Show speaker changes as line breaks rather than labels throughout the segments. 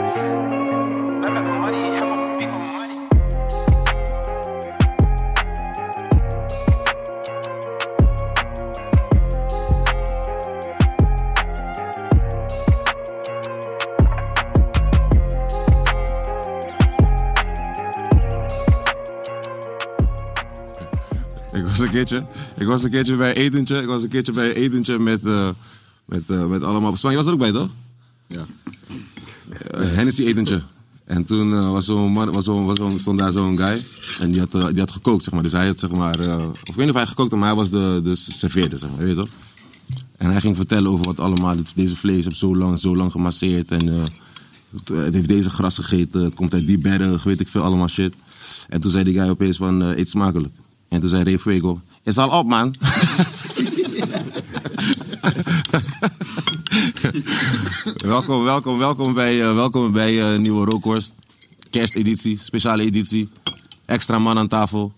I'm about money, I'm about people money.
Ik was een keertje, ik was een keertje bij een etentje, ik was een keertje bij een etentje met, eh, met, eh, met allemaal... Span, je was er ook bij, toch? Ja. Eh, Hennessy etentje. En toen eh, was zo'n man, was zo'n was zo'n- stond daar zo'n guy en die had, eh, die had gekookt, zeg maar. Dus hij had, zeg maar, eh, of ik weet niet of hij gekookt had, maar hij was de, de serveerder, zeg maar, weet je toch? En hij ging vertellen over wat allemaal, dit, deze vlees heb zo lang, zo lang gemasseerd en eh, het, het heeft deze gras gegeten, het komt uit die berg, weet ik veel, allemaal shit. En toen zei die guy opeens van, eh, eet smakelijk. En toen zei Ray Fuego, is al op man. welkom, welkom, welkom bij, eh, welkom bij eh, Nieuwe Rookhorst. Kersteditie, speciale editie. Extra man aan tafel.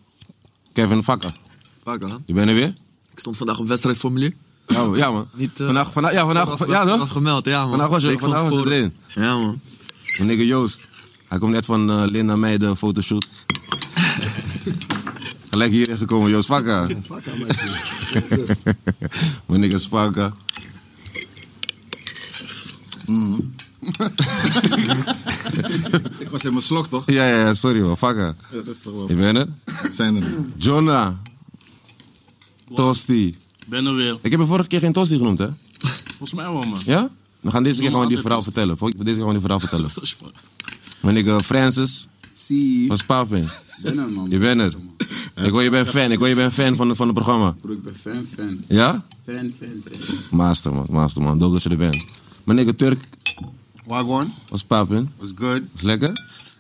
Kevin Vakker,
Vaak aan.
je bent er weer?
Ik stond vandaag op wedstrijdformulier.
Ja, man. Ja, man.
Niet, eh,
vandaag, vandaag, ja, vandaag,
Vanaf-
ja,
vanaf
toch?
gemeld, ja man.
Vandaag was je-
Week van
vandaag was je
tevoren. Ja man.
Mijn nigger Joost. Hij komt net van eh, Linda Meij, de fotoshoot. Gelijk hierin gekomen, Joost Vakka. Mijn nigger Spaka.
Ik was in mijn slok, toch?
Ja, ja, ja, sorry hoor, Vakka.
Ja, dat is toch wel.
Je bent het?
Zijn er.
Jonna. Tosti.
Ben er weer.
Ik heb je vorige keer geen Tosti genoemd, hè?
Volgens mij wel, man.
Ja? We gaan deze keer gewoon die
altijd
verhaal vertellen. Voor deze keer gewoon die verhaal vertellen.
Dat is waar.
Mijn nigger Francis
Zie,
van Spaapin.
ben er, man.
Je bent het. Ik hoor je bent fan, ik hoor je bent fan van, het- van het programma.
Bro, ik ben fan, fan.
Ja?
Fan, fan, fan.
Master man, master man. Doop dat je er bent. Mijn nigger Turk
Wagwan
was Papin.
was good.
Is lekker?
I'm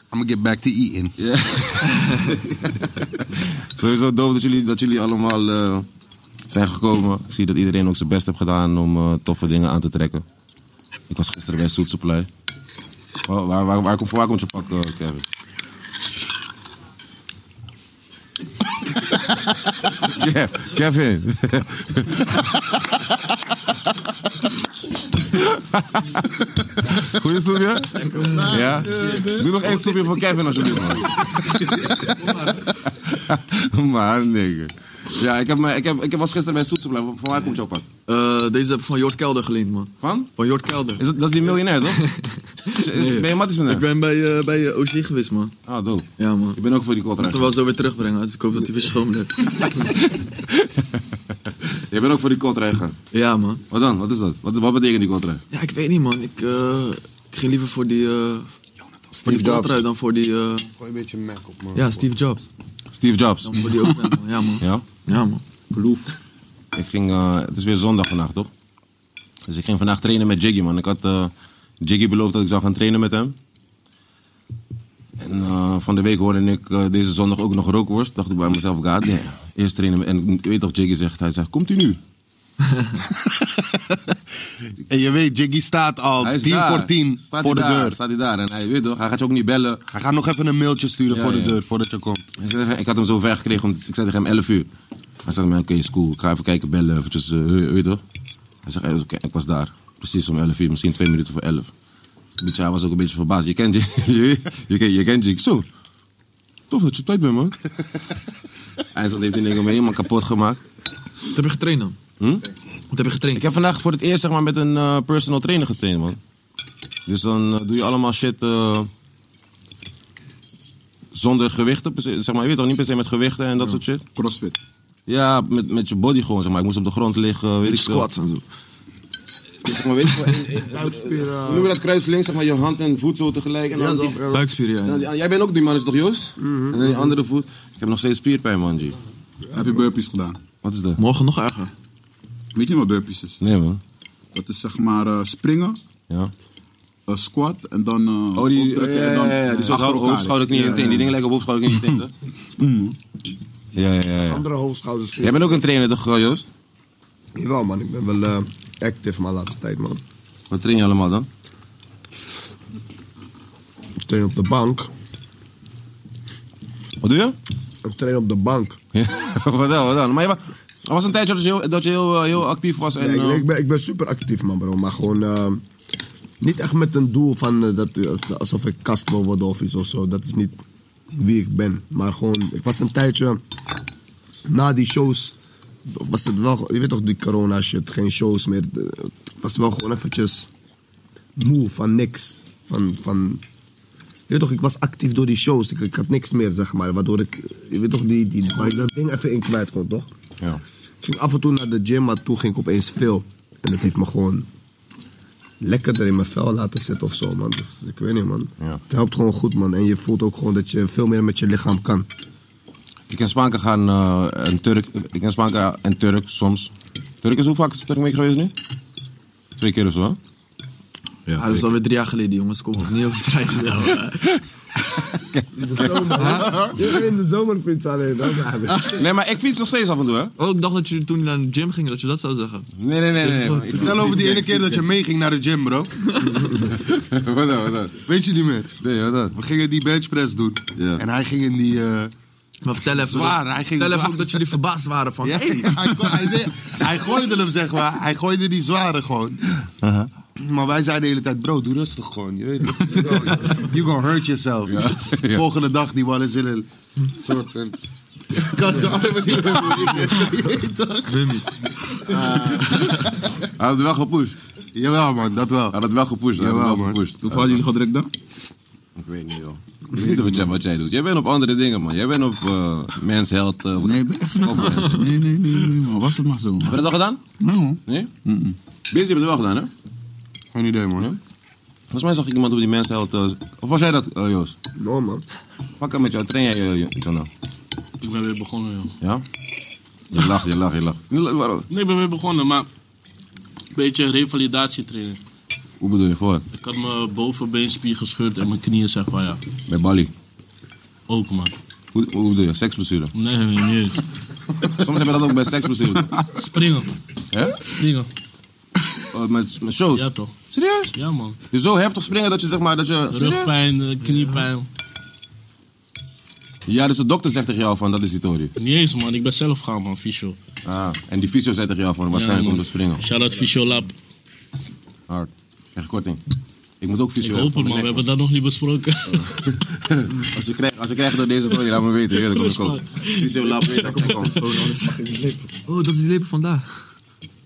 gonna get back to eating.
Ja. Sowieso doof dat jullie, dat jullie allemaal eh, zijn gekomen. Ik zie dat iedereen ook zijn best heeft gedaan om eh, toffe dingen aan te trekken. Ik was gisteren bij Soet Supply. Waar, waar, waar, waar, komt- waar komt je pak, eh, Kevin? Ja, Kevin. Goeie soepje? Ja? Doe nog één soepje voor Kevin alsjeblieft, man. Maar, nigger. Ja, ik, heb, mijn- ik, heb, ik was gisteren bij Soetsupply. Van waar komt jouw pak?
Eh, deze heb ik van Jort Kelder geleend man.
Van?
Van Jort Kelder.
Is dat, dat is die miljonair, toch? Is-
Nee.
Ben je matties met
Ik
hem?
ben bij, eh, bij eh, OG geweest man.
Ah, dope.
Ja man.
Ik ben ook voor die
Ik moet
contract.
hem wel zo weer terugbrengen, dus ik hoop dat hij weer schoon blijft.
Je bent ook voor die contract gegaan.
ja man.
Wat dan? Wat is dat? Wat, wat betekent die contract?
Ja, ik weet niet man. Ik, eh, ik ging liever voor die... eh voor die
Jobs.
Coltrane dan voor die... eh,
Gooi een beetje Mac op, man.
ja, Steve Jobs.
Steve Jobs.
Dan voor die ook, man. Ja man.
Ja?
Ja man.
Verloef. Ik ging, eh, het is weer zondag vandaag, toch? Dus ik ging vandaag trainen met Jiggy, man. Ik had eh, Jiggy beloofd dat ik zou gaan trainen met hem. En eh, van de week hoorde ik eh, deze zondag ook nog rookworst. Dacht ik bij mezelf, god damn. Eerst trainen met... En ik weet toch, Jiggy zegt, hij zegt, komt u nu?
En je weet, Jiggy staat al
Hij is
10
daar.
voor 10
Staat
voor de
hij daar,
deur.
Staat hij daar. En hij weet toch, hij gaat je ook niet bellen.
Hij gaat nog even een mailtje sturen
Ja,
voor de
ja.
deur, voordat je komt.
Hij zei tegen- Ik had hem zo ver gekregen, om- ik zei tegen hem 11 uur. Hij zei tegen mij, oké, is cool. Ik ga even kijken, bellen, eventjes, eh, weet je toch? Hij zegt, eh, is oké. ik was daar. Precies om 11 uur, misschien twee minuten voor 11. Dus hij was ook een beetje verbaasd. Je kent je, je, je, kent- je kent je. Ik Zo, tof dat je tijd bent, man. IJsland heeft die dingen me helemaal kapot gemaakt.
Wat heb je getraind dan?
Hm?
Wat heb je getraind?
Ik heb vandaag voor het eerst zeg maar, met een eh, personal trainer getraind, man. Dus dan eh, doe je allemaal shit eh, zonder gewichten. per se- Zeg maar, je weet toch niet per se met gewichten en dat soort shit.
Crossfit.
Ja, met, met je body gewoon, zeg maar. Ik moest op de grond liggen, weet ik veel.
Squats en zo.
Zeg maar, weet ik veel. in- in- Hoe noem je dat kruisling? Zeg maar, je hand en voet zo tegelijk. En dan die-
Buikspieren, ja.
en dan- jij bent ook die man, is toch Joost? En dan die andere voet. Ik heb nog steeds spierpijn, man, G.
Heb je burpees gedaan?
Wat is dat?
Morgen nog erger.
Weet je wat burpees is?
Nee, man.
Dat is zeg maar eh, springen,
Ja.
een squat en dan eh
Oh, die,
opdrukken
ja,
en dan
ja, ja, die zo
achter
hoofd-
elkaar.
hoofdschouder, knieën en teen. Die dingen lijken op hoofdschouder, knieën en teen, toch? Ja, ja, ja. ja.
Andere hoofdschouders.
Jij bent ook een trainer, toch, eh, Joost?
Jawel, man. Ik ben wel eh, active, maar laatste tijd, man.
Wat train je allemaal dan?
Ik train op de bank.
Wat doe je?
Ik train op de bank.
Ja, wat dan, wat dan? Maar je wa- er was een tijdje dat je heel, dat je heel, eh, heel actief was. En,
Nee, ik,
eh,
ik ben, ik ben super actief, man, bro. Maar gewoon eh, niet echt met een doel van eh, dat, eh, alsof ik kast wil worden of iets of zo. Dat is niet wie ik ben. Maar gewoon, ik was een tijdje na die shows. Was het wel, je weet toch, die corona shit, geen shows meer. Eh, Ik was wel gewoon eventjes moe van niks. Van, van, je weet toch, ik was actief door die shows. Ik, ik had niks meer, zeg maar. Waardoor ik, je weet toch, die, die, waar ik dat ding even in kwijt kon, toch?
Ja.
Ik ging af en toe naar de gym, maar toen ging ik opeens veel. En dat heeft me gewoon lekkerder in mijn vel laten zitten of zo, man. Dus ik weet niet, man.
Ja.
Het helpt gewoon goed, man. En je voelt ook gewoon dat je veel meer met je lichaam kan.
Ik ken Spaanken gaan eh, en Turk. Ik ken Spaanken en Turk soms. Turk is hoe vaak is Turk mee geweest nu? Twee keer of zo. hè?
Ah,
Ja, dat is alweer drie jaar geleden, jongens. Kom op, niet overdrijven. Nou, eh.
In de zomer, In de zomer vindt alleen dat.
Nee, maar ik fiets nog steeds af en toe, hè?
oh, ik dacht dat jullie toen jullie naar de gym gingen, dat je dat zou zeggen.
Nee, nee, nee, nee. nee. Ik-
Vertel over die ene keer dat je meeging naar de gym, bro.
wat dan, wat dan?
Weet je niet meer?
Nee, wat dan?
We gingen die benchpress doen.
Ja.
En hij ging in die... eh,
Maar vertel even,
Zwaar,
dat,
hij ging
vertel even
zwaar.
ook dat jullie verbaasd waren van...
ja,
hey,
hij, kon- hij, deed- hij gooide hem, zeg maar. Hij gooide die zware gewoon.
Uh-huh.
Maar wij zeiden de hele tijd, bro, doe rustig gewoon. Je weet het. You gonna- You gonna hurt yourself.
Ja.
Volgende dag, die man is in een soort van... Ik kan zijn armen niet meer bewegen. Zo, je weet toch?
Hij had het wel gepusht. Hij
Jawel, man, dat wel.
had het wel gepusht. Hij had het
Jawel,
wel
man.
gepusht.
Hoe vallen jullie gedrukt dan?
Ik weet niet, joh. Ik weet niet wat jij, wat jij doet. Jij bent op andere dingen, man. Jij bent op eh Men's Health. eh, wat-
Nee, ben even nog. Nee, nee, nee, nee, man. Was het maar zo.
Heb je dat al gedaan?
Nee, man.
Nee? Busy heb je het wel gedaan, hè?
Geen idee, man.
Volgens mij zag ik iemand op die Men's Health. eh, of was jij dat, eh, Joost?
No, man.
Fuck up met jou. Train jij je, je, dan nou?
Ik ben weer begonnen, joh.
Ja? Je lacht, je lacht, je lacht. Waarom?
Nee, ik ben weer begonnen, maar... Een beetje revalidatietraining.
Hoe bedoel je voor?
Ik had mijn bovenbeenspier gescheurd en mijn knieën, zeg maar, ja.
Bij Bali.
Ook, man.
Hoe, hoe bedoel je? Seksblessure.
Nee, nee, nee.
Soms hebben we dat ook bij seksblessure.
Springen.
Hè?
Springen.
Oh, met, met shows.
Ja, toch.
Serieus?
Ja, man.
Je zo heftig springen dat je zeg maar dat je. Serieus?
Rugpijn, eh, kniepijn.
Ja, dus de dokter zegt tegen jou van dat is die theorie.
Niet eens, man. Ik ben zelf gaan, man. Fysio.
Ah, en die fysio zei tegen jou van waarschijnlijk
Ja,
om
man.
te springen.
Shout-out Fysio Lab.
Hard. Echt korting. Ik moet ook
Ik
fysio
hoop
hebben
het,
voor
man. We
mijn
hebben dat nog niet besproken.
nek. als, je krijgt, als je krijgt door deze story, laat me weten. Heerlijk, kom ik ook. Fysio lab, weet dat kom ik ook.
oh, dat is die lepel vandaag.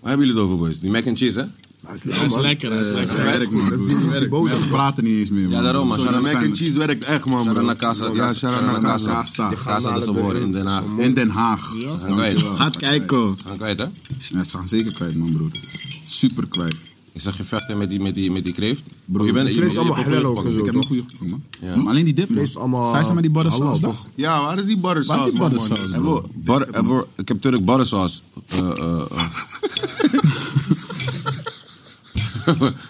Waar hebben jullie het over, boys? Die mac and cheese, hè?
Hij is
Dat is lekker, dat is lekker.
Werk, man.
Dat is die- dat is die
Werk.
Oh,
boot.
Mensen praten niet eens meer, man.
Ja, daarom, man.
Zo,
Shout-out
dat
Mac
zijn
and
het.
cheese werkt echt, man.
Sharon
bro.
Nakasa.
Ja,
Sharon
Sharon
Nakasa.
Nakasa.
Nakasa.
Nakasa, dat is een woord in Den Haag.
In Den Haag.
Gaan kwijt.
Dankjewel.
Gaat kijken.
Gaan kwijt, hè?
Ja, ze gaan zeker kwijt, man, broer. Super kwijt.
Ik zag je vechten met die, met die, met die kreeft.
Bro,
je bent
het
je
vlees
je
allemaal
hebt een
halal
goede
ook en
Ik
pakken.
heb nog goede gekomen, man.
Ja.
Maar alleen die dip, man.
Vlees allemaal
Zijn ze maar die
halal,
barresaus,
toch?
toch?
Ja, waar is die
Waar
buttersaus,
is die
man?
buttersaus,
man?
bro?
Bro, bar- eh, bro, ik heb Turk buttersaus. Eh, eh, eh.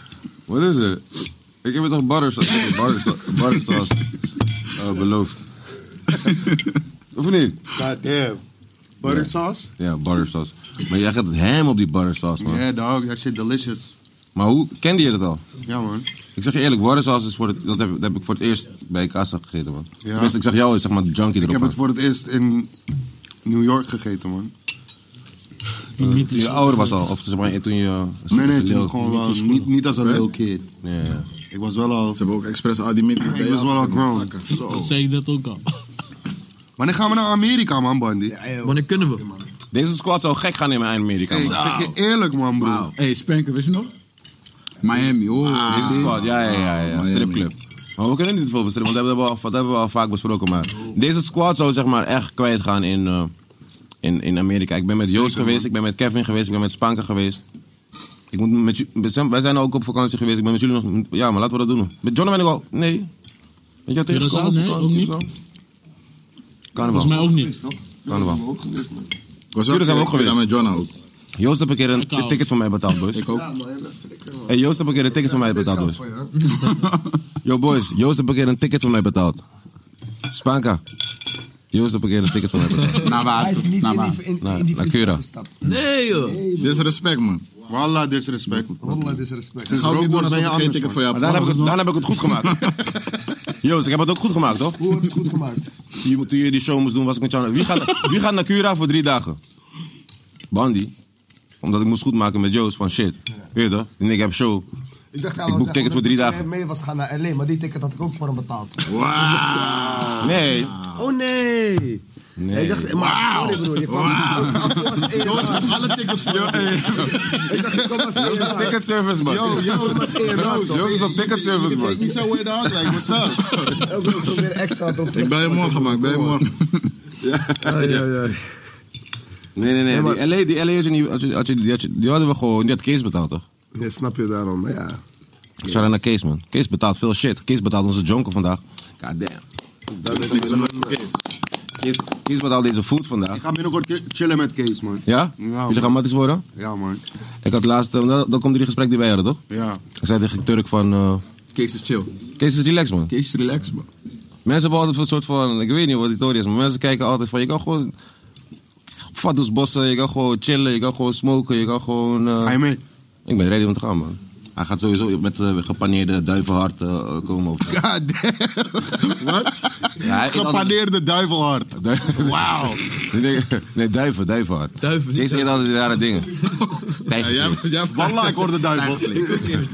Wat is het? Ik heb je toch buttersaus, buttersaus, buttersaus eh, beloofd? of niet?
God damn. Buttersaus?
Ja, buttersaus. Maar jij gaat het hem op die buttersaus, man.
Yeah, dog. That shit delicious.
Maar hoe kende je dat al?
Ja, man.
Ik zeg je eerlijk, buttersaus is voor het, dat, heb, dat heb ik voor het eerst bij Casa gegeten, man.
Ja.
Tenminste, ik zag jou eens, zeg maar, de junkie
Ik
erop.
heb het
gaan.
voor het eerst in New York gegeten, man.
Eh,
Toen je ouder was al, of zeg maar, toen je...
Nee, nee,
Leo-
toen gewoon wel. Niet, niet als een little kid.
Ja, ja.
Ik was wel al.
Ze hebben ook expres al die middelen.
Ik was wel al grown.
Zo.
Dat zei ik dat ook al.
Wanneer gaan we naar Amerika, man, Bandy?
Wanneer kunnen we?
Deze squad zou gek gaan in mijn Amerika.
Hey,
man.
ik zeg je eerlijk, man, bro.
Wauw.
hey, Spanker, wist je nog?
Miami, oh.
Deze Ah, squad, ja, ja, ja. ja.
Ah,
Miami.
Stripclub. Maar we kunnen niet veel bestrippen, want dat hebben, we al, dat hebben we al vaak besproken. Maar deze squad zou zeg maar echt kwijt gaan in, eh, in, in Amerika. Ik ben met Joost geweest, ik ben met Kevin geweest, ik ben met Spanker geweest. Ik moet met, ju- we zijn- wij zijn ook op vakantie geweest, ik ben met jullie nog... Ja, maar laten we dat doen. Met John ben ik al... Nee. Weet je wat
Curaçao?
tegenkomen?
Nee, ook niet.
Carnaval.
Volgens mij ook niet.
Carnaval.
Ik was wel
Jullie zijn ook
ik ben
geweest.
met John ook.
Joost heb een keer een
Kakao's.
ticket voor mij betaald, boys.
Ik ook.
Hey, Joost heb een keer een ticket voor mij betaald, boys. Yo boys, Joost heb een keer een ticket voor mij betaald. Spanka. Joost heb een keer een ticket voor mij betaald.
Nou,
Naar waar? Naar waar?
Naar, naar Cura.
Nee, joh.
Disrespect, man.
Wallah, disrespect. Wallah, disrespect. Sinds
Ga ook niet doen
Roodborst ben
alsof
je
ik geen
anders,
ticket
man.
voor jou
Maar
heb.
daarna heb, ik het, daarna heb ik het goed gemaakt. Joost, ik heb het ook goed gemaakt, toch?
Hoe heb je het goed gemaakt?
Toen je, toen je die show moest doen, was ik met jou. Wie gaat, wie gaat naar Cura voor drie dagen? Bandy. Omdat ik moest goedmaken met Joost van shit. Weet je toch? Die nigga heb show.
Ik dacht
Ik boek ticket voor drie dagen.
Ik mee was gaan naar LA, maar die ticket had ik ook voor hem betaald.
Ah.
Wauw.
Nee.
Oh nee!
Nee.
Ik dacht, maar sorry broer, je kwam
Joost, alle tickets voor jou.
Ik dacht, ik kwam als
Joost is
eerder.
ticket service, man.
Yo, yo, dat is eerder.
Joost is op ticket service, man.
Niet zo way out, like, what's up?
Ik wil proberen extra erop te
Ik ben je morgen, man. Ik ben je morgen.
Ja, ja, ja.
Nee, nee, nee. Die LA, die LA had je niet- had je- had je- die had je- die hadden we gewoon. Die had Kees betaald, toch?
Ja, snap je daarom, maar ja.
Shout out naar Kees, man. Kees betaalt veel shit. Kees betaalt onze jonker vandaag. God damn. Kees, Kees betaalt deze food vandaag.
Ik ga binnenkort ke- chillen met Kees, man.
Ja?
Ja,
Jullie gaan matties worden?
Ja, man.
Ik had laatst, eh, dat, dat komt door die gesprek die wij hadden, toch?
Ja.
Ik zei tegen Turk van, eh,
Kees is chill.
Kees is relaxed, man.
Kees is relaxed, man.
Mensen hebben altijd een soort van, ik weet niet wat die tory is, maar mensen kijken altijd van, je kan gewoon fatus bossen, je kan gewoon chillen, je kan gewoon smoken, je kan gewoon... eh,
Ga je mee?
ik ben ready om te gaan, man. Hij gaat sowieso met eh, gepaneerde duivenhart eh, komen. Op.
God Wat?
Ja, hij-
Gepaneerde duivelhart. Wauw.
Nee, nee, duiven, duivenhart.
Duiven, niet
Deze zijn altijd die rare dingen.
Ja, jij hebt- jij hebt-
Wallah, ik hoor de duivel.
Dat is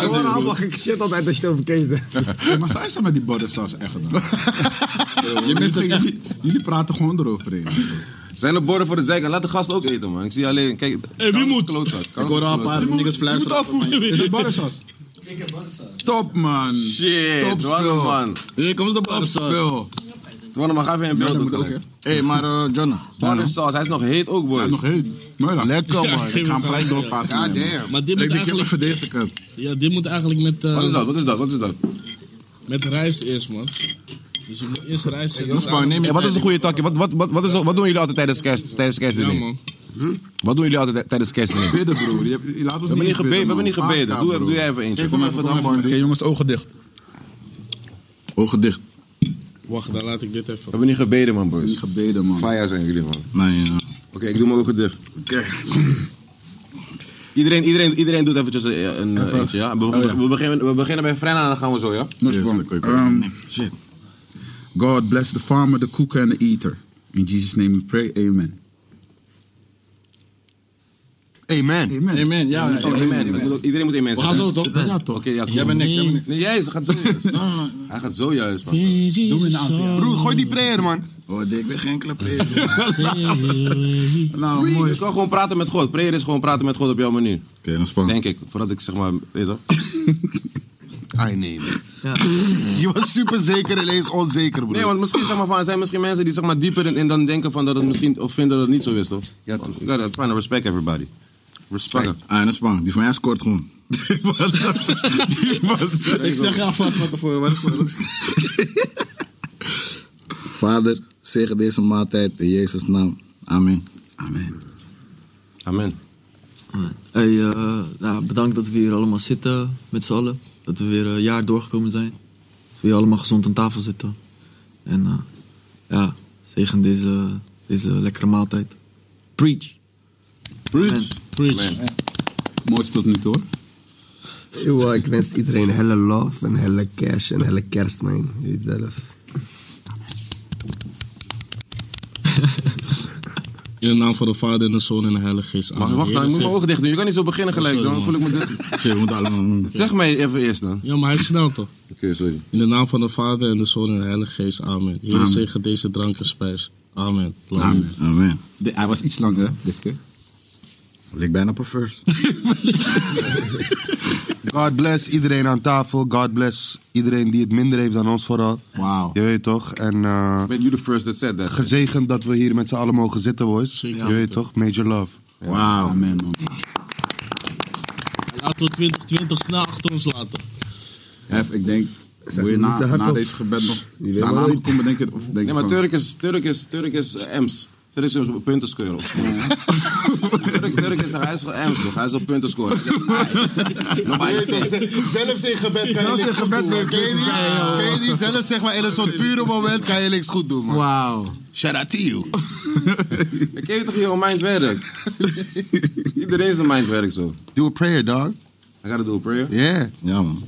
gewoon allemaal gek shit altijd als je het over Kees hebt.
Hey, maar zij zijn met die borden zelfs echt gedaan.
Je mist het echt.
jullie, jullie praten gewoon eroverheen.
Zijn er borden voor de zijkant? Laat de gasten ook eten, man. Ik zie alleen, kijk.
wie
kans is
moet?
klootzak, kans
Ik hoor
is
al een
klootzak.
paar niggas
Je moet
fluisteren.
afvoeren. Is het bordensas?
Top, man.
Shit,
Top
Dwanne,
spul.
man.
Hier komt de
Top
barbershop.
spul.
Dwanne, maar ga even in beeld doen. gelijk.
Hé, hey, maar eh, John.
Barber sauce, hij is nog heet ook,
Hij
boy.
is nog heel. Mooi dan.
Lekker, man.
Ja,
Ik ga hem gelijk doorpakken.
God damn.
Maar dit moet
Ik denk ik heb
eigenlijk,
verdedigd het.
ja, dit moet eigenlijk met, eh,
Wat is dat, wat is dat, wat is dat?
met rijst eerst, man. Dus je moet eerst rijst zetten.
Jospar, neem
Hey,
je
wat is een
tijd.
goede takje? Wat, wat, wat, wat, is, wat doen jullie altijd tijdens kerst? Tijdens kerst
Ja, man.
Wat doen jullie altijd tijdens kerst? We
Bidden, broer. Je hebt, je laat ons
hebben niet
eens
gebeden, we hebben niet
man.
gebeden.
Vaak,
Doe,
broer.
doe jij even eentje.
Geef hem even dan, man.
Oké, jongens, ogen dicht.
Ogen dicht.
Wacht, dan laat ik dit even.
We hebben niet gebeden, man,
Niet
boys.
gebeden, man.
Faya zijn jullie, man. Oké,
Nee, ja.
ik doe mijn ogen dicht. Iedereen, iedereen, iedereen doet eventjes een, een- eh, eentje, ja? We, we- we beginnen, we beginnen bij Frenna en dan gaan we zo, ja?
Nog
Yes,
gewoon.
dan kun je-
Ehm,
Next, Shit.
God bless the farmer, the cooker and the eater. In Jesus' name we pray, amen.
Amen.
Amen.
Amen, ja. ja,
Oh,
amen.
amen. Ik bedoel, Iedereen moet één
We
mensen
gaan
zijn.
zo, toch?
Oké, ja, cool.
Jij bent niks, jij bent niks.
Nee, jij is- gaat zo juist. Hij gaat zo juist, man.
Doe me een aantal. ja.
Broer, gooi die prayer, man.
Oh, dik, ik ben geen club.
Nou,
Je
mooi.
kan gewoon praten met God. Prayer is gewoon praten met God op jouw manier.
Oké, dan spannend.
Denk ik. Voordat ik zeg maar, weet je
Ai, nee. man.
Ja.
Je was super zeker, ineens onzeker, broer.
Nee, want misschien zeg maar, van, er zijn misschien mensen die zeg maar, dieper in, in dan denken van dat het misschien, of vinden dat het niet zo is, toch?
Ja, toch.
You gotta try to respect everybody. Respect.
Ah, dat is spannend. Die van mij scoort gewoon. Die was- Ik zeg je alvast van tevoren. Wat voor Vader, zegen deze maaltijd in Jezus' naam. Amen.
Amen.
Amen.
Hey, eh, nou, bedankt dat we hier allemaal zitten met z'n allen. Dat we weer een jaar doorgekomen zijn. Dat we hier allemaal gezond aan tafel zitten. En eh, ja, zegen deze, deze lekkere maaltijd. Preach. Amen.
Preach.
Mooiste tot nu toe, hoor.
Yo, ik wens iedereen helle love en helle cash en helle kerst, man. Je weet zelf.
In de naam van de Vader en de Zoon en de Heilige Geest.
Wacht, wacht, dan, ik moet mijn ogen dicht doen. Je kan niet zo beginnen gelijk, dan voel ik me dit.
Shit, we moeten allemaal...
Zeg mij even eerst dan.
Ja, maar hij is snel toch? Oké,
sorry.
In de naam van de Vader en de Zoon en de Heilige Geest. Amen. Heer,
Amen.
zegen deze drank en spijs. Amen. Amen.
Amen. De- hij was iets langer, hè, dit keer.
Lik bijna op first. God bless iedereen aan tafel. God bless iedereen die het minder heeft dan ons vooral.
Wauw.
Je weet toch? En eh,
Ben you the first that said that?
gezegend dat we hier met z'n allen mogen zitten, boys. Je weet toch? Major love.
Wauw. Amen, man.
Laten we 2020 snel achter ons laten.
Hef, ik denk,
Zeg,
moet je
niet te
na,
hard
na
op.
deze gebed nog...
Je weet
Daarna
maar
nog
niet.
komen denken... Of denk
Nee, maar Turk is, Turk is, Turk is eh, Ems. Turk is een puntenscorer. Turk, Turk is, hij is wel Ems toch? Hij is een puntenscorer.
Zelfs in gebed kan je niks goed doen. man. Ken je die? Ken je die? Zelfs zeg maar in een soort pure moment kan je niks goed doen, man.
Wauw.
Shout out to you.
Ik ken je toch jouw mindwerk? Iedereen zijn mindwerk zo.
Do a prayer, dog.
I gotta do a prayer.
Yeah.
Ja, man.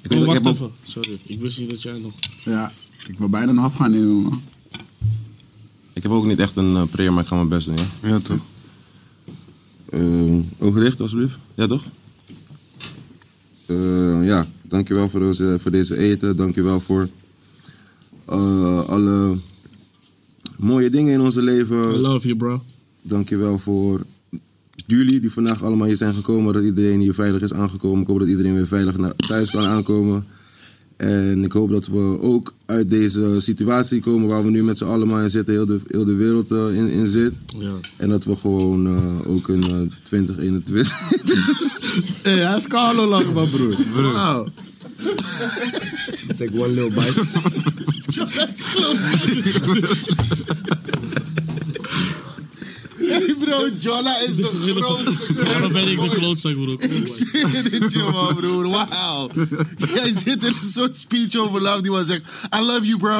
Ik
Oh,
weet, ik
wacht
heb
even. Sorry, ik wist niet dat jij nog...
Ja, ik wil bijna een hap gaan nemen, man.
Ik heb ook niet echt een eh, prayer, maar ik ga mijn best doen, ja?
Ja, toch?
Ehm ogen dicht, alsjeblieft. Ja, toch? Eh, ja, dankjewel voor deze, voor deze eten. Dankjewel voor eh, alle mooie dingen in onze leven.
I love you, bro.
Dankjewel voor jullie die vandaag allemaal hier zijn gekomen. Dat iedereen hier veilig is aangekomen. Ik hoop dat iedereen weer veilig naar thuis kan aankomen. En ik hoop dat we ook uit deze situatie komen waar we nu met z'n allemaal in zitten. Heel de, heel de wereld eh, in, in zit.
Ja.
En dat we gewoon eh, ook in eh, 2021...
Hé, hij is Carlo lang, maar broer. Wauw.
Take one little bite.
Hey bro, Jolla is de grootste.
Daarom ben ik de klootzak, bro.
Serieusje, man, broer. Wauw. Jij zit in een soort speech over love die man zegt... I love you, bro.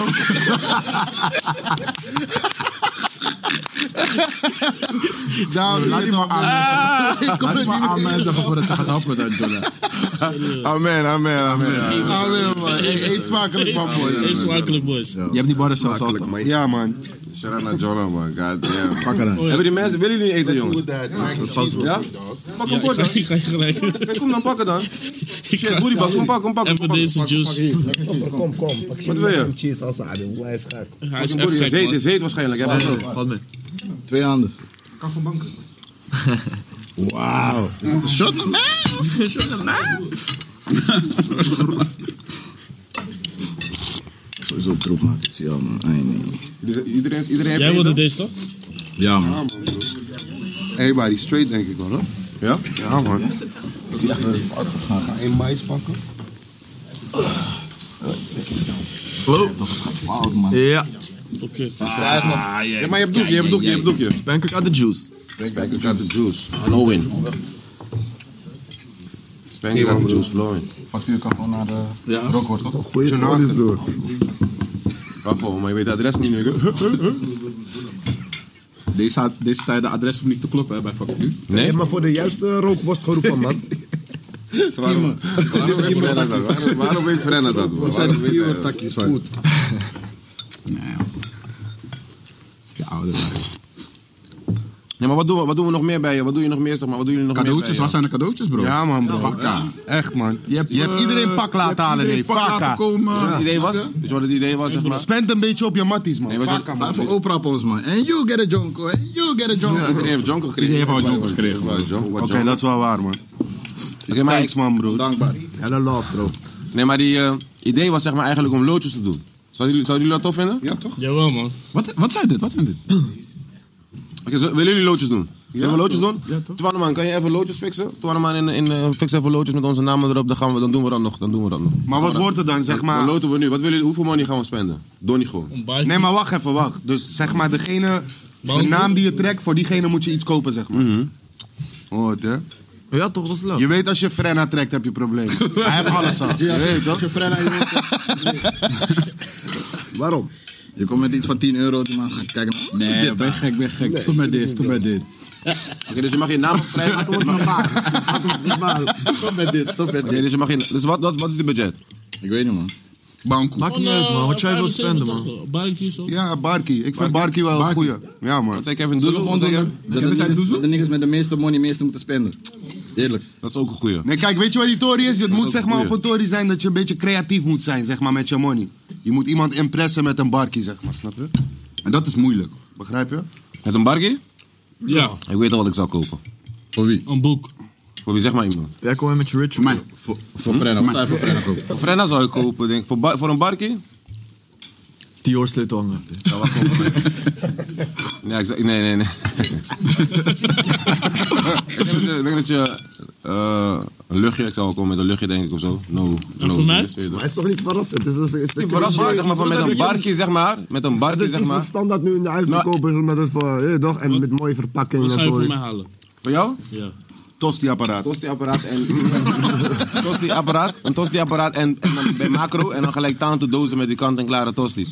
Daarom
Laat die maar aan.
Ik kom
Laat die maar
er niet meer
amen
in.
zeggen voordat je gaat happen, dan, Jolla.
Amen, amen, amen.
Amen, man. Hey, Eet smakelijk, man,
Eet
boys.
smakelijk, boys.
Je hebt die barren zelfs al. toch?
Ja, man.
Shout-out naar Jordan, man. God damn.
Pak er aan.
Hebben die mensen... Willen jullie eten, jongens? Ja?
Ja?
Pak
Ja,
een
ik
bord dan.
ga, ik ga je gelijk.
Kom dan, pakken dan.
Ik
Shit,
ga-
boeribak, kom pakken, kom pakken.
Even
kom pakken.
deze juice.
Kom, kom. pak
Wat wil je?
Cheese als aan. Hoe is gek.
Hij
Het
is
is
echt gek,
zeet,
man.
is zeet waarschijnlijk. hè? Dat ook.
Valt mee.
Twee handen.
Wauw.
Shut the man! Shut the man!
Sowieso op troep maken. Ja, man. Ai, nee.
Iedereen, iedereen heeft eten?
Jij wilde deze, toch?
Ja, man.
Everybody straight, denk ik wel, hoor.
Ja?
Ja, man.
Ik zie echt een fout gaan. Ga één mais pakken.
Hallo.
Fout, man.
Ja.
Oké.
Ah,
Ja, maar je hebt doekje, je hebt doekje, je hebt doekje.
Spankelijk uit de juice.
Spanker got the juice. No win. Spanker got the juice, no win.
Factuur kan gewoon naar de
Ja.
rookwoord, toch?
Goeie olie, broer.
Wacht gewoon, maar je weet de adres niet meer.
Deze, had- deze tijd, de adres hoeft niet te kloppen hè, bij factuur.
Nee, maar voor de juiste rookworst geroepen, man.
Ze waren- Waarom weet Brenna dat? Waarom- Waarom weet Brenna dat? Waarom weet hij dat?
van? Goed.
Nee, joh. is de oude tijd.
Nee, maar wat doen, we, wat doen we nog meer bij je? Wat doe je nog meer, zeg maar? Wat doen jullie nog
Cadeautjes,
meer
waar
bij
zijn de cadeautjes, bro?
Ja, man, bro.
Fakka.
Echt, man. Je hebt,
eh,
iedereen pak
je
laten
hebt
halen, nee.
iedereen pak laten
Fakka.
komen.
je? Wat het idee was? Weet je wat het idee was, zeg maar?
Spend een beetje op je matties, man.
Nee, maar zo-
Fakka, man.
Maar voor oprappels, man. And you get a jonko. And you get a
Ja,
jonko.
Iedereen heeft jonko gekregen.
Iedereen heeft wel jonko gekregen.
Wel jonko, wat
Oké,
jonko.
dat is wel waar, man.
Oké, maar ik-
Thanks, man, broer.
Dankbaar.
Hello love, bro.
Nee, maar die eh, idee was zeg maar eigenlijk om loodjes te doen. Zouden jullie, zouden jullie dat tof vinden?
Ja, toch?
Jawel, man.
Wat, wat zijn dit? Wat zijn dit?
Oké, zo- willen jullie loodjes doen? Zullen we loodjes doen?
Ja, toch?
Twaneman, kan je even loodjes fixen? Twaneman, in, in, eh, fix even loodjes met onze namen erop. Dan, gaan we, dan doen we dat nog. Dan doen we dat nog.
Maar wat
dan-
wordt het dan, zeg maar?
Dan loten we nu. Wat willen jullie, hoeveel money gaan we spenden? Donnie gewoon.
Een bike.
Nee, maar wacht even, wacht. Dus zeg maar, degene, de naam die je trekt, voor diegene moet je iets kopen, zeg maar. Oh, het, hè?
Ja, toch was het leuk.
Je weet als je Frenna trekt, heb je probleem. Hij heeft alles al. Je weet toch?
Waarom?
Je komt met iets van 10 euro, die man gaat kijken. wat is
Nee,
dit
ben
dan?
gek, ben gek. Stop met dit, stop met dit.
Oké, dus je mag je naam opschrijven.
Stop met dit, stop met
Nee,
dit.
dus je mag je, dus wat, dat, wat is het budget?
Ik weet niet, man.
Banco.
Oh,
Maakt niet
nou,
uit, man. Wat jij wilt spenden, man.
Barkie zo?
Ja, Barkie. Ik vind Barkie wel een goeie. Ja, man. Wat
zei Kevin Doezel?
Zullen we gewoon doen, hè?
Dat de, niggas, dat de niggas met de meeste money meeste moeten spenden. Eerlijk.
Dat is ook een goeie.
Nee, kijk, weet je wat die tory is? Het
is
moet
ook
zeg
een
maar op
goeie.
een tory zijn dat je een beetje creatief moet zijn, zeg maar, met je money. Je moet iemand impressen met een barkie, zeg maar, snap je?
En dat is moeilijk.
Begrijp je?
Met een barkie?
Ja.
Ik weet al wat ik zou kopen.
Voor wie?
Een boek.
Voor wie zeg maar iemand?
Jij komt weer met je rich.
Voor mij.
Voor,
Voor
Hm?
Frenna, wat zou je voor Frenna kopen?
voor Frenna zou ik kopen, denk ik. Voor, ba- voor een barkie?
Dior sleutel hangen.
Ja, wat kopen Nee, ik zou- nee, nee, nee. ik denk dat je, ik denk dat je eh, een luchtje, ik zou wel komen met een luchtje denk ik of zo. No, no.
voor mij?
Dus, weet je toch?
Maar het is toch niet verrassend? Het is, het is, het is-
Ik verras me, zeg maar, van met een barkie, zeg maar. Met een
Het
barkie,
is
zeg
iets wat
maar.
standaard nu in de uitverkoop is, maar dat is voor, eh, toch? En met mooie
Wat
verpakking
zou
en
je voor
zo.
mij halen?
Voor jou?
Ja.
Tosti-apparaat.
Tosti-apparaat en... tosti-apparaat, een tosti-apparaat en, en dan bij macro. En dan gelijk tante dozen met die kant-en-klare tosties.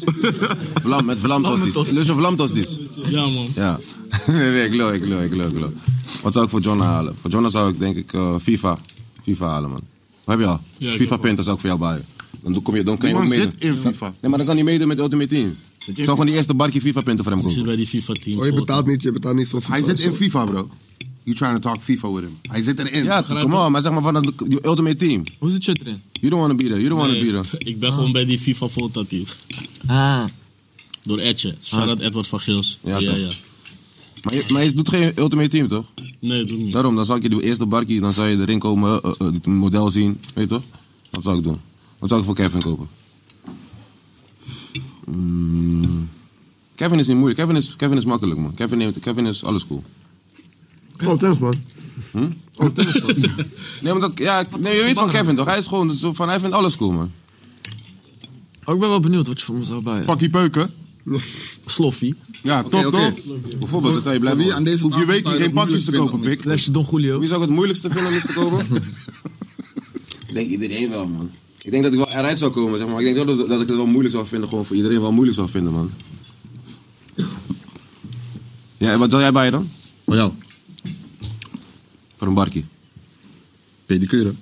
Vlam, met vlamtosties. Lust je vlamtosties?
Ja, man.
Ja. nee, nee, ik loop, ik loop, ik loop, ik loop. Wat zou ik voor John halen? Voor John zou ik denk ik eh, FIFA. FIFA halen, man. Wat heb je al?
Ja, ik
FIFA
heb al.
punten zou ik voor jou baaien. Dan, doe- kom je, dan kan je
Die
ook
man
meedoen.
zit in FIFA.
Nee, maar dan kan hij meedoen met Ultimate Team. Ik zou gewoon die eerste barkje FIFA punten voor hem
Ik zit
kopen.
bij die FIFA-team.
Oh, je betaalt niet, je betaalt niet voor
Hij
FIFA.
zit in FIFA, bro. You trying to talk FIFA with him. Hij zit erin.
Ja, kom on, maar zeg maar van dat die Ultimate Team.
Hoe zit je erin?
You don't want to be there, you don't want to be there.
Eh, ik ben gewoon bij die FIFA Volta team.
Ah.
Door Edje. Shout-out Edward van Gils.
Ja,
Ja, ja,
toch. Maar je, maar je doet geen Ultimate Team, toch?
Nee, doe niet.
Daarom, dan zou ik je de eerste barkie, dan zou je erin komen, eh, eh, eh, het model zien, weet je toch? Wat zou ik doen? Wat zou ik voor Kevin kopen? Mm, Kevin is niet moeilijk, Kevin is, Kevin is makkelijk man. Kevin, neemt, Kevin is alles cool.
Oh, thanks man.
Nee, maar dat, ja, ik- nee, je weet van Kevin toch? Hij is gewoon, zo van, hij vindt alles cool man.
Oh, ik ben wel benieuwd wat je voor me zou buyen.
Pakkie peuken.
Sloffie.
Ja, top,
Oké, oké.
top.
Bijvoorbeeld, dan zou
Voor
je blijven.
wie aan deze
Hoef je
tafel
weet
zou
niet geen
dat
pakjes te
moeilijk
kopen,
vinden
pik.
Flesje Don Julio.
Wie zou ik het moeilijkste vinden om iets te kopen? ik denk iedereen wel, man. Ik denk dat ik wel eruit zou komen, zeg maar. Ik denk dat, dat ik het wel moeilijk zou vinden, gewoon voor iedereen wel moeilijk zou vinden, man. Ja, en wat zal jij bij je dan?
Voor jou.
Voor een barkie.
Pedicure.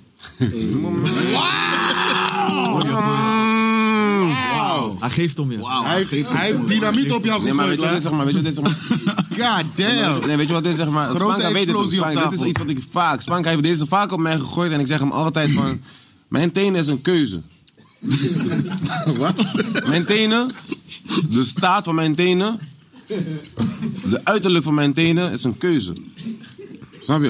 Hij geeft om je.
Hij, hij heeft dynamiet op jou
Nee, maar weet
gegooid.
je wat het is, zeg maar? Weet je wat het is, zeg maar?
God damn.
Nee, weet je wat het is, zeg maar?
Grote
Spanka weet het ook.
explosie op
Spanka, dit is
tafel.
iets wat ik vaak... Spanka heeft deze vaak op mij gegooid en ik zeg hem altijd van... Mijn tenen is een keuze.
Wat?
Mijn tenen, de staat van mijn tenen, de uiterlijk van mijn tenen is een keuze. Snap je?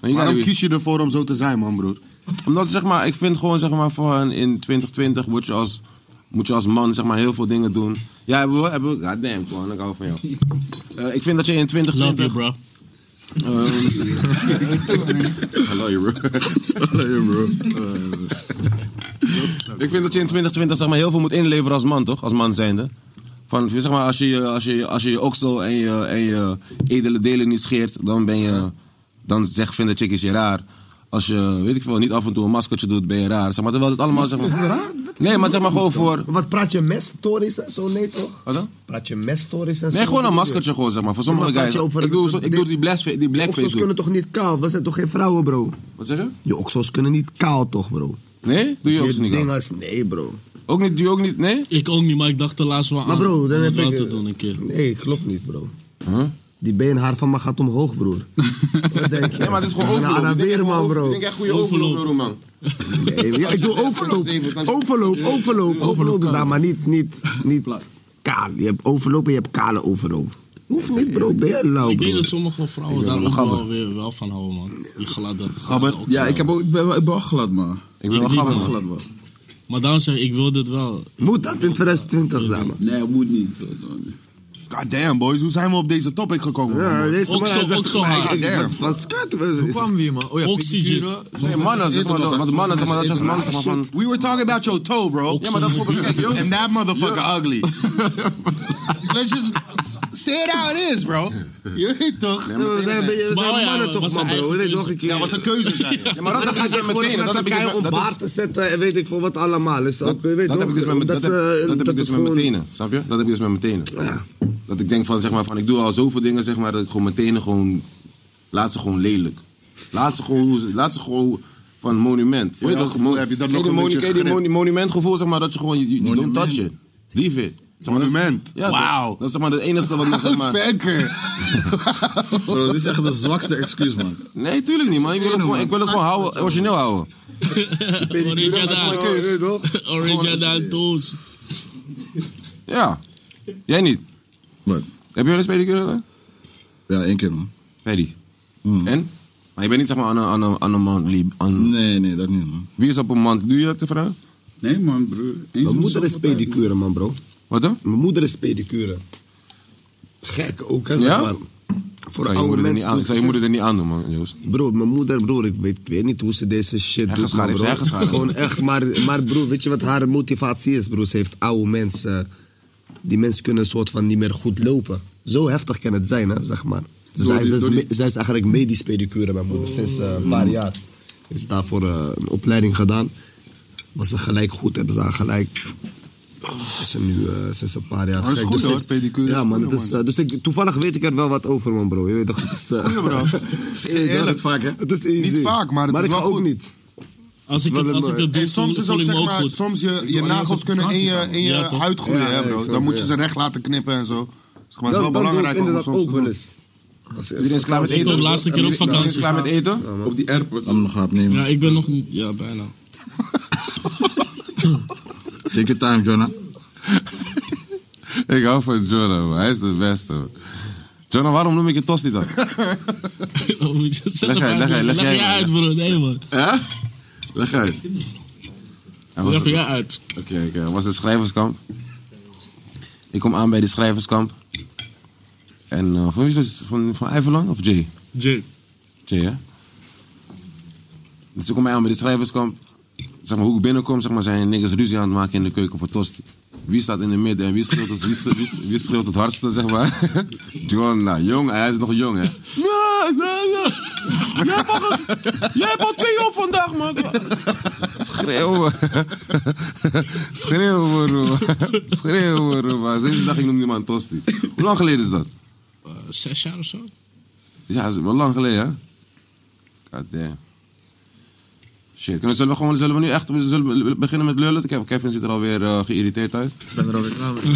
En je
Waarom
gaat-
kies je ervoor om zo te zijn, man, broer?
Omdat zeg maar, ik vind gewoon zeg maar van in 2020 word je als, moet je als man zeg maar heel veel dingen doen. Ja, hebben we, hebben we, goddamn, man, ik hou van jou. Eh, ik vind dat je in
Love you,
2020...
bro.
Hallo je bro. Ik vind dat je in 2020 zeg maar, heel veel moet inleveren als man, toch? Als man zijnde. Van, zeg maar, als je je- als je, als je, je oksel en je, en je edele delen niet scheert, dan ben je... Dan zeg, vinden chickies je raar. Als je, weet ik veel, niet af en toe een maskertje doet, ben je raar. Zeg maar, terwijl het allemaal... Zeg maar,
Is het raar?
Nee, maar zeg maar gewoon voor...
Wat praat je mes tories en zo? Nee toch?
Wat dan?
Praat je mes tories en zo?
Nee, gewoon een maskertje gewoon, zeg maar. Voor sommige
Ja, maar praat
guys.
je over-
Ik doe, zo- ik doe die, blackface, die
Je
blackface
oksels
doen.
kunnen toch niet kaal? We zijn toch geen vrouwen, bro?
Wat zeg je?
Je oksels kunnen niet kaal, toch, bro?
Nee? Doe je ook zo niet aan.
dingers, nee, bro.
Ook niet, doe je ook niet, nee?
Ik ook niet, maar ik dacht er laatst wel aan.
Maar bro, dan
Ah, om
heb
het wel
ik... eh,
te doen een keer.
Nee, klopt niet, bro.
Huh?
Die beenhaar van me gaat omhoog, broer. Wat denk je?
Nee, maar het is gewoon
Ik ben
overloop.
een
Ik denk echt
Arabeerman,
gewoon over-
bro.
Ik denk echt goede overloop, bro, man.
Nee, ja, ik doe overloop. Overloop, overloop, overloop. Nou, maar niet, niet, niet kaal. Je hebt overloop en je hebt kale overloop. Hoeft niet, bro. Ben je lauw,
Ik denk
bro?
dat sommige vrouwen daar ook wel, weer, wel van houden, man. Die gladde. gladde oksel.
Ja, ik, heb ook, ik ben wel ik ben wel glad, man.
Ik ben wel
Ik ben
grappig,
wel
man.
glad, man.
Maar daarom zeg ik, ik wil dit wel.
Moet dat in 2020 zijn, man?
Nee, het moet niet. Zo, zo.
Ah,
God damn, boys. Hoe zijn we op deze topic gekomen? man,
Ja,
broer?
deze
Ook
man
zo-
hij zegt,
ook zo
"Nee,
hard."
ik- wat- Wat skat, wat-
Hoe kwam we hier, man? Oh ja,
Oxygen.
pedicure.
Nee, mannen, dus wat, wat mannen, zeg maar, dat je als man, zeg maar, van...
We were talking about your toe, bro.
Ja, maar dat vond ik- kijk,
yo.
And that motherfucker ugly. Let's just say it how it is, bro. Je weet toch?
We zijn een beetje- we
Maar
zijn
ja,
mannen
was
toch, man,
zijn
bro.
eigen
Weet je
keuze.
nog een keer.
Ja, was een keuze zijn.
Ja, maar dat, dat gaat je meteen.
Gewoon
Dat
naar
heb ik dus
Turkije
met,
om
dat is-
baard te zetten en weet ik voor wat allemaal. Dus ook,
dat,
je weet
dat heb
nog,
ik dus met, mijn- dat heb,
eh,
ze-
dat heb ik dus
het
met mijn
gewoon-
tenen, snap je? Dat heb ik dus met mijn tenen. Dat ik denk van, zeg maar, van, ik doe al zoveel dingen, zeg maar, dat ik gewoon mijn tenen gewoon... Laat ze gewoon lelijk. Laat ze gewoon, laat ze gewoon van monument. Vond je
Ja,
dat
dat gevoel
mo-
heb je dan
ken
nog
die
een
moni-
beetje
ken die
grip.
moni- monumentgevoel, zeg maar, dat je gewoon, je, je je don't touch it. Leave it. Zeg maar, dat is-
Monument.
Ja, dat-
Wauw.
Dat is zeg maar het enige wat nog, zeg maar...
Spekker.
Bro, dit is echt de zwakste excuus, man.
Nee, tuurlijk niet, man. Ik wil het gewoon, ik wil het gewoon houden, origineel houden.
Origina. Origina Toes.
Ja. Jij niet?
Wat?
Heb je wel eens pedicure gedaan?
Ja, één keer, man.
Pedi. En? Maar je bent niet zeg maar aan een, aan een, aan een man lieb. Aan...
Nee, nee, dat niet, man.
Wie is op een man? Doe je dat te vragen?
Nee, man, broer. Eens in de
Mijn moeder is
zoveel tijd.
pedicure, man, bro.
Wat dan?
Mijn moeder is pedicure. Gek ook, hè, zeg
Ja?
maar. Voor
Ik zou je
oude
moeder er niet
mensen.
aan- ik zou je moeder er niet aan doen, man, Joost.
Bro, mijn moeder, broer, ik weet, ik weet niet hoe ze deze shit doet.
Heggenschaar
man,
heeft
broer.
ze heggenschaar.
Gewoon echt, maar, maar broer, weet je wat haar motivatie is, broer? Ze heeft oude mensen. Die mensen kunnen een soort van niet meer goed lopen. Zo heftig kan het zijn, hè, zeg maar. Dus
Door
zij,
die-
zij is,
door die-
me- zij is eigenlijk medisch pedicure, mijn moeder. Sinds eh, een
Oh.
paar jaar is daarvoor eh, een opleiding gedaan. Was ze gelijk goed, hebben ze haar gelijk... Is ze nu eh, sinds een paar jaar
Maar is
gek.
goed,
Dus
hoor,
ik-
pedicure
Ja
is
man,
goed,
het is,
man.
eh, dus ik, toevallig weet ik er wel wat over man bro. Je weet toch, het is... eh,
Goeie, bro.
dat
Eerlijk.
het vaak, hè? Het is easy.
Niet vaak, maar het
maar
is
ik
wel
ga ook
goed.
niet.
Als ik het, als ik het doe,
En soms is
voel
ook,
ik me
zeg
ook
maar,
goed.
soms je, je
doe alles
nagels
op
kunnen in
vakantie
je,
gaan,
in je
Ja, toch?
huid groeien,
Ja,
hè,
ja,
bro.
ik
Dan moet je
snap,
ze recht laten knippen en zo. Dus, maar het is
Dan,
wel
dan
belangrijk
doe
om
ik
het
inderdaad
soms
ook
te
wel
doen.
eens. Als-
Iedereen is klaar met
als-
eten?
de laatste keer op
Iedereen- iedereen is
vakantie
klaar met eten?
Op die airport. Om nog opnemen.
Ja, ik ben nog... Ja, bijna.
Take your time, Jonah.
Ik hou van Jonah, man. Hij is de beste. man. Jonah, waarom noem ik je Tosti dan?
Dan moet je zelf
Leg uit, leg uit,
uitleggen.
leg jij
Leg jij
uit.
uit, bro. Nee, man.
Hè? Leg uit. Hij was-
Leg
Oké,
jij uit.
oké. Het was een schrijverskamp. Ik kom aan bij de schrijverskamp. En eh, van wie is het? Van, van Iverlang of Jay?
Jay.
Jay, hè? Dus ik kom aan bij de schrijverskamp. Zeg maar, hoe ik binnenkom, zeg maar, zijn niggas ruzie aan het maken in de keuken voor Tosti. Wie staat in de midden en wie schreeuwt het, wie schreeuwt, wie schreeuwt- wie schreeuwt het hardste, zeg maar? Jonah, jong, hij is nog jong, hè? Nee, nee, nee. Jij hebt al, ge- jij hebt al twee op vandaag, man. Schreeuwen. Schreeuwen, bro. Schreeuwen, bro. Maar Sinds dag ik noem die man Tosti. Hoe lang geleden is dat?
Eh, Zes jaar of zo?
Ja, dat is wel lang geleden, hè? God damn. Shit, kunnen- zullen we, gewoon, zullen we nu echt zullen we beginnen met lullen? Kevin- Kevin zit er alweer eh, geïrriteerd uit.
Ik ben er alweer klaar mee.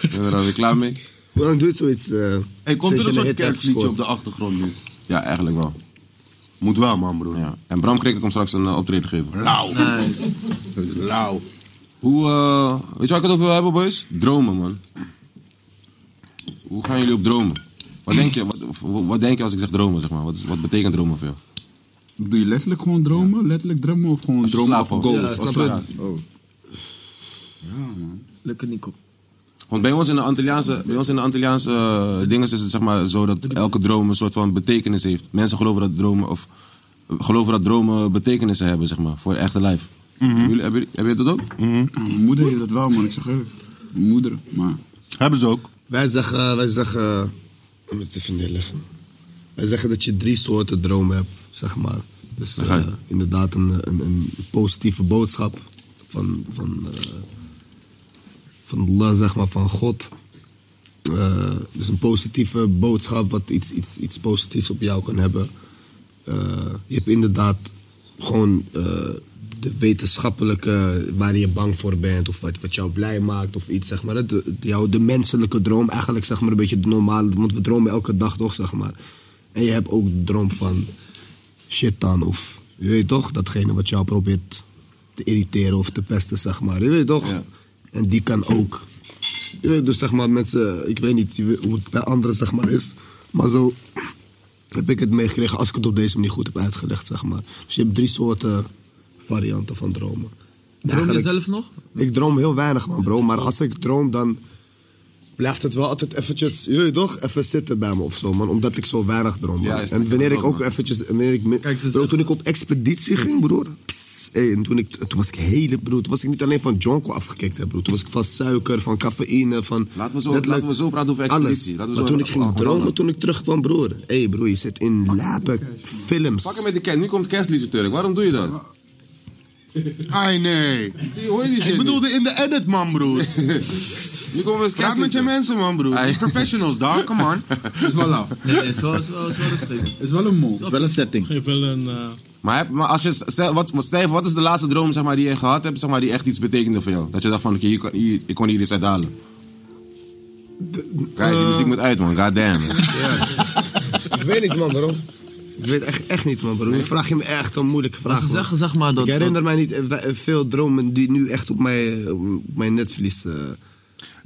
Ik ben er alweer klaar mee.
Hoe lang doet zoiets? eh
Hey, komt er
sinds
een
je
soort
hit hebt
kerstliedje
gescoord?
op de achtergrond nu?
Ja, eigenlijk wel.
Moet wel, man, broer.
Ja. En Bram Krikker komt straks een eh, optreden geven.
Lauw.
Nee,
Lauw.
Hoe, eh, weet je waar ik het over wil hebben, boys? Dromen, man. Hoe gaan jullie op dromen? Wat denk je, wat, wat denk je als ik zeg dromen, zeg maar? Wat, is, wat betekent dromen voor jou?
Doe je letterlijk gewoon dromen? Letterlijk dromen of gewoon
Als je
dromen
slaapt, man.
of goals?
Ja,
Als
snap
slaap.
ik.
Oh. Ja, man.
lukt het niet, kop.
Want bij ons in de Antilliaanse, bij ons in de Antilliaanse eh, dinges is het zeg maar zo dat elke droom een soort van betekenis heeft. Mensen geloven dat dromen, of, eh, geloven dat dromen betekenissen hebben, zeg maar, voor het echte lijf.
Mhm.
Hebben jullie- hebben jullie- Heb je dat ook?
Ah, Mijn moeder heeft dat wel, man. Ik zeg eerlijk. Mijn moeder, maar...
Hebben ze ook.
Wij zeggen, wij zeggen, om het even neerleggen. Wij zeggen dat je drie soorten dromen hebt, zeg maar. Dus
ga je.
eh, inderdaad een, een, een positieve boodschap van, van, eh, van Allah, zeg maar, van God. Eh, dus een positieve boodschap wat iets, iets, iets positiefs op jou kan hebben. Eh, je hebt inderdaad gewoon eh, de wetenschappelijke waar je bang voor bent of wat, wat jou blij maakt of iets zeg maar. hè. De, de, jouw- de menselijke droom eigenlijk zeg maar een beetje de normale, want we dromen elke dag toch zeg maar. En je hebt ook de droom van shit dan of je weet toch datgene wat jou probeert te irriteren of te pesten zeg maar. Je weet toch? En die kan ook. Je weet dus zeg maar mensen, ik weet niet je weet hoe het bij anderen zeg maar is, maar zo heb ik het meegekregen als ik het op deze manier goed heb uitgelegd, zeg maar. Dus je hebt drie soorten varianten van dromen.
Droom je
Eigenlijk-
zelf nog?
Ik droom heel weinig, man, bro. Maar als ik droom, dan blijft het wel altijd eventjes, je weet toch, even zitten bij me of zo, man. Omdat ik zo weinig droom, man.
Ja, is-
en wanneer ik ook
man.
eventjes... Wanneer ik, mi-
Kijk, ze
bro,
zeggen-
toen ik op expeditie ging, broer. pss, hey, en toen, ik, toen was ik hele, broer. Toen was ik niet alleen van jonko afgekikt, hè, broer. Toen was ik van suiker, van cafeïne, van...
Laten we zo-
letterlijk
laten we zo praten over
alles.
expeditie. Laten we
maar
zo-
toen ik
oh,
ging
oh,
dromen,
oh.
toen ik terugkwam, broer. Hé, hey, broer, je zit in lapen films.
Pak hem met de kerst, nu komt kerstliedje Turk. Waarom doe je dat?
Ai, nee.
Zie, hoor je die shit
Ik bedoelde in de edit, man, broer.
niet? nu komen we eens
Praat met
kerstliedje.
je mensen, man, broer.
Ai.
Professionals, daar, come on.
Het is wel lauw.
Nee, nee, het is wel, het is wel, het is wel rustig.
Het is wel een mol.
is wel een setting.
Geef wel een... eh,
Maar, heb- maar als je, stel, wat, wat- stel je voor, wat is de laatste droom zeg maar, die je gehad hebt, zeg maar, die echt iets betekende voor jou? Dat je dacht van, oké, hier kan- hier- ik kon hier iets uithalen. Kijk, die
eh,
muziek moet uit, man. God damn.
Ik weet niet, man, bro. Ik weet echt, echt niet, man, bro. Nu vraag je me echt een moeilijke vraag.
ze
man.
zeggen, zeg maar, dat-
ik herinner mij niet eh, we- eh, veel dromen die nu echt op, mij, eh, op mijn netvlies. eh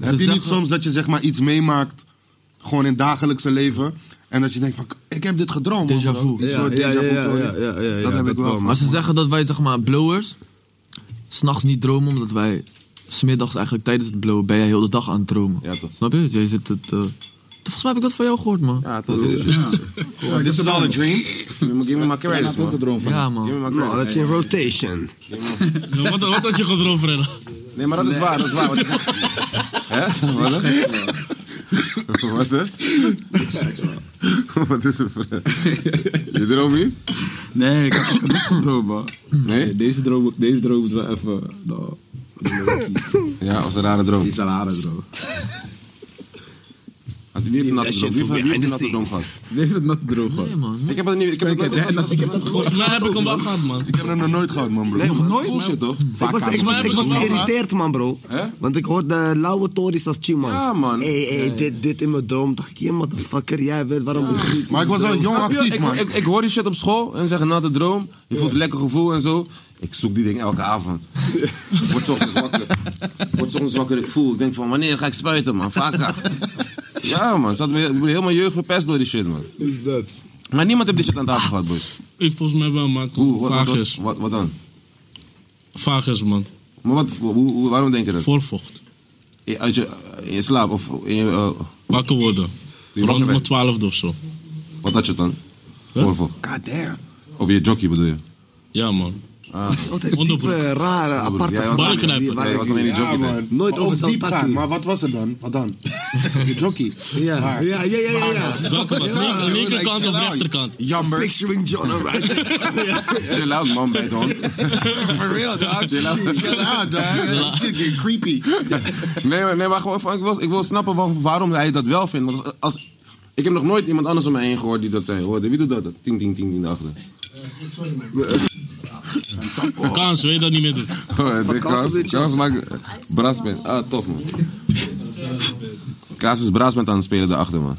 Heb je niet soms dat je zeg maar iets meemaakt, gewoon in het dagelijkse leven, en dat je denkt van, k- ik heb dit gedroomd. Déjà vu. Een soort déjà vu. story. dat heb ik wel.
Maar ze zeggen dat wij, zeg maar, blowers... s'nachts niet dromen, omdat wij... smiddags eigenlijk tijdens het blowen ben jij heel de dag aan het dromen. Snap je? Jij zit het... eh, Volgens mij heb ik dat van jou gehoord, man.
Ja,
Dit is al een dream.
Give me my
Hij
credits,
had ook
man.
een droom van.
Ja, man.
Give me my
Nou, dat
credits.
is in rotation.
Ja, wat, wat had je gedroomd, Freddy?
Nee, maar dat is waar, dat is waar. Wat is Hè? Wat hè? Wat hè? Wat is er voor... Je droom niet?
Nee, ik had, ik had niks gedroomd, man.
Nee?
Deze droom, deze droom moet wel even... Nou,
Ja, was een rare droom.
die is een rare droom.
Had- Wie heeft een natte droom? Wie heeft- wie heeft een natte droom gehad?
Wie heeft het natte droom gehad?
Nee, man.
Ik heb dat niet... Ik heb dat nooit gehad.
Volgens mij heb ik hem wel gehad, man.
Ik heb hem nog nooit gehad, man, bro.
man.
Nooit? Bullshit, toch?
Ik was, ik was, ik was geïrriteerd, man, bro.
Hè?
Want ik hoorde lauwe tories als chi, man.
Ja, man.
Hé, hé, dit, dit in mijn droom. Dacht ik, je motherfucker, jij weet waarom ik het niet
Maar ik was wel jong
Snap je?
actief,
ik,
man.
Ik, ik hoor die shit op school en zeg een natte droom. Je voelt een lekker gevoel en zo. Ik zoek die ding elke avond. Word 's ochtends wakker. Word 's ochtends wakker. Ik voel, ik denk van wanneer ga ik spuiten, man. Vaker. Ja, man. Zat me, ik ben helemaal jeugd verpest door die shit, man.
is dat.
Maar niemand heeft dit shit aan tafel gehad, boys.
Ik volgens mij wel, man.
Ah,
Hoe? Wat, wat, wat,
Vagus.
wat, wat dan?
Vagus, man.
Maar wat, hoe, hoe- waarom denk je
Eh.
dat?
Voorvocht.
In- Uit je, eh, in je slaap of in je... eh,
Wakker worden.
Die wakker
Rond mijn
werd.
twaalfde of zo.
wat had je dan?
Huh?
Voorvol.
God damn.
Op je jockey bedoel je?
Ja, man.
Altijd
Onderbroek.
diepe,
Eh,
rare, aparte
Jij was-
vragen
Ballenknijper.
die- waar
Nee,
ik-
was alleen die jockey. denk ik.
Nooit
Maar
over
ook
zo'n
diep gaan.
takkie.
Maar wat was het dan? Wat dan? Je jockey.
Ja,
Maar-
ja, ja, ja, ja. ja.
Welke kant? Linker- Linkerkant of rechterkant?
Jammer.
Picturing John O'Reilly.
Chill out, man, bij hond.
For real, dog. Chill out. Chill out, dog. Shit getting creepy.
Nee, maar, nee, maar gewoon van, ik wil, ik wil snappen wa- waarom hij dat wel vindt. Want als, als- ik heb nog nooit iemand anders om me heen gehoord die dat zei. Hoorde, wie doet dat? Ting, ting, ting, ting, achter.
Kans, wil je dat niet meer doen?
De
een
kans,
beetje.
kans maakt braasband. Ah, tof man. Kaas is braasband aan het spelen daarachter, man.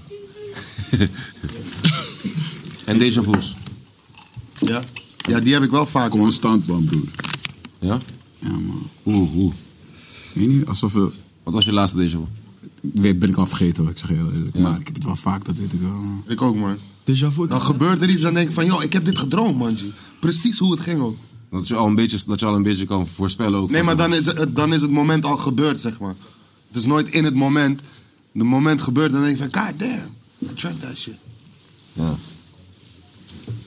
en déjà vu's.
Ja. Ja, die heb ik wel vaak.
Constant, man, broer.
Ja?
Ja, man.
Oeh, oeh.
Weet niet, alsof... we-
Wat was je laatste déjà vu?
Ik weet, ben ik al vergeten, hoor, ik zeg je heel eerlijk. Maar ik heb het wel vaak, dat weet ik wel, man.
Ik ook, man.
Déjà vu. ik-
Dan gebeurt er iets, dan denk ik van, joh, ik heb dit gedroomd, man. G. Precies hoe het ging ook.
Dat je al een beetje, dat je al een beetje kan voorspellen ook.
Nee,
van,
maar
zeg
dan is, het, dan is het moment al gebeurd, zeg maar. Het is nooit in het moment. De moment gebeurt, dan denk ik van, god damn. I tried that shit.
Ja.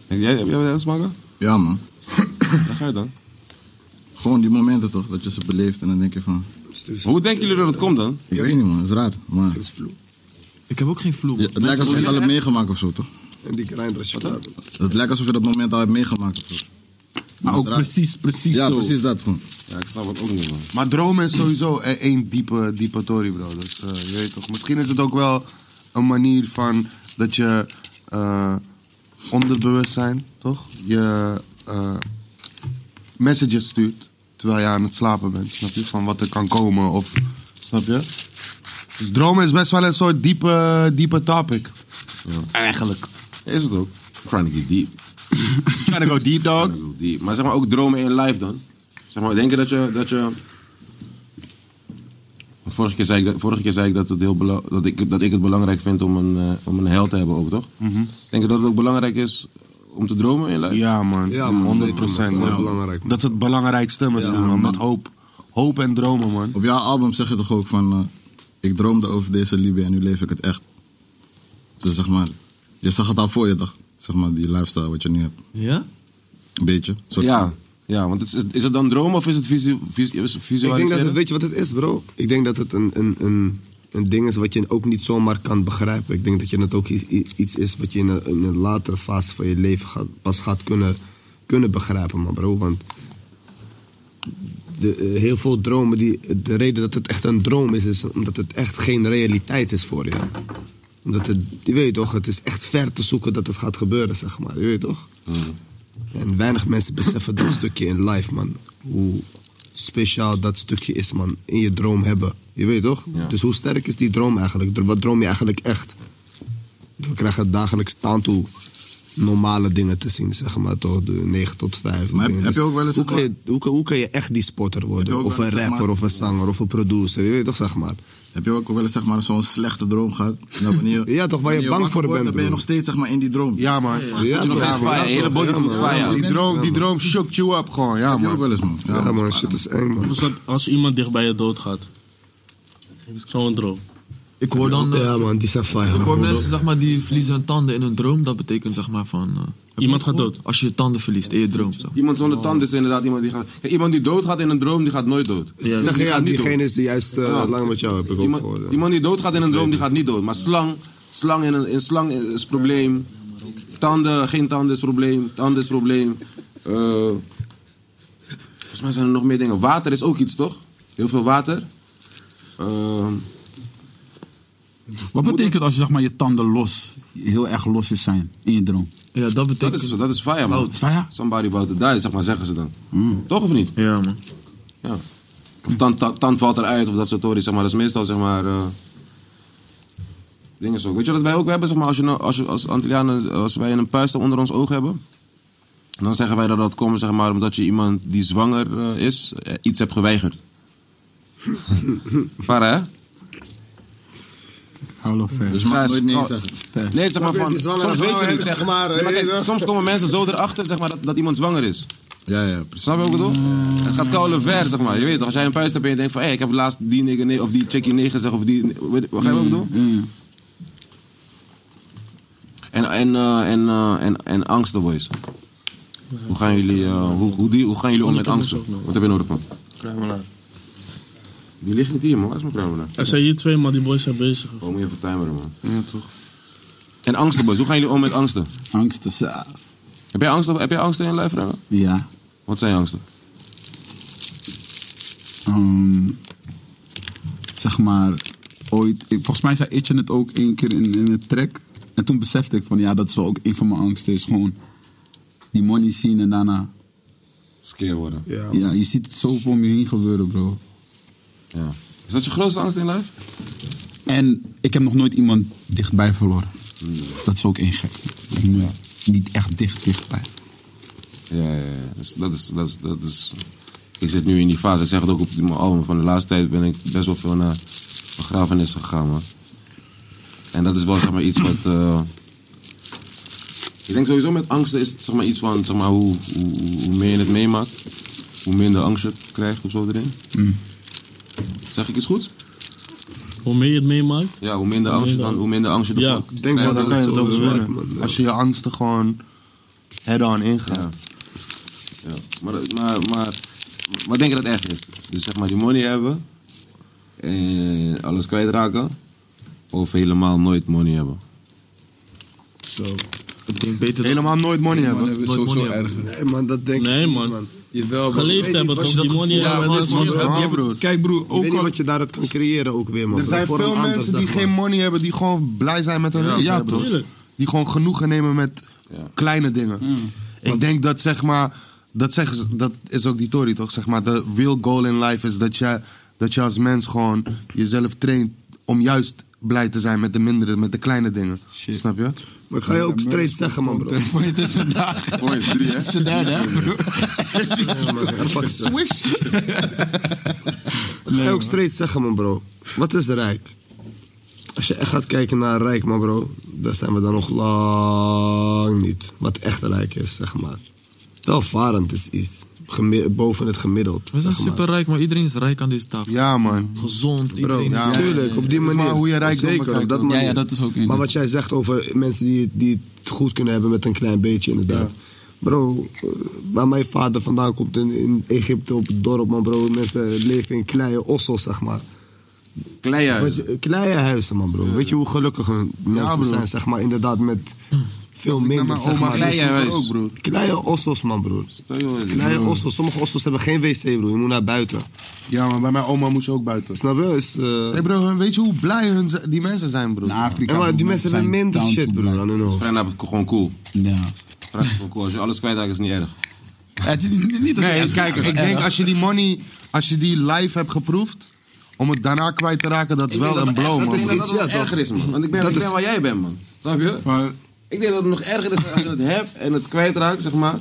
En jij, heb jij wel eens maken?
Ja, man.
Waar ga je dan?
Gewoon die momenten toch, dat je ze beleeft en dan denk je van...
Maar hoe denken jullie dat het komt dan?
Ik weet niet, man. Dat is raar. Maar
Dat is vloe.
Ik heb ook geen vloer.
Ja, het lijkt alsof je het al hebt meegemaakt of zo, toch?
En die kleine chocolade.
Het lijkt alsof je dat moment al hebt meegemaakt of zo.
Maar ook precies, precies
Ja,
zo.
precies dat gewoon.
Ja, ik snap het ook niet, man.
Maar dromen is sowieso e- één diepe, diepe tory, bro. Dus eh, je weet toch. Misschien is het ook wel een manier van dat je eh, onderbewustzijn, toch? Je eh, messages stuurt terwijl je aan het slapen bent. Snap je? Van wat er kan komen of. Snap je? Dus dromen is best wel een soort diepe, diepe topic. Eigenlijk.
Is het ook? I'm trying to get deep.
Kan ik ook deep, dog?
Trying to go deep. Maar zeg maar ook dromen in life dan? Zeg maar, denk je dat je... Dat je... Vorige keer, zei ik dat, vorige keer zei ik dat, het heel bela- dat, ik, dat ik het belangrijk vind om een, eh, om een held te hebben ook, toch? Denk je dat het ook belangrijk is om te dromen in life?
Ja, man.
Ja, man,
100
zeker, man. Dat is heel belangrijk, man.
Dat is het belangrijkste misschien, man. Met hoop. Hoop en dromen, man.
Op jouw album zeg je toch ook van... eh, ik droomde over deze liefde en nu leef ik het echt. Dus zeg maar... Je zag het al voor je, toch? Zeg maar, die lifestyle wat je nu hebt.
Ja?
Een beetje. soort
Ja,
van.
ja want het is, is het dan dromen of is het visu, visu, is het
Ik denk dat
visualiseren?
het, weet je wat het is, bro? Ik denk dat het een, een, een, een ding is wat je ook niet zomaar kan begrijpen. Ik denk dat je het ook i- i- iets is wat je in een, in een latere fase van je leven gaat, pas gaat kunnen, kunnen begrijpen, man, bro. Want de, eh, heel veel dromen, die, de reden dat het echt een droom is, is omdat het echt geen realiteit is voor je. Omdat het, je weet toch, het is echt ver te zoeken dat het gaat gebeuren, zeg maar. Je weet toch? En weinig mensen beseffen dat stukje in life, man. Hoe speciaal dat stukje is, man. In je droom hebben. Je weet toch?
Ja.
Dus hoe sterk is die droom eigenlijk? Wat droom je eigenlijk echt? We krijgen dagelijks aan toe normale dingen te zien, zeg maar. Toch? De 9 tot 5.
Maar heb- heb je ook wel eens,
Hoe kan
zeg maar-
je, hoe, kan- hoe kan je echt die sporter
Heb je
worden?
ook
Of
wel
een
eens, zeg
rapper,
maar-
of een zanger, of een producer. Je weet toch, zeg maar.
Heb je ook wel eens zeg maar, zo'n slechte droom gehad? Nou, wanneer,
Ja, toch, waar je
wanneer
bang
wakker
voor
wordt,
bent,
Dan ben je
broer.
nog steeds zeg maar, in die droom. Ja,
man.
Ja,
Ja,
nog
toch,
steeds
ja, man.
fire.
Ja,
Hele
toch,
body
ja,
voelt
man.
fire.
Ja, man.
Die droom, die droom shocked you up gewoon, ja man.
ook wel eens man.
Ja, man, shit is eng, man.
Of is dat als iemand dicht bij je dood gaat? Zo'n droom.
Ik hoor dan... eh,
Ja, man, die zijn fijn.
Ik hoor
man.
mensen zeg maar, die verliezen hun tanden in hun droom. Dat betekent zeg maar van... eh, heb je
Iemand
dat
gaat
gehoord? Als je je tanden verliest in je droom. Zeg.
Iemand zonder tanden is inderdaad iemand die gaat... Kijk, iemand die dood gaat in een droom, die gaat nooit dood.
Ja,
Zeg, die
ja,
gaat niet
diegene
dood.
is die juist eh,
Ja.
lang met jou, heb ik ook
Iemand,
gehoord. ja.
iemand die dood gaat in een droom, die gaat niet dood. Maar slang, slang in, een, in slang is probleem. Tanden, geen tanden is probleem. Tanden is probleem. Eh, volgens mij zijn er nog meer dingen. Water is ook iets, toch? Heel veel water. Ehm,
Wat betekent als je zeg maar, je tanden los, heel erg los is zijn in je droom?
Ja, dat betekent...
dat, is, dat is fire, man.
Fire?
Somebody about to die, zeg maar, zeggen ze dan. Hmm. Toch of niet?
Ja, man.
Ja. Of tand, tand, tand valt eruit of dat soort tories, zeg maar. Dat is meestal, zeg maar... eh, dingen zo. Weet je wat wij ook hebben, zeg maar, als, je, nou- als, je- als Antillianen, als wij een puist onder ons oog hebben... Dan zeggen wij dat dat komt, zeg maar, omdat je iemand die zwanger eh, is, eh, iets hebt geweigerd. Vara, hè?
Hallo, ver.
Dus je mag
Gijs,
nooit nee
oh,
zeggen.
Nee, zeg maar
Maar
van,
die zwangere
soms weet
vrouwen
je niet,
hebben,
zeg
zeg maar,
maar. Nee, maar
eh,
kijk,
ja.
soms komen mensen zo erachter, zeg maar, dat, dat iemand zwanger is.
Ja, ja, precies.
Snap je wat ik bedoel?
Eh.
Het gaat koude ver, zeg maar. Je weet toch, als jij een puist hebt en je denkt van... hé, ik heb laatst die nigger nee, of die chickie nee gezegd of die... Weet, wat ga
Mm,
je wat ik bedoel? En, en, eh, en, eh, en, en angsten, boys. Hoe gaan jullie, eh, hoe, hoe, die, hoe gaan jullie om met angsten? Wat heb je nodig, man?
Kruimelaar.
Die ligt niet hier, man. Waar is mijn kruimelaar?
Er zijn hier twee, maar die boys zijn bezig.
Oh, moet je even timeren, man.
Ja, toch.
En angsten, boys. Hoe gaan jullie om met angsten?
Angsten, sa-
Heb jij angsten, heb jij angsten in je lijf, Renko?
eh, ja.
Wat zijn je angsten?
Ehm, zeg maar, ooit. ik- volgens mij zei Itchen het ook één keer in, in het track. En toen besefte ik van ja, dat is wel ook een van mijn angsten. Is gewoon die money zien en daarna.
Skeer worden.
Ja, je ziet het zoveel om je heen gebeuren, bro.
Ja. Is dat je grootste angst in je lijf?
En ik heb nog nooit iemand dichtbij verloren. Dat is ook één gek. Ja. Niet echt dicht, dichtbij.
Ja, ja, ja. Dus dat is, dat is, dat is... Ik zit nu in die fase. Ik zeg het ook op mijn album. Van de laatste tijd ben ik best wel veel naar begrafenissen gegaan, man. En dat is wel, zeg maar, iets wat... eh, Ik denk sowieso met angsten is het, zeg maar, iets van, zeg maar, hoe, hoe, hoe- hoe meer je het meemaakt... hoe minder angst je krijgt of zo erin.
Mm.
Zeg ik iets goed?
Hoe meer je het meemaakt,
Ja, hoe minder angst je dan, hoe minder angst je
Ja,
ervoor
Ik denk wel, dan kan je het ook
man.
winnen. Als je je angsten gewoon head-on ingaat.
Ja, maar, maar, maar, maar denk je dat het echt is? Dus zeg maar die money hebben en alles kwijtraken of helemaal nooit money hebben?
Zo. Ik denk beter...
Helemaal nooit money hebben.
hebben is Nooit sowieso money
erg.
Nee, man, dat denk
Nee,
ik
man.
niet, man. Jawel, man.
Geleefd
Ik weet
hebben,
niet wat
toch?
je
Die
dat
money
gevoel
hebben,
hebt,
dat is
man.
money hebben.
Ja,
Je hebt-
broer.
Kijk, broer,
Ik weet
ook
niet
al.
wat je daaruit kan creëren ook weer, man.
Er zijn
Voor een
veel
ander,
mensen
zeg
die
maar.
geen money hebben, die gewoon blij zijn met hun
Ja,
leven.
ja,
hebben.
toch?
Tuurlijk.
Die gewoon genoegen nemen met kleine dingen. Ik denk dat zeg maar, dat, zeggen ze- dat is ook die Tory toch? Zeg maar, de real goal in life is dat je, dat je als mens gewoon jezelf traint om juist blij te zijn met de mindere, met de kleine dingen. Snap je?
Maar ik ga je ook straight zeggen, man, bro.
Voor je het is vandaag. Voor
je drie, hè?
Het is vandaag, hè, bro. Swish.
Ik ga je ook straight zeggen, man, bro. Wat is rijk? Als je echt gaat kijken naar rijk, man, bro, dan zijn we dan nog lang niet. Wat echt rijk is, zeg maar. Welvarend is iets. Gemi- boven het gemiddeld.
We zijn
zeg maar.
superrijk, maar iedereen is rijk aan deze tafel.
Ja, man.
Gezond,
Bro,
iedereen.
ja.
is-
Tuurlijk, op
Het
die
is
manier.
maar hoe je rijkdom
Zeker, op
bekijkt,
dat
hoor.
manier.
Ja, ja, dat is ook
Maar
één ding.
wat jij zegt over mensen die, die het goed kunnen hebben met een klein beetje, inderdaad. Bro, eh, waar mijn vader vandaan komt in, in Egypte, op het dorp, man, bro. Mensen leven in kleine ossels, zeg maar. Wat
Kleihuis.
je- Kleine huizen, man, bro. Weet je hoe gelukkig hun mensen
broer.
zijn, zeg maar, inderdaad, met veel
Ik naar
minder,
mijn
zeg
oma
maar.
ging,
Dus-
Kleine huis.
ook, broer.
Kleine ossels, man, broer. Kleine ossels. Sommige ossels hebben geen wc, broer. Je moet naar buiten.
Ja, maar bij mijn oma moest je ook buiten.
Snap je? Is, eh,
Hé bro, en weet je hoe blij hun, ze- die mensen zijn, bro?
Nou,
Naar Afrika.
Ja, maar die
broer,
mensen hebben
zijn
minder
down to
shit, broer,
black.
aan hun hoofd.
Vrij naar gewoon cool.
Ja.
Praat van Koos. Als je alles kwijtraakt is niet erg.
Het is niet,
Nee, kijk, ik denk als je die money, als je die live hebt geproefd, om het daarna kwijt te raken, dat is
Ik
wel
denk
een
dat-
blow,
Ik
man.
denk dat dat nog erger is, man. Want ik ben,
Dat
ik ben
is-
waar jij bent, man. Snap je? ik denk dat het nog erger is als je het hebt en het kwijtraakt, zeg maar.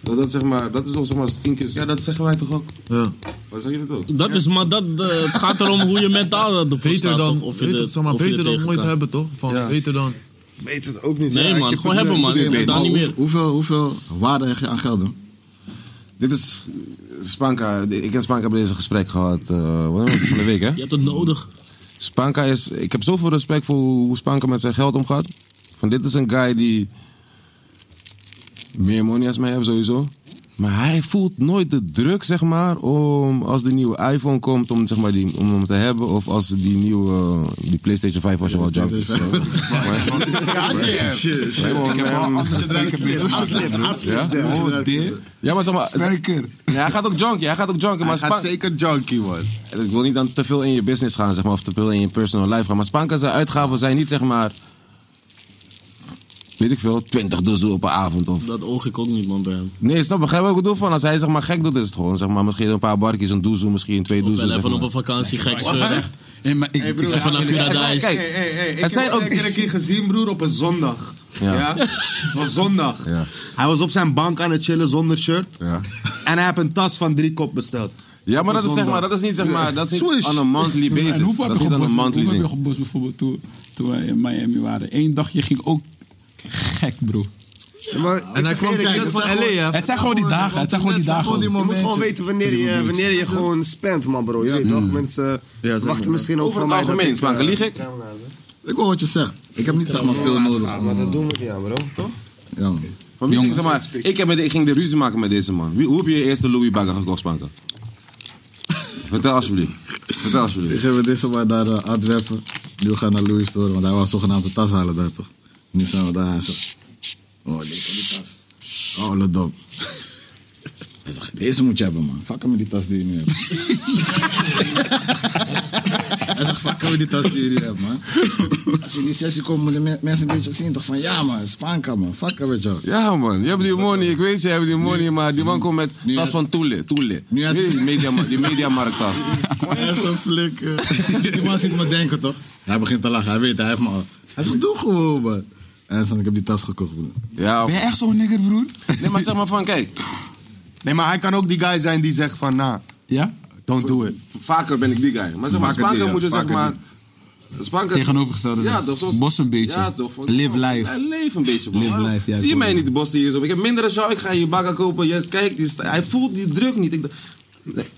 Dat, dat, zeg maar, dat is al zeg maar tien keer... Ja, dat zeggen wij toch ook?
Ja.
Wat zeggen jullie ook?
Dat is, maar dat, eh, het gaat erom hoe je mentaal ervoor
Beter
staat.
dan,
toch? Of je
beter,
er-
zeg maar,
of je er
beter dan
tegen
nooit
kan.
hebben, toch? Van,
Ja.
Beter dan.
Weet het ook niet.
Nee, man, gewoon hebben, man. Ik ben daar niet meer.
Hoeveel, hoeveel waarde heb je aan geld dan?
Dit is... Spanka, ik en Spanka hebben deze gesprek gehad. eh wanneer was het? Van de week, hè?
Je hebt het nodig.
Spanka is. Ik heb zoveel respect voor hoe hoe Spanka met zijn geld omgaat. Van dit is een guy die. meer money als mij heeft sowieso. Maar hij voelt nooit de druk, zeg maar, om als de nieuwe iPhone komt, om, zeg maar, die, om hem te hebben. Of als die nieuwe, eh, die PlayStation 5 was je wel jump.
Shit, shit.
Gewoon,
Ik heb
ehm,
wel andere
drinken,
drinken,
bitch.
Aslip, aslip,
Ja?
aslip.
Oh,
Aslip.
dear. Ja, maar zeg maar...
Sterker.
Ja, hij gaat ook junkie, hij gaat ook junkie. maar
Hij gaat zeker
junkie worden. Ik wil niet dan te veel in je business gaan, zeg maar, of te veel in je personal life gaan. Maar Spanka zijn uitgaven zijn niet, zeg maar... Weet ik veel, 20 doezoe op een avond of...
Dat oog ik ook niet, man, bij hem.
Nee, snap, begrijp wat ik bedoel van. Als hij zeg maar gek doet, is het gewoon zeg maar misschien een paar barkjes, een doezoe, misschien twee
Wel
doezoe.
even
Zeg maar.
op een vakantie gek
Wat?
scheuren.
Echt?
Nee, maar ik,
ik zeg van Acuradijs.
Hey, hey, hey, Ik heb
zijn
zijn
ook-
ook een keer gezien, broer, op een zondag.
Ja.
Ja. Het was zondag. Hij was op zijn bank aan het chillen zonder shirt. En hij heeft een tas van drie kop besteld.
Ja, maar
Op
dat is, zeg
zondag.
maar, dat is niet zeg maar, dat is niet
Swish.
on a monthly basis.
En hoeveel
dat
heb
is
je
niet on a
gebost?
monthly
Hoeveel
ding.
heb je gebost bijvoorbeeld toen, toen wij in Miami waren? Eén dagje ging ook gek, bro.
en hij kwam kijken.
Het zijn gewoon- Het zijn gewoon die dagen. Het zijn gewoon die dagen.
Je moet gewoon weten wanneer je, wanneer je gewoon spent, man, bro. Je weet toch, mensen wachten misschien ook
Over
van mij.
het
dat
algemeen,
ik,
Spanker,
eh,
lieg ik? Ik hoor wat je zegt. Ik heb niet zeg maar veel nodig.
Maar dat doen we niet aan, bro. Toch?
Ja, man.
Van wie ging, zeg maar, ik, heb met, ik ging de ruzie maken met deze man. Wie, hoe heb je je eerste Louis bagger gekocht, Spanker? Vertel alsjeblieft. Vertel alsjeblieft.
Ik heb deze maar daar eh, Antwerpen. Nu gaan we naar Louis Store, want hij was zogenaamd de tas halen daar toch. Nu zijn we daar en zo. Oh, deze die tas. Oh, let op. Hij zegt, deze moet je hebben man. Fuck hem met die tas die je nu hebt. hij zegt, fuck hem met die tas die je nu hebt man. Als jullie sessie komen, moeten me- mensen een beetje zien toch van ja man, Spanka man, fuck hem met jou.
Ja man, je hebt die money, ik weet je hebt die money, maar die man komt met tas van Toele. Toele.
Nu
Nee,
is-
Die media- die mediamarkttas.
Hij is zo'n flik. eh. Die man ziet me denken, toch? Hij begint te lachen. Hij weet, hij heeft me al. Hij zegt, doe gewoon, man. En hij zegt, ik heb die tas gekocht, broer.
Ja.
Ben je echt zo'n nigger, broer?
Nee, maar zeg maar van, kijk.
Nee, maar hij kan ook die guy zijn die zegt van, nou,
ja?
don't do it.
Vaker ben ik die guy. Maar zeg maar,
Vaker die,
Spanker
ja.
moet je zeg
Vaker
maar... Spanker...
Tegenovergestelde
Ja,
zijn.
toch? Soms...
Bos een beetje.
Ja, toch? Want-
Live
Ja,
life.
Leef een beetje, man.
Live life, ja,
Zie je
ik
mij
hoor
niet bossen hier zo? Ik heb minder dan jou, ik ga je bakken kopen. Je, kijk, die sta- hij voelt die druk niet. Ik,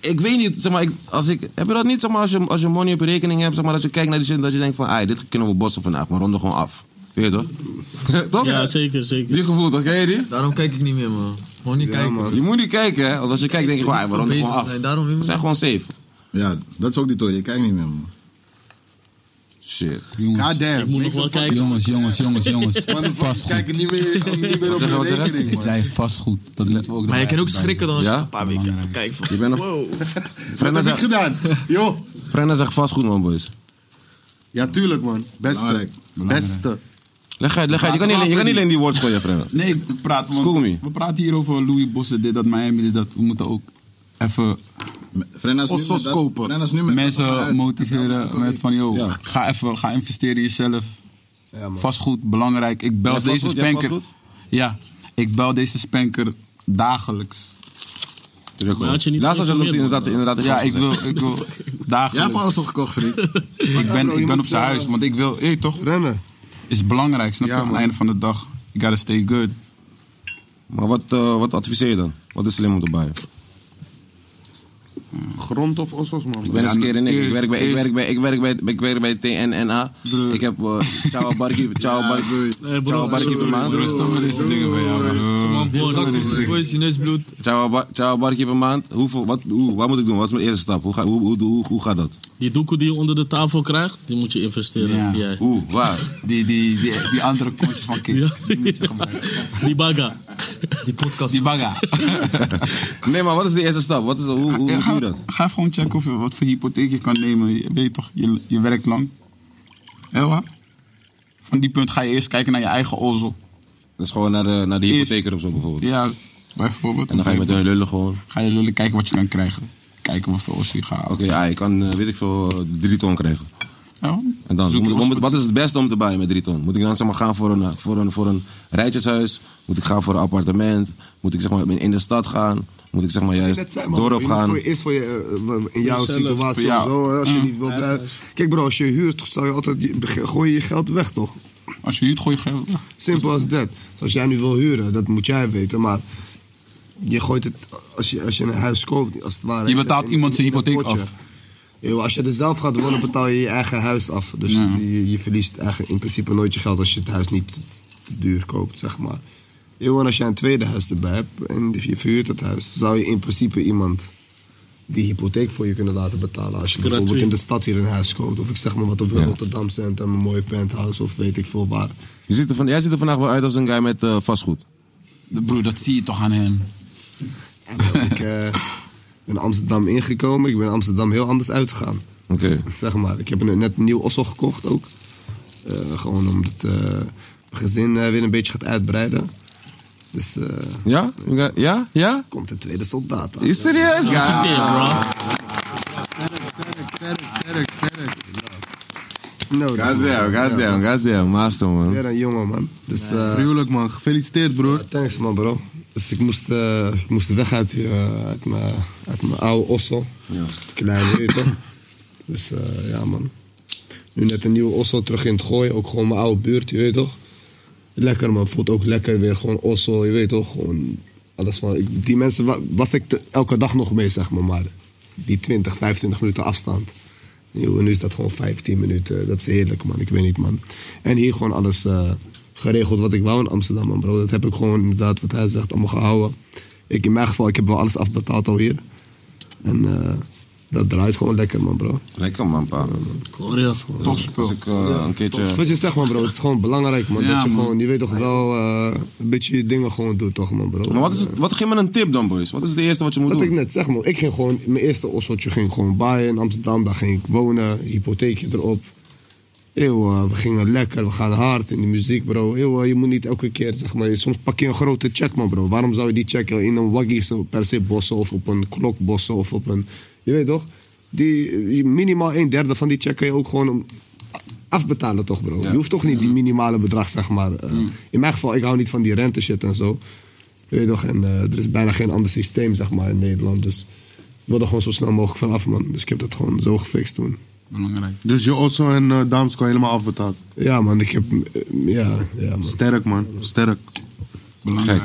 ik weet niet, zeg maar, ik, als ik... Heb je dat niet, zeg maar, als je, als je money op je rekening hebt, zeg maar, dat je kijkt naar die shit, dat je denkt van, ai, dit kunnen we bossen vandaag, maar ronden gewoon af. Weet je toch? toch?
Ja, zeker, zeker.
Die gevoel, toch? Ken je die?
Daarom kijk ik niet meer, man. Gewoon niet kijken.
Je moet niet kijken, hè? Want als je kijkt, denk je gewoon, ai, we
Goed
ronden gewoon
bezig
af.
zijn, daarom weer
We zijn gewoon safe.
Ja, dat is ook die toren. Ik kijk niet meer, man.
Shit.
Jongens.
God damn.
Ik moet nog wel kijken.
Jongens, jongens, jongens, jongens.
Motherfuckers
Vastgoed.
kijken niet meer, niet meer op
zeg je,
je
wat zeg je?
rekening,
Ik
man.
zei vastgoed. Dat moeten we ook
Maar je
erbij-
kan ook
erbij
schrikken dan als je
Ja?
een paar weken even kijkt. van,
Je bent nog-
Wow.
Wat
Brenna
heb ik
zegt,
gedaan? Joh.
Brenna zegt vastgoed, man, boys.
Ja, tuurlijk, man. Beste.
Belangrijk.
Beste.
Leg uit, leg uit. Je kan niet alleen, je kan niet alleen die woord gooien, Brenna.
Nee, ik praat. want
School me.
We praten hier over Louis Bosse, dit, dat, Miami, dit, dat. We moeten ook even
Frenna is nu
Ossos
met dat-
kopen.
Frenna is nu met
mensen
Uit.
motiveren met van, joh,
Ja.
ga even, ga investeren in jezelf.
man.
vastgoed, belangrijk. Ik bel
Ja,
Nou, deze
vastgoed, ja,
spanker.
vastgoed.
Ja, ik bel deze spanker dagelijks.
Terugkomen.
Maar had je niet
Laatst had je dat
geïnformeerd
inderdaad, inderdaad
Ja,
gezegd.
ik wil, ik wil
Jij hebt alles
dagelijks.
al gekocht, vriend.
Ik ben, ik ben op zijn
eh,
huis, want ik wil, hé toch,
Rennen.
is belangrijk, snap je?
Ja,
Aan het
man.
einde van de dag, you gotta stay good.
Maar wat, eh, wat adviseer je dan? Wat is slim om te buyen?
Grond of ossos, man.
Ik ben
Ja,
een skeer in ik. Ik
eerst-
werk bij, ik
eerst-
werk bij, ik werk bij, ik werk bij TNNA.
Broer.
Ik heb eh Ciao Barkie, Ciao Barkie,
Nee, broer.
Ciao Barkie per maand.
Bro, stop met deze dingen van jou, bro. Stop met deze dingen.
Voor je neusbloed.
Ciao, bar, ciao Barkie per maand. Hoeveel, wat, hoe, wat moet ik doen? Wat is mijn eerste stap? Hoe, ga, hoe, hoe, hoe, hoe gaat dat?
Die doekoe die je onder de tafel krijgt, die moet je investeren.
Ja.
Jij.
Hoe? Waar?
Die, die, die, die andere kontje van Kik.
Ja.
Die moet je gebruiken.
Die bagga.
Die podcast.
Die bagga.
Nee, maar wat is de eerste stap? Wat is, hoe, hoe, hoe doe
ga,
je dat?
ga even gewoon checken of je, wat voor hypotheek je kan nemen. Je weet toch, je, je werkt lang. Heel waar? Van die punt ga je eerst kijken naar je eigen ozel.
Dat is Dus gewoon naar de, naar de
Eerst-
hypotheker of zo bijvoorbeeld.
Ja, bijvoorbeeld.
En dan ga je met hun lullen gewoon.
Ga je lullen kijken wat je kan krijgen. Kijken hoeveel os je gaat halen.
Ah, Oké, ja, je kan, eh, weet ik veel, eh, drie ton krijgen.
Ja.
En dan,
Zoek
moet-
je
wat,
ons
moet- wat is het beste om te buyen met drie ton? Moet ik dan zeg maar, gaan voor een, eh, voor, een, voor een rijtjeshuis? Moet ik gaan voor een appartement? Moet ik zeg maar, in de stad gaan? Moet ik zeg maar,
Wat ik
juist
net zei, man.
dorp
Je moet
gaan?
Voor, eerst voor je, eh, w- in jouw
jezelf. Voor
situatie
jou.
of zo. hè, Als je
Mm.
niet wil blijven. Kijk bro, als je huurt, zou je altijd, je- beg- gooi je je geld weg toch?
Als je huurt, gooi je geld weg.
Simpel als dat. Dus als jij nu wil huren, dat moet jij weten. Maar je gooit het, als je, als je een huis koopt, als het ware.
Je betaalt
in-
iemand zijn
in een
hypotheek
potje.
af.
Yo, als je er zelf gaat wonen, betaal je je eigen huis af. Dus
Ja.
je, je verliest eigenlijk in principe nooit je geld als je het huis niet te duur koopt, zeg maar. Yo, en als je een tweede huis erbij hebt en je verhuurt het huis, zou je in principe iemand die hypotheek voor je kunnen laten betalen. Als je
Gratuit.
bijvoorbeeld in de stad hier een huis koopt, of ik zeg maar wat, of in
Ja.
Rotterdam Centrum, een mooie penthouse of weet ik veel waar.
Je ziet er van, jij ziet er vandaag wel uit als een guy met eh, vastgoed.
Broer, dat zie je toch aan hem.
ik eh, ben Amsterdam ingekomen. Ik ben Amsterdam heel anders uitgegaan.
Oké.
Zeg maar. Ik heb net een nieuw ossel gekocht ook. Eh, gewoon omdat eh, mijn gezin eh, weer een beetje gaat uitbreiden. Dus eh,
Ja? Ja? Ja?
komt de tweede soldaat aan.
Is serieus, guy?
Sterk, sterk, sterk.
Nodig,
Goddamn,
man. Ja,
goddamn, goddamn. Master, man.
Weer een jongen, man. Dus,
Nee.
Gruwelijk, man. Gefeliciteerd, broer. thanks, man, bro. Dus ik moest, eh, ik moest weg uit, die, eh, uit, mijn, uit mijn oude ossel. Ja. Kleine weet je toch? Dus eh, ja, man. Nu net een nieuwe ossel terug in het gooien. Ook gewoon mijn oude buurt, je weet toch? Lekker, man. Voelt ook lekker weer. Gewoon ossel, je weet toch? Gewoon alles van... Ik, die mensen wa- was ik te- elke dag nog mee, zeg maar. Maar die 20, 25 minuten afstand. Yo, en nu is dat gewoon 15 minuten. Dat is heerlijk, man. Ik weet niet, man. En hier gewoon alles eh, geregeld wat ik wou in Amsterdam, man, bro. Dat heb ik gewoon inderdaad, wat hij zegt, allemaal gehouden. Ik, in mijn geval, ik heb wel alles afbetaald al hier. En eh, dat draait gewoon lekker, man, bro.
Lekker, man, pa. Topspul. Als ik eh, een
Dus
keertje...
Wat je zegt, man, bro. Het is gewoon belangrijk, man.
Ja,
dat je
man.
gewoon, je weet toch wel, eh, een beetje je dingen gewoon doet, toch, man, bro.
Maar wat, is het, wat geef me een tip dan, boys? Wat is het eerste wat je moet
Wat
doen?
ik net zeg, man. Ik ging gewoon, mijn eerste osseltje ging gewoon baaien in Amsterdam. Daar ging ik wonen, hypotheekje erop. Eeuw, eh, we gingen lekker, we gaan hard in de muziek, bro. Eeuw, eh, je moet niet elke keer, zeg maar, soms pak je een grote check, man, bro. Waarom zou je die check in een waggie zo per se bossen of op een klok bossen of op een, je weet toch? Die, die- minimaal een derde van die check kan je ook gewoon om- afbetalen, toch, bro? Je hoeft toch niet die minimale bedrag, zeg maar. eh, In mijn geval, ik hou niet van die rente shit en zo. Je weet toch, en eh, er is bijna geen ander systeem, zeg maar, in Nederland. Dus ik wil er gewoon zo snel mogelijk vanaf, man. Dus ik heb dat gewoon zo gefixt toen.
Belangrijk.
Dus je Osso en eh Damsko helemaal afbetaald?
Ja, man. Ik heb... eh, ja, ja, man.
Sterk, man. Sterk.
Belangrijk.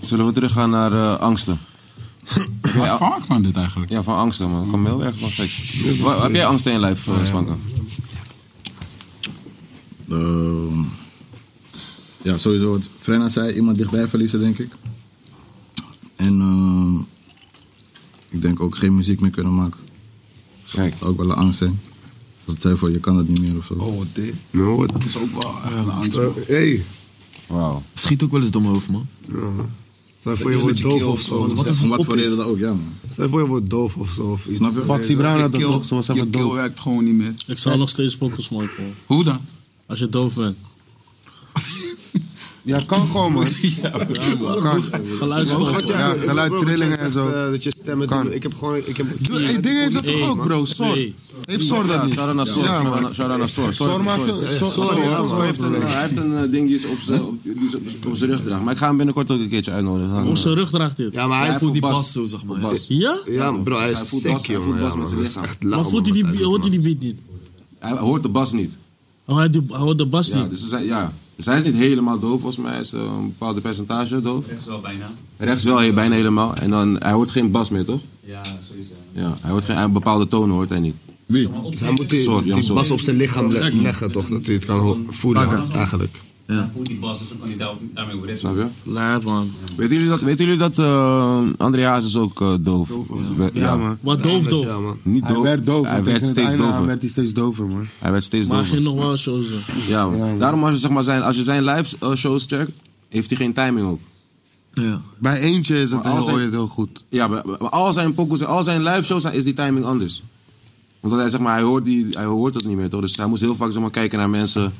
Zullen we teruggaan naar eh, angsten? Wat
vaak van dit eigenlijk?
Ja, van angsten, man. Ik kom heel erg van gek. Wa- Heb jij angsten in je lijf, eh, Spanka?
Ehm, ja, sowieso. Wat Frenna zei, iemand dichtbij verliezen, denk ik. En ehm, ik denk ook geen muziek meer kunnen maken.
Gek.
Ook wel een angst zijn. Als het zei voor je kan dat niet meer of zo.
Oh, dit.
No,
dat is ook wel echt een angst. man.
Hey.
Wauw.
Schiet ook wel eens dom over, man.
Stel voor je wordt doof of zo.
Wat is wat voor reden dan ook, ja man.
Stel voor je wordt doof of zo. Of iets. eh,
Snap je?
Foxy
Brown had
dat
toch nog zoals
Je keel werkt gewoon niet meer.
Ik zou nog steeds pokkels maken. hoor.
Hoe dan?
Als je doof bent.
Ja, kan gewoon, man. Kan.
Geluid
Ook gaat je- Ja, geluid, trillingen en zo.
dat je stemmen
Kan.
doet. Ik heb gewoon... Ik heb
Doe- hey, Dingen heeft dat
Hey,
toch ook,
man.
bro? Sor. Heeft Sor dat
Ja,
niet?
shout-out naar Sor.
Ja, man.
Shout-out naar Sor. Sorry,
Sor maakt-
sorry.
Sor-
Sor-
Sor-
Sor- Sor
Sor-
heeft een, eh, Hij heeft een eh, ding die is op zijn op- die is op- op zijn rug draagt. Maar ik ga hem binnenkort ook een keertje uitnodigen. Dan,
Op
eh,
zijn rug draagt dit.
Ja, maar hij voelt die bas.
Zo, zeg maar.
Bas.
Ja?
Ja, bro, hij
Hij
is
voelt
sick,
bas- hij voelt
joh.
bas met
Ja, man,
zijn
dat is
lichaam.
echt
Maar
lauw,
voelt hij
man,
die,
wat hij
hoort hij
doet,
die beat niet?
Hij hoort de bas niet.
Oh, hij, doet, hij hoort de bas
Ja,
niet.
dus, hij, ja. dus hij is niet helemaal doof, volgens mij. Hij is eh, een bepaald percentage doof.
Rechts wel bijna.
Rechts wel he- bijna helemaal. En dan, hij hoort geen bas meer, toch?
Ja, sowieso.
Ja, hij hoort geen, een bepaalde toon hoort hij niet.
Wie?
man. Dus hij moet die,
Sor, ja,
die
Sor.
bas op zijn lichaam le- leggen, toch? Dat hij het kan ho- voelen, eigenlijk.
Ja. Voelt die bas, dus dan kan hij daar, daarmee over
Snap
rappen.
je?
Laat man.
Weten jullie dat, weten jullie dat eh, André Hazes is ook eh, doof? We-
Ja, man.
Wat doof doof.
Ja, man.
Niet
Hij
doof.
werd dover.
Hij werd
Tegen het
steeds
einde
dover.
werd hij steeds dover, man.
Hij werd steeds
Maar hij
dover.
ging nog wel shows doen.
Ja, man. Daarom als je, zeg maar, zijn, als je zijn live eh, shows checkt, heeft hij geen timing op.
Ja.
Bij eentje is het
Maar als
heel,
hij-
ooit heel goed.
Ja, bij, bij al zijn pokoes en al zijn live shows is die timing anders. Omdat hij, zeg maar, hij hoort, die, hij hoort dat niet meer, toch? Dus hij moest heel vaak, zeg maar, kijken naar mensen,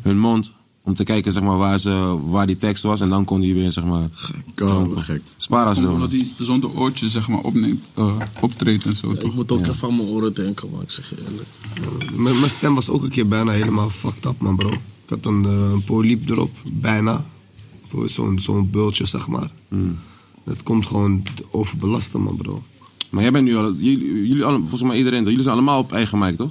hun mond. Om te kijken zeg maar, waar, ze, waar die tekst was. En dan kon hij weer, zeg maar. Gek. gek. Spara's
Komt
doen.
Omdat hij zonder oortjes zeg maar, opneemt, eh, optreedt en zo.
Ik moet ook even aan mijn oren denken, man. Ik zeg je eerlijk.
M- Mijn stem was ook een keer bijna helemaal fucked up, man, bro. Ik had een, eh, een polyp erop, bijna. Voor Zo'n zo'n bultje, zeg maar.
Mm.
Dat komt gewoon te overbelasten, man, bro.
Maar jij bent nu al. Jullie, jullie alle- volgens mij iedereen. toch? Jullie zijn allemaal op eigen mic, toch?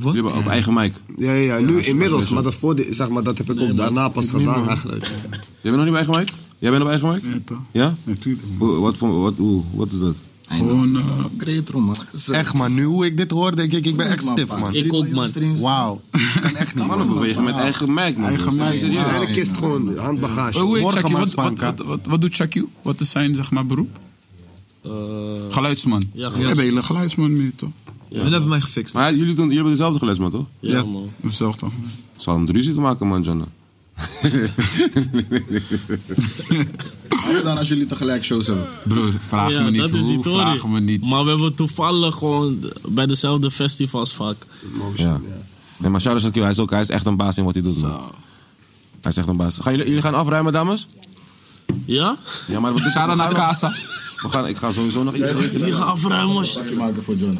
Jullie hebben op eigen mic.
Ja, ja, ja. Nu
dat is- dat
inmiddels,
is best
maar
wel-
dat, voor die- zeg maar, dat heb ik ook daarna pas
niet,
gedaan,
man.
eigenlijk.
Jij bent nog niet bij eigen mic? Jij bent op eigen mic?
Ja, toch?
Ja?
Natuurlijk.
Hoe- Wat, voor- wat, hoe- wat is dat?
Gewoon.
man. Echt, man. Nu hoe ik dit hoor, denk ik, ik ben echt stif, man.
Ik ook, man.
Wauw. Kan echt niet,
Mannen bewegen met eigen mic, man.
Eigen
Dat
mic.
is serieus.
Eigenlijk
is het gewoon handbagage.
hoe heet
Morgen
Shakyu?
maar
Wat, wat,
spanken.
wat, wat, wat doet Shakyu? Wat is zijn zeg maar, beroep?
Eh,
geluidsman.
Ja,
We hebben een hele geluidsman meer, toch?
Jullie hebben
mij gefixt.
Maar jullie, doen, jullie hebben dezelfde geluid, man, toch?
Ja, man.
Zelf toch?
Het zal om de ruzie te maken, man, John.
Hoe dan als jullie tegelijk shows hebben?
Broer, vraag
Ja,
me niet
dat is
hoe,
die tory.
vraag me niet.
Maar we hebben toevallig gewoon d- bij dezelfde festivals vaak.
Ja. Nee, maar shout out to Q, hij is ook, hij is echt een baas in wat hij doet, man. Hij is echt een baas. Gaan jullie, jullie gaan afruimen, dames?
Ja?
Ja, maar wat is
Shout-out naar Casa.
We gaan, ik ga sowieso nog iets
Die gaan afruimen. als-
Pakje maken voor John.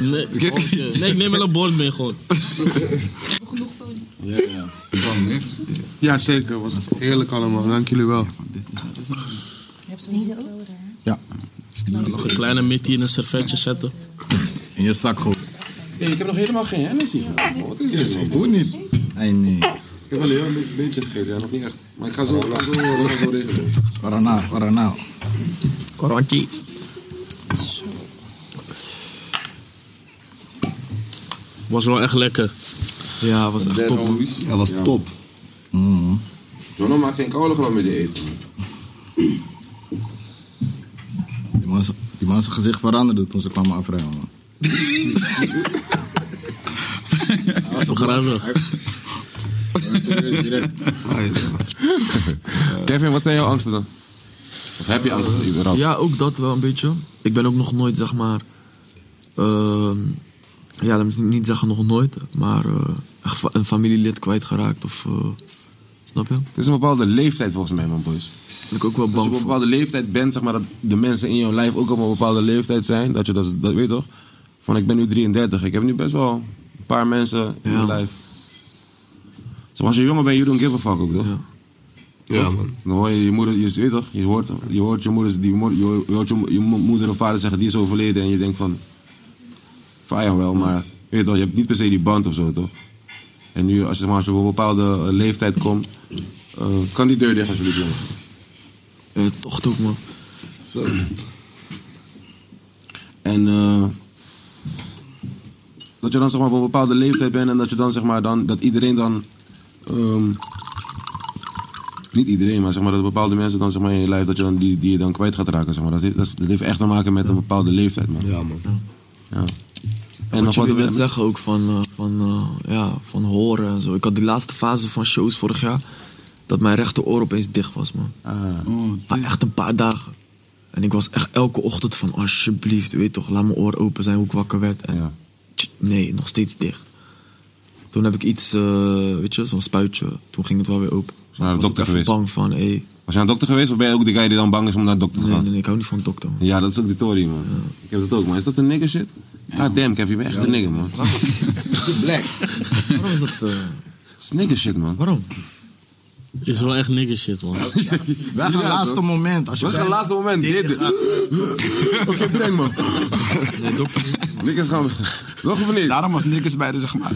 Nee, oké. nee, ik neem wel een bord mee gewoon.
Ja, ja.
Ja, zeker. Was heerlijk allemaal. Dank jullie wel.
Nog een kleine mittie in een servetje zetten.
In je zak goed.
Hey, ik heb nog helemaal geen Hennessy gedaan. Wat is dit? Ik
Hoe niet? Hey, nee.
heb wel een heel beetje- beetje gegeten, ja, nog niet echt. Maar ik ga zo, ik ga zo, ik ga zo regelen.
Corona, corona.
Korantje.
Was wel echt lekker.
Ja, was echt top. man.
homies.
Ja, was top.
John, maak Mm-hmm. geen koude geloof met die eten.
Die man, z'n- die man zijn gezicht veranderde toen ze kwamen afrijden, man.
Begrijpen.
Kevin, wat zijn jouw angsten dan? Of heb je angsten überhaupt?
Ja, ook dat wel een beetje. Ik ben ook nog nooit, zeg maar. ehm, ja, dat moet ik niet zeggen nog nooit, maar eh, echt fa- een familielid kwijtgeraakt of. eh, snap je?
Het is een bepaalde leeftijd volgens mij, man, boys.
Ben ik ook wel
Als je
bang
op een
voor.
bepaalde leeftijd bent, zeg maar, dat de mensen in jouw lijf ook op een bepaalde leeftijd zijn. Dat je dat, dat weet toch? Van ik ben nu 33, ik heb nu best wel een paar mensen in mijn lijf. Zeg maar, als je jonger bent, je don't give a fuck ook, toch?
Ja.
Ja,
Toch?
man.
Dan hoor je je moeder, je weet toch? Je hoort, je hoort je moeder, die, mo- je hoort- je hoort je mo- je mo- moeder of vader zeggen die is overleden en je denkt van, fijn wel, maar weet je toch? Je hebt niet per se die band of zo, toch? En nu, als je, zeg maar, als je op een bepaalde eh, leeftijd komt, eh, kan die deur dicht alsjeblieft, jongen.
Ja, toch ook, man.
En eh, dat je dan zeg maar, op een bepaalde leeftijd bent en dat je dan zeg maar dan, dat iedereen dan. ehm, niet iedereen, maar zeg maar dat bepaalde mensen dan zeg maar in je lijf dat je dan, die, die je dan kwijt gaat raken. Zeg maar. dat, heeft- dat, dat heeft echt te maken met een bepaalde leeftijd, man.
Ja, man.
Ja.
En wat je
we-
weer net zeggen ook van, eh, van, eh, ja, van horen en zo. Ik had die laatste fase van shows vorig jaar. Dat mijn rechteroor opeens dicht was, man.
Ah,
Oh,
Maar echt een paar dagen. En ik was echt elke ochtend van, alsjeblieft, weet toch, laat mijn oor open zijn hoe ik wakker werd. En
ja.
tch, nee, nog steeds dicht. Toen heb ik iets, eh, weet je, zo'n spuitje. Toen ging het wel weer open.
je naar de
Ik was ook
dokter
even
geweest?
bang van, hé,
Was je aan de dokter geweest of ben je ook de guy die dan bang is om naar de dokter te
nee,
gaan?
nee, nee, ik hou niet van dokter, man.
Ja, dat is ook de Tory, man. Ik heb dat ook, man. Is dat een nigger shit? Ah, damn, Kevin, je bent echt een nigger, man. Dat
Black.
Waarom is dat, eh,
is nigger shit, man.
waarom?
Is wel echt nigger shit, man.
Weg het laatste moment. Als je
Dat is het
bijna-
laatste moment. Dit. Oké, breng man.
Nee, dokter niet.
Niks gaan we. Nog of
Nou-
niet?
Daarom was niks bij de, zeg maar.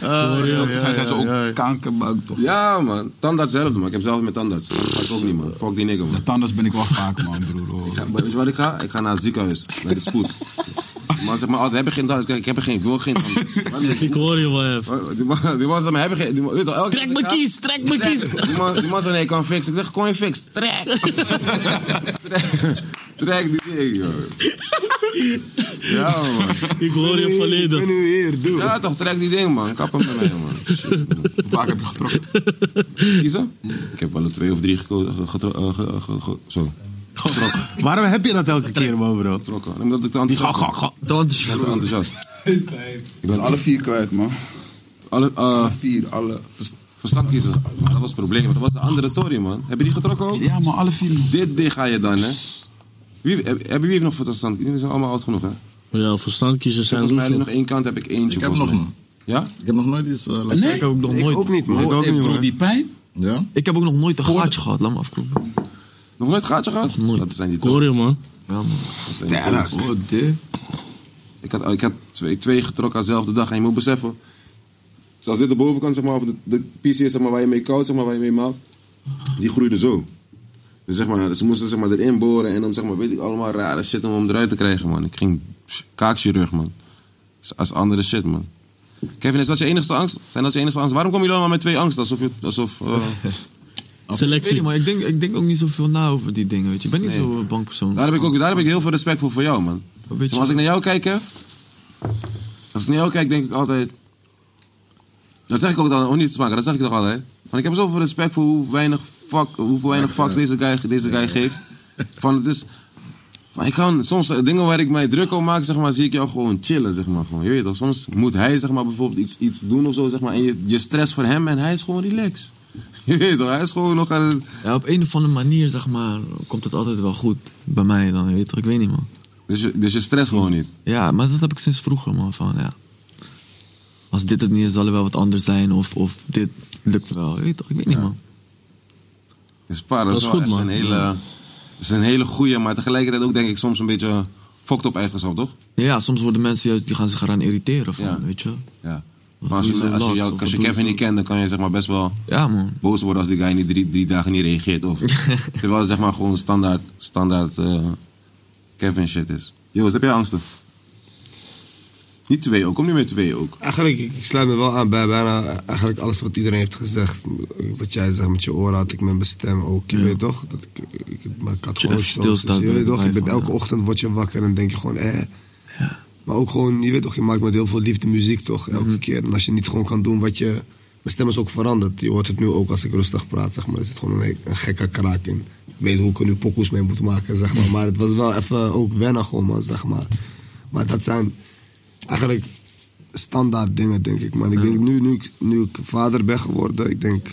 ja,
Zijn
Eh, ja,
zijn ze
ja,
ook
ja.
kankerbuik, toch?
Ja, man. Tandarts zelf, man. Ik heb zelf met tandarts. Dat ga ik ook niet, man. Fuck die nigger,
Nou,
man.
De tandarts ben ik wel vaak, man, broer. hoor.
Ja, maar weet je wat ik ga? Ik ga naar het ziekenhuis. Naar de scoot. Man zeg maar altijd, heb je geen tandarts? Kijk, ik heb er geen. Ik wil geen tandarts. Wat is-
Ik hoor je wel even.
Die man, die man zei, maar heb je geen... Die man, weet je toch, elke keer
Trek
als ik
mijn
ga-
kies, trek mijn kies.
Die man, die man zei, nee, ik kan fixen. Ik zeg, kon je fixen? Trek. Trek- Trek die ding, joh. Ja, man.
Ik hoor je volledig.
Ik ben nu hier, dude.
Ja, toch, trek die ding, man. Kappen met mij, man.
Hoe vaak heb je getrokken?
Kiezen? Ik heb wel een twee of drie geko- ge- getro- eh, ge- ge- ge- Zo.
Waarom heb je dat elke keer, man, bro?
Getrokken. Omdat ik te enthousiast ben.
Dan,
Ik ben enthousiast.
Ik ben alle vier kwijt, man.
Alle, eh,
vier, alle
verstapkiezers. Maar dat was het probleem. want Dat was de andere Tory, man. Heb je die getrokken ook?
Ja, maar alle vier.
Dit, dit ga je dan, hè? Wie, heb, hebben jullie nog voor verstand? Jullie zijn allemaal oud genoeg, hè?
Ja, verstand kiezen zijn
Volgens mij alleen
hoeveel?
nog één kant heb ik eentje.
Ik heb nog
een. Ja?
Ik heb nog nooit iets... eh, laten
Nee,
kijken.
ik ook niet, man. Ik bedoel, die pijn.
Ja?
Ik heb ook nog nooit een gaatje gehad, laat me afkloppen.
Nog nooit gaatje gehad?
Nog nooit.
Dat zijn die
Hoor je, man?
Ja, man.
Sterk. Ik had, ik had twee, twee getrokken aan dezelfde dag. En je moet beseffen. Zoals dit de bovenkant, zeg maar, of de, de PC is, zeg maar, waar je mee koudt, zeg maar, waar je mee maakt. Die groeide zo. Dus zeg maar, ze moesten zeg maar, erin boren en om, zeg maar, weet ik, allemaal rare shit om hem eruit te krijgen, man. Ik ging pss, kaakchirurg, man. Als- Als andere shit, man. Kevin, is dat je enigste angst? Zijn dat je enigste angst? Waarom kom je dan maar met twee angsten? Alsof je, alsof... eh,
Selectie. maar ik denk, ik denk ook niet zoveel na over die dingen, weet je. Ik ben niet
Nee.
zo'n bang persoon.
Daar heb ik ook daar heb ik heel veel respect voor voor jou, man.
beetje-
Zeg maar, Dus als ik naar jou kijk, hè, als ik naar jou kijk, denk ik altijd. Dat zeg ik ook dan, om niet te maken, dat zeg ik toch altijd. Van ik heb zoveel respect voor hoe weinig fuck, hoeveel weinig fucks deze guy, deze guy geeft. Van het is. Van, ik kan soms eh, dingen waar ik mij druk om maak, zeg maar, zie ik jou gewoon chillen, zeg maar. Gewoon, je weet toch, soms moet hij, zeg maar, bijvoorbeeld iets, iets doen of zo, zeg maar. En je, je stress voor hem en hij is gewoon relaxed. Je weet toch, hij is gewoon nog aan het.
Ja, op een of andere manier, zeg maar, komt het altijd wel goed. Bij mij dan, weet je toch? Ik weet niet, man.
Dus je, dus je stress gewoon niet.
Ja, maar dat heb ik sinds vroeger, man. Van, ja. Als dit het niet is, zal er wel wat anders zijn. Of, of dit lukt wel. Je Weet toch? Ik weet niet, man.
Dus Paar, dat,
Dat
is
is
wel
goed,
echt
man.
Een hele,
Ja.
dat is een hele goeie, maar tegelijkertijd ook denk ik soms een beetje fokt op eigenschap, toch?
Ja, soms worden mensen juist, die gaan zich eraan irriteren. Van,
Ja.
Weet je?
Ja.
Wat
Maar als
doe
je,
zo
als je,
laat,
jou-
of
als je
wat doe
Kevin
zo-
niet kent, dan kan je zeg maar best wel
Ja, man.
boos worden als die guy niet drie, drie dagen niet reageert. Of, terwijl het zeg maar gewoon standaard, standaard eh, Kevin shit is. Joost, heb jij angsten? Niet twee ook, kom niet met twee ook.
Eigenlijk, ik ik sluit me wel aan bij bijna eigenlijk alles wat iedereen heeft gezegd. Wat jij zegt met je oren had ik met mijn stem ook. Je weet toch? Dat ik, ik, maar ik had
je
gewoon
even
shows,
stilstaat bij
dus Je weet
de
toch? Je bent
bijval,
elke ochtend word je wakker en denk je gewoon, eh. Maar ook gewoon, je weet toch, je maakt met heel veel liefde muziek toch? Elke
Mhm.
keer. En als je niet gewoon kan doen wat je. Mijn stem is ook veranderd. Je hoort het nu ook als ik rustig praat, zeg maar. Er zit gewoon een, he- een gekke kraak in. Ik weet hoe ik er nu pokoes mee moet maken, zeg maar. Maar het was wel even ook wennen gewoon, man, zeg maar. Maar dat zijn eigenlijk standaard dingen, denk ik. Maar ik denk nu, nu, ik, nu ik vader ben geworden, ik denk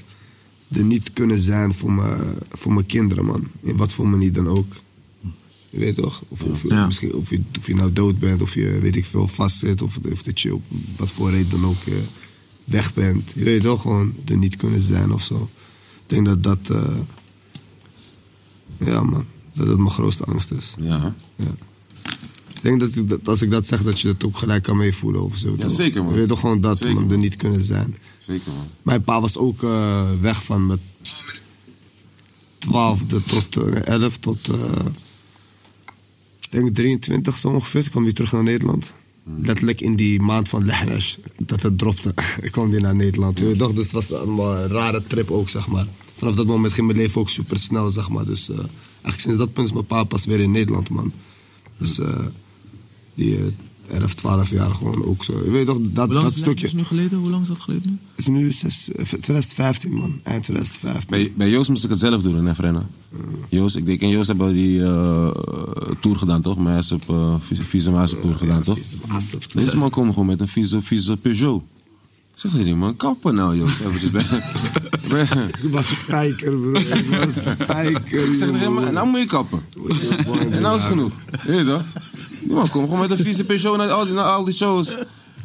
er niet kunnen zijn voor mijn, voor mijn kinderen, man. In wat voor manier dan ook. Je weet toch? Of, of,
Ja.
misschien, of, je, of je nou dood bent, of je weet ik veel vastzit, of, of dat je op wat voor reden dan ook eh, weg bent. Je weet toch gewoon er niet kunnen zijn of zo. Ik denk dat dat. eh, ja, man. Dat dat mijn grootste angst is.
Ja.
Ik denk dat, ik dat als ik dat zeg, dat je dat ook gelijk kan meevoelen of zo.
Ja,
toch?
zeker, man.
Je weet toch gewoon dat, man, er niet kunnen zijn.
Zeker man.
Mijn pa was ook eh, weg van met 12 tot eh, 11 tot eh, ik denk 23 zo ongeveer. Toen kwam hij terug naar Nederland.
Hmm.
Letterlijk in die maand van Lehlas, dat het dropte, kwam hij naar Nederland.
Hmm.
Je weet toch, dus het was allemaal een rare trip ook, zeg maar. Vanaf dat moment ging mijn leven ook super snel, zeg maar. Dus eh, eigenlijk sinds dat punt is mijn pa pas weer in Nederland, man. Dus
Hmm.
eh, die eh, 11, 12 jaar gewoon ook zo. Je weet toch, dat,
Hoe lang
dat
is het
stukje.
is nu geleden? Hoe lang is dat geleden nu?
Het is nu zes- eh, 2015, man. Eind 2015.
Bij, bij Joost moest ik het zelf doen, hè, Frenna? Joost, ik denk en Joost hebben die eh, tour gedaan, toch? Mijn ASAP, eh, vieze- vieze Maasop tour gedaan, toch? Deze man komt gewoon met een vieze, vieze Peugeot. Ik Zeg jullie, man, kappen nou, Joost. Eventjes bij- bij-
Je was een spijker, bro. Je was een spijker.
Ik zeg tegen hem, nou moet je kappen. En nou is genoeg. Weet je toch? Die man komt gewoon met een vieze Peugeot naar al die, naar al die shows.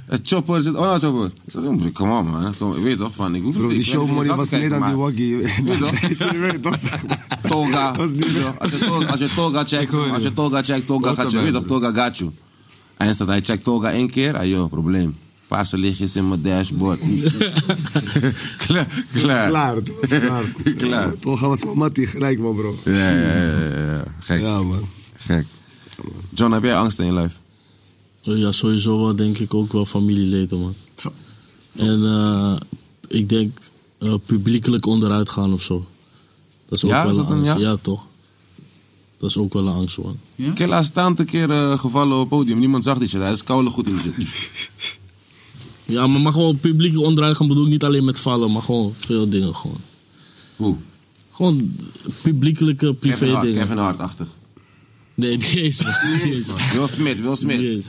Het chopper zit, oh nou chopper. Ik zeg, "Broer, kom op man. Kom, je weet toch, van, ik hoef
Bro,
niet-
die
ik ben niet
show money
eens
was
aan te
meer dan die
kijken, maar-
waggy.
Weet je toch?
Je weet toch, zeg maar.
Toga.
Dat is niet
Weet je toch? Als je Toga- Als je Toga checkt, als je Toga checkt, Toga gaat je. Weet toch, Toga gaat je. Hij staat, hij checkt Toga één keer. Ah joh, probleem. Paarse lichtjes in mijn dashboard. klaar, klaar.
Klaar, het was klaar.
Klaar.
Toch was mijn mattie gelijk, man, bro.
Ja, ja, ja, ja, ja. Gek.
Ja, man.
Gek. John, heb jij angst in je lijf?
Oh Ja, sowieso wel denk ik ook wel familieleden, man. En eh, ik denk eh, publiekelijk onderuit gaan of zo. Dat is ook
Ja,
wel
is
een
dat een
angst.
ja?
ja? toch? Dat is ook wel een angst, man.
Ik heb laatst staand een keer eh, gevallen op het podium. Niemand zag dit shit. Hij is koude goed in die shit.
Ja, maar, maar gewoon publiek onderuit gaan bedoel ik niet alleen met vallen, maar gewoon veel dingen gewoon.
Hoe?
Gewoon publiekelijke, privé
Kevin Hart,
dingen.
Kevin Hart-achtig.
Nee, niet eens, man. Niet eens.
Will Smith, Will Smith.
Niet eens.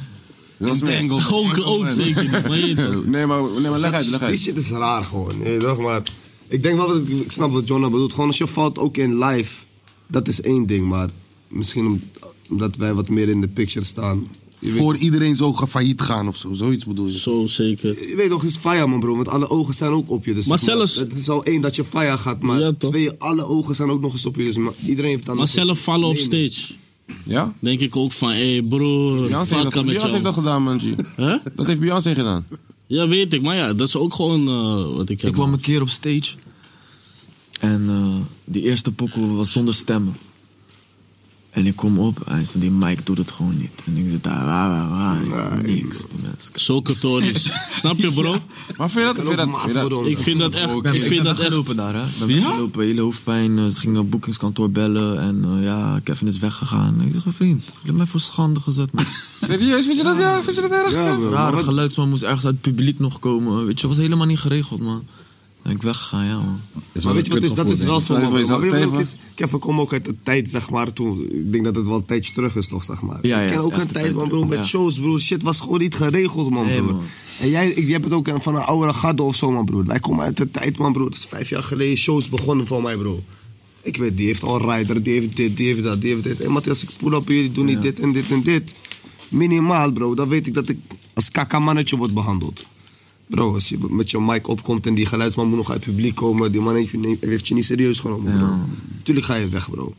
Entangled. Ook- ook zeker niet, maar je weet toch.
nee, maar, nee,
maar leg uit, leg uit.
Die shit is raar gewoon. Je weet toch, maar ik denk wel dat ik, ik snap wat Jonna bedoelt. Gewoon als je valt ook in live, dat is één ding. Maar misschien om- omdat wij wat meer in de picture staan.
Voor iedereen zo failliet gaan of zo. Zoiets bedoel je.
Zo zeker.
Je weet toch, het is faya man bro, want alle ogen zijn ook op je. Dus
Maar
zeg
zelfs-
Het is al één dat je faya gaat, maar twee, alle ogen zijn ook nog eens op je. Dus maar iedereen heeft dan
Maar
nog eens-
zelf vallen op
Nee, man.
stage.
Ja?
Denk ik ook van, hé hey bro,
Beyoncé heeft,
vakken
dat,
met
Beyoncé
jou.
heeft dat gedaan, man. G. Dat heeft Beyoncé gedaan.
Ja, weet ik. Maar ja, dat is ook gewoon eh, wat ik heb.
Ik kwam een keer op stage. En eh, die eerste pokoe was zonder stemmen. En ik kom op en ze- die mic doet het gewoon niet. En ik zit daar, waar, waar, waar. en Niks. Die mensen.
Zulke torens. Snap je, bro?
Maar vind je dat? Vind je dat, vind je dat
Ik vind dat echt. Ik vind dat echt.
gelopen daar, hè? Ik Ben gelopen, hele hoofdpijn. eh, Ze gingen een boekingskantoor bellen en eh, ja, Kevin is weggegaan. Ik zeg, "Oh, vriend, je hebt mij voor schande gezet, man.
Serieus, vind je dat, ja, vind je dat erg?
Ja,
bro, maar
Rare
wat-
geluidsman moest ergens uit het publiek nog komen. Weet je, was helemaal niet geregeld, man. En ik weggegaan, ja, man.
maar weet je wat is, dat is wel zo. man, bro. Maar weet je wat ook
Ja,
is? Kevin kwam ook uit de tijd, zeg maar, toen. Ik denk dat het wel een tijdje terug is, toch, zeg maar.
ja,
ik
is
ken ook
echt
een
de
tijd,
tijd
man, bro,
terug,
met
ja.
shows, bro. Shit was gewoon niet geregeld, man,
Nee,
bro.
man.
En jij, ik, je hebt het ook van een oude gade of zo, man, bro. Wij komen uit de tijd, man, bro. Dat is vijf jaar geleden shows begonnen voor mij, bro. Ik weet, die heeft al rider, die heeft dit, die heeft dat, die heeft dit. Hé, Matthias, ik pull op jullie, doen niet
Ja.
dit en dit en dit. Minimaal, bro. Dan weet ik dat ik als kaka-mannetje word behandeld. Bro, als je met je mic opkomt en die geluidsman moet nog uit het publiek komen, die man heeft je, neemt- heeft je niet serieus genomen, bro. Tuurlijk ga je weg, bro.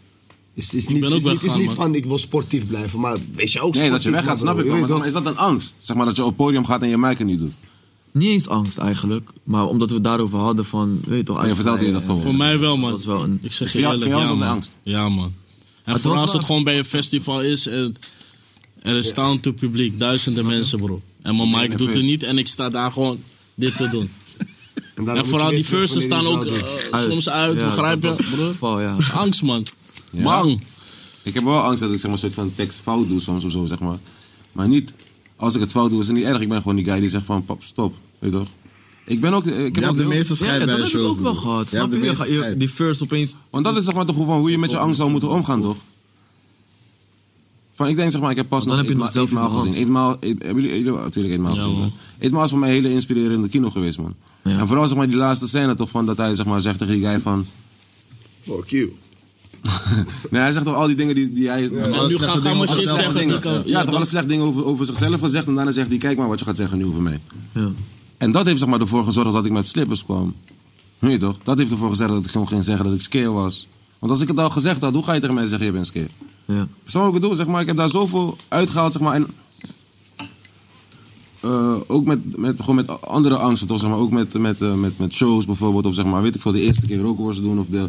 Is, is
ben
niet,
ook
is, niet, is
weggegaan,
niet
man.
van ik wil sportief blijven, maar wees je ook sportief.
Nee, dat je weggaat,
man,
snap
bro.
ik wel.
Je
Maar
weet
zeg
toch?
maar, is dat een angst? Zeg maar dat je op podium gaat en je mic er niet doet.
Niet eens angst eigenlijk, maar omdat we het daarover hadden van, weet je toch... eh,
Ja, je vertelde je dat gewoon.
Voor mij wel, man. Dat was wel een...
Ik zeg je
Voor jou-
eerlijk,
voor jou is dat
ja, man.
een angst?
Ja, man. En
het
vooral
was
als het
wel-
gewoon bij een festival is en er is staan toe publiek, duizenden mensen, bro. En mijn mic doet het
nerveus.
niet en ik sta daar gewoon dit te doen.
En,
daarom moet je
vooral die
weten
verses
wanneer
staan
je
ook
het wel doet.
eh,
Uit.
soms uit,
Ja,
begrijp
dat
je,
was het
bro?
geval, ja.
Angst, man.
Ja.
Bang.
Ik heb wel angst dat ik zeg maar, een soort van tekst fout doe soms of zo, zeg maar. Maar niet, als ik het fout doe, is het niet erg. Ik ben gewoon die guy die zegt van, pap, stop. Weet je toch? Ik ben ook... Ik heb
Je
ook
hebt de
heel-
meeste scheid
Ja,
bij
dat
een
heb ik
show.
ook wel gehad.
Je
Snap
hebt de
je? Je
meeste
gaat- je?
scheid.
Die first opeens...
Want dat is zeg maar toch gewoon hoe je met je angst zou moeten omgaan, toch? Van, ik denk zeg maar, ik heb pas
Want
nog
dan heb je het nog zelf in
Eetmaal
de hand.
gezien. Eetmaal, Eet- hebben jullie, jullie- natuurlijk Eetmaal
Ja,
gezien.
man.
hè? Eetmaal is voor mij een hele inspirerende kino geweest, man. En vooral zeg maar die laatste scène toch van dat hij zeg maar zegt tegen die guy van...
Fuck you.
nee, hij zegt toch al die dingen die, die hij...
nu alle gaan- slechte gaan we dingen over shit zichzelf zeggen,
Dingen.
zeker. Ja,
Ja, toch
toch?
alle slechte dingen over, over zichzelf gezegd. En daarna zegt hij, kijk maar wat je gaat zeggen nu over mij.
Ja.
En dat heeft zeg maar ervoor gezorgd dat ik met slippers kwam. Weet je toch? Dat heeft ervoor gezorgd dat ik gewoon ging zeggen dat ik skeer was. Want als ik het al gezegd had, hoe ga je tegen mij zeggen je bent skeer? Snap
Ja.
je wat ik bedoel? Zeg maar, ik heb daar zoveel uitgehaald, zeg maar. En, eh, ook met, met, gewoon met andere angsten, toch? Zeg maar, ook met, met, eh, met, met shows bijvoorbeeld. Of zeg maar, weet ik veel, de eerste keer rookworst doen. Of de,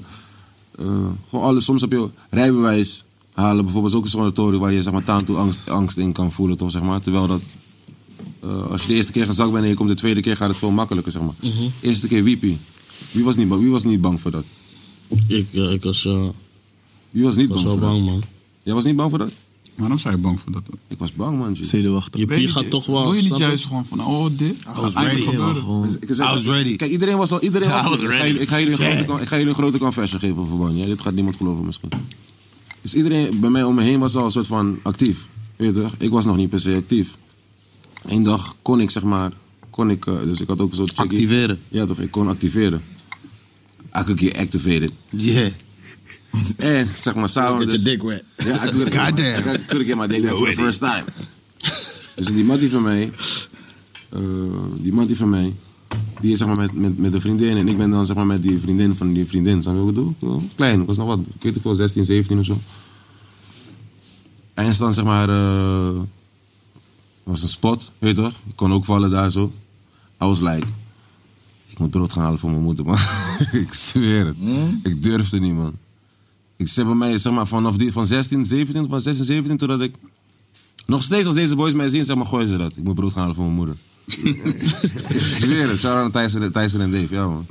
eh, gewoon alles. Soms heb je rijbewijs halen. Bijvoorbeeld is ook een sanatorie waar je zeg maar, taantoe angst, angst in kan voelen, toch? Zeg maar. Terwijl dat... eh, als je de eerste keer gezakt bent en je komt de tweede keer, gaat het veel makkelijker, zeg maar.
Mhm.
Eerste keer wiepie. Wie was niet, ba- wie was niet bang voor dat?
Ik, ja, ik was, eh,
Wie was niet
was
bang
wel
voor dat?
bang, man.
Jij was niet bang voor dat?
Waarom zou je bang voor dat?
Ik was bang, man. G.
Je
Ben je
pie
niet-
gaat toch wel.
Wil je niet
snap
juist gewoon van, oh, dit gaat eigenlijk gebeuren?
Ik zeg-
I was ready.
Kijk, iedereen was al. Iedereen
I
was,
was
ik, ga
ready.
jullie, ik, ga jullie een grote
Yeah.
kan- ik ga jullie een grote confession geven over Ban. Ja? Dit gaat niemand geloven misschien. Dus iedereen bij mij om me heen was al een soort van actief. Weet je toch? Ik was nog niet per se actief. Eén dag kon ik zeg maar. Kon ik, eh, dus ik had ook een soort. chickie-
Activeren.
Ja toch, ik kon activeren. I could get activated. Yeah. En zeg maar samen.
Get your
dus-
dick wet.
Ja, I could get,
Goddamn.
I could get my dick wet for the first time. Dus die mattie van mij, eh, die mattie van mij, die is zeg maar met, met, met de vriendin en ik ben dan zeg maar met die vriendin van die vriendin. Snap je wat ik bedoel? Wel, Klein, ik was nog wat, ik weet niet veel, 16, 17 of zo. En is dan zeg maar, eh, was een spot, weet je toch? Ik kon ook vallen daar zo. I was like, ik moet brood gaan halen voor mijn moeder, man. ik zweer het. Ik durfde niet, man. Ik zeg bij mij, zeg maar, vanaf die, van 16, 17, van 16, 17, totdat ik nog steeds als deze boys mij zien, zeg maar, gooien ze dat. Ik moet brood gaan halen voor mijn moeder. ik zweer het. Shout-out aan Tyson, en- Tyson en Dave, ja man.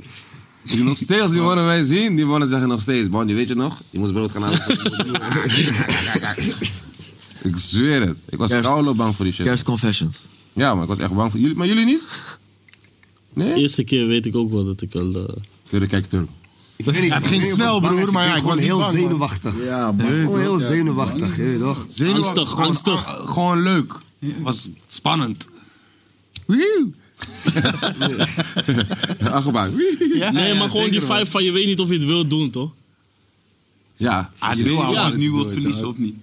Die nog steeds, als die mannen mij zien, die mannen zeggen nog steeds... Bonnie, weet je nog? Je moest brood gaan halen voor je moeder." ik zweer het. Ik was
Kerst-
koude bang voor die shit.
Kerst Confessions.
Ja, maar ik was echt bang voor jullie. Maar jullie niet?
je? De eerste keer weet ik ook wel eh, dat ik al.
Turk, kijk, Turk.
Ik weet niet,
Het ging
ik weet niet of
snel,
ik bang
broer,
was.
maar
Ik
ja, ik was
ben gewoon
niet
heel
bang, man.
zenuwachtig.
Ja,
Gewoon
broer,
heel
ja.
zenuwachtig, je weet toch?
Zenuwachtig, Angstig, gewoon- angstig. ah, gewoon leuk. Was
Spannend. Wiew. Achterbaan. Wiew.
nee, maar gewoon
zeker,
die
man.
vibe van je weet niet of je het wilt doen, toch?
Ja,
Ah, die
je
wil
weet
je
niet
of
of je
je het
nu
doet,
wilt verliezen
ja.
of niet.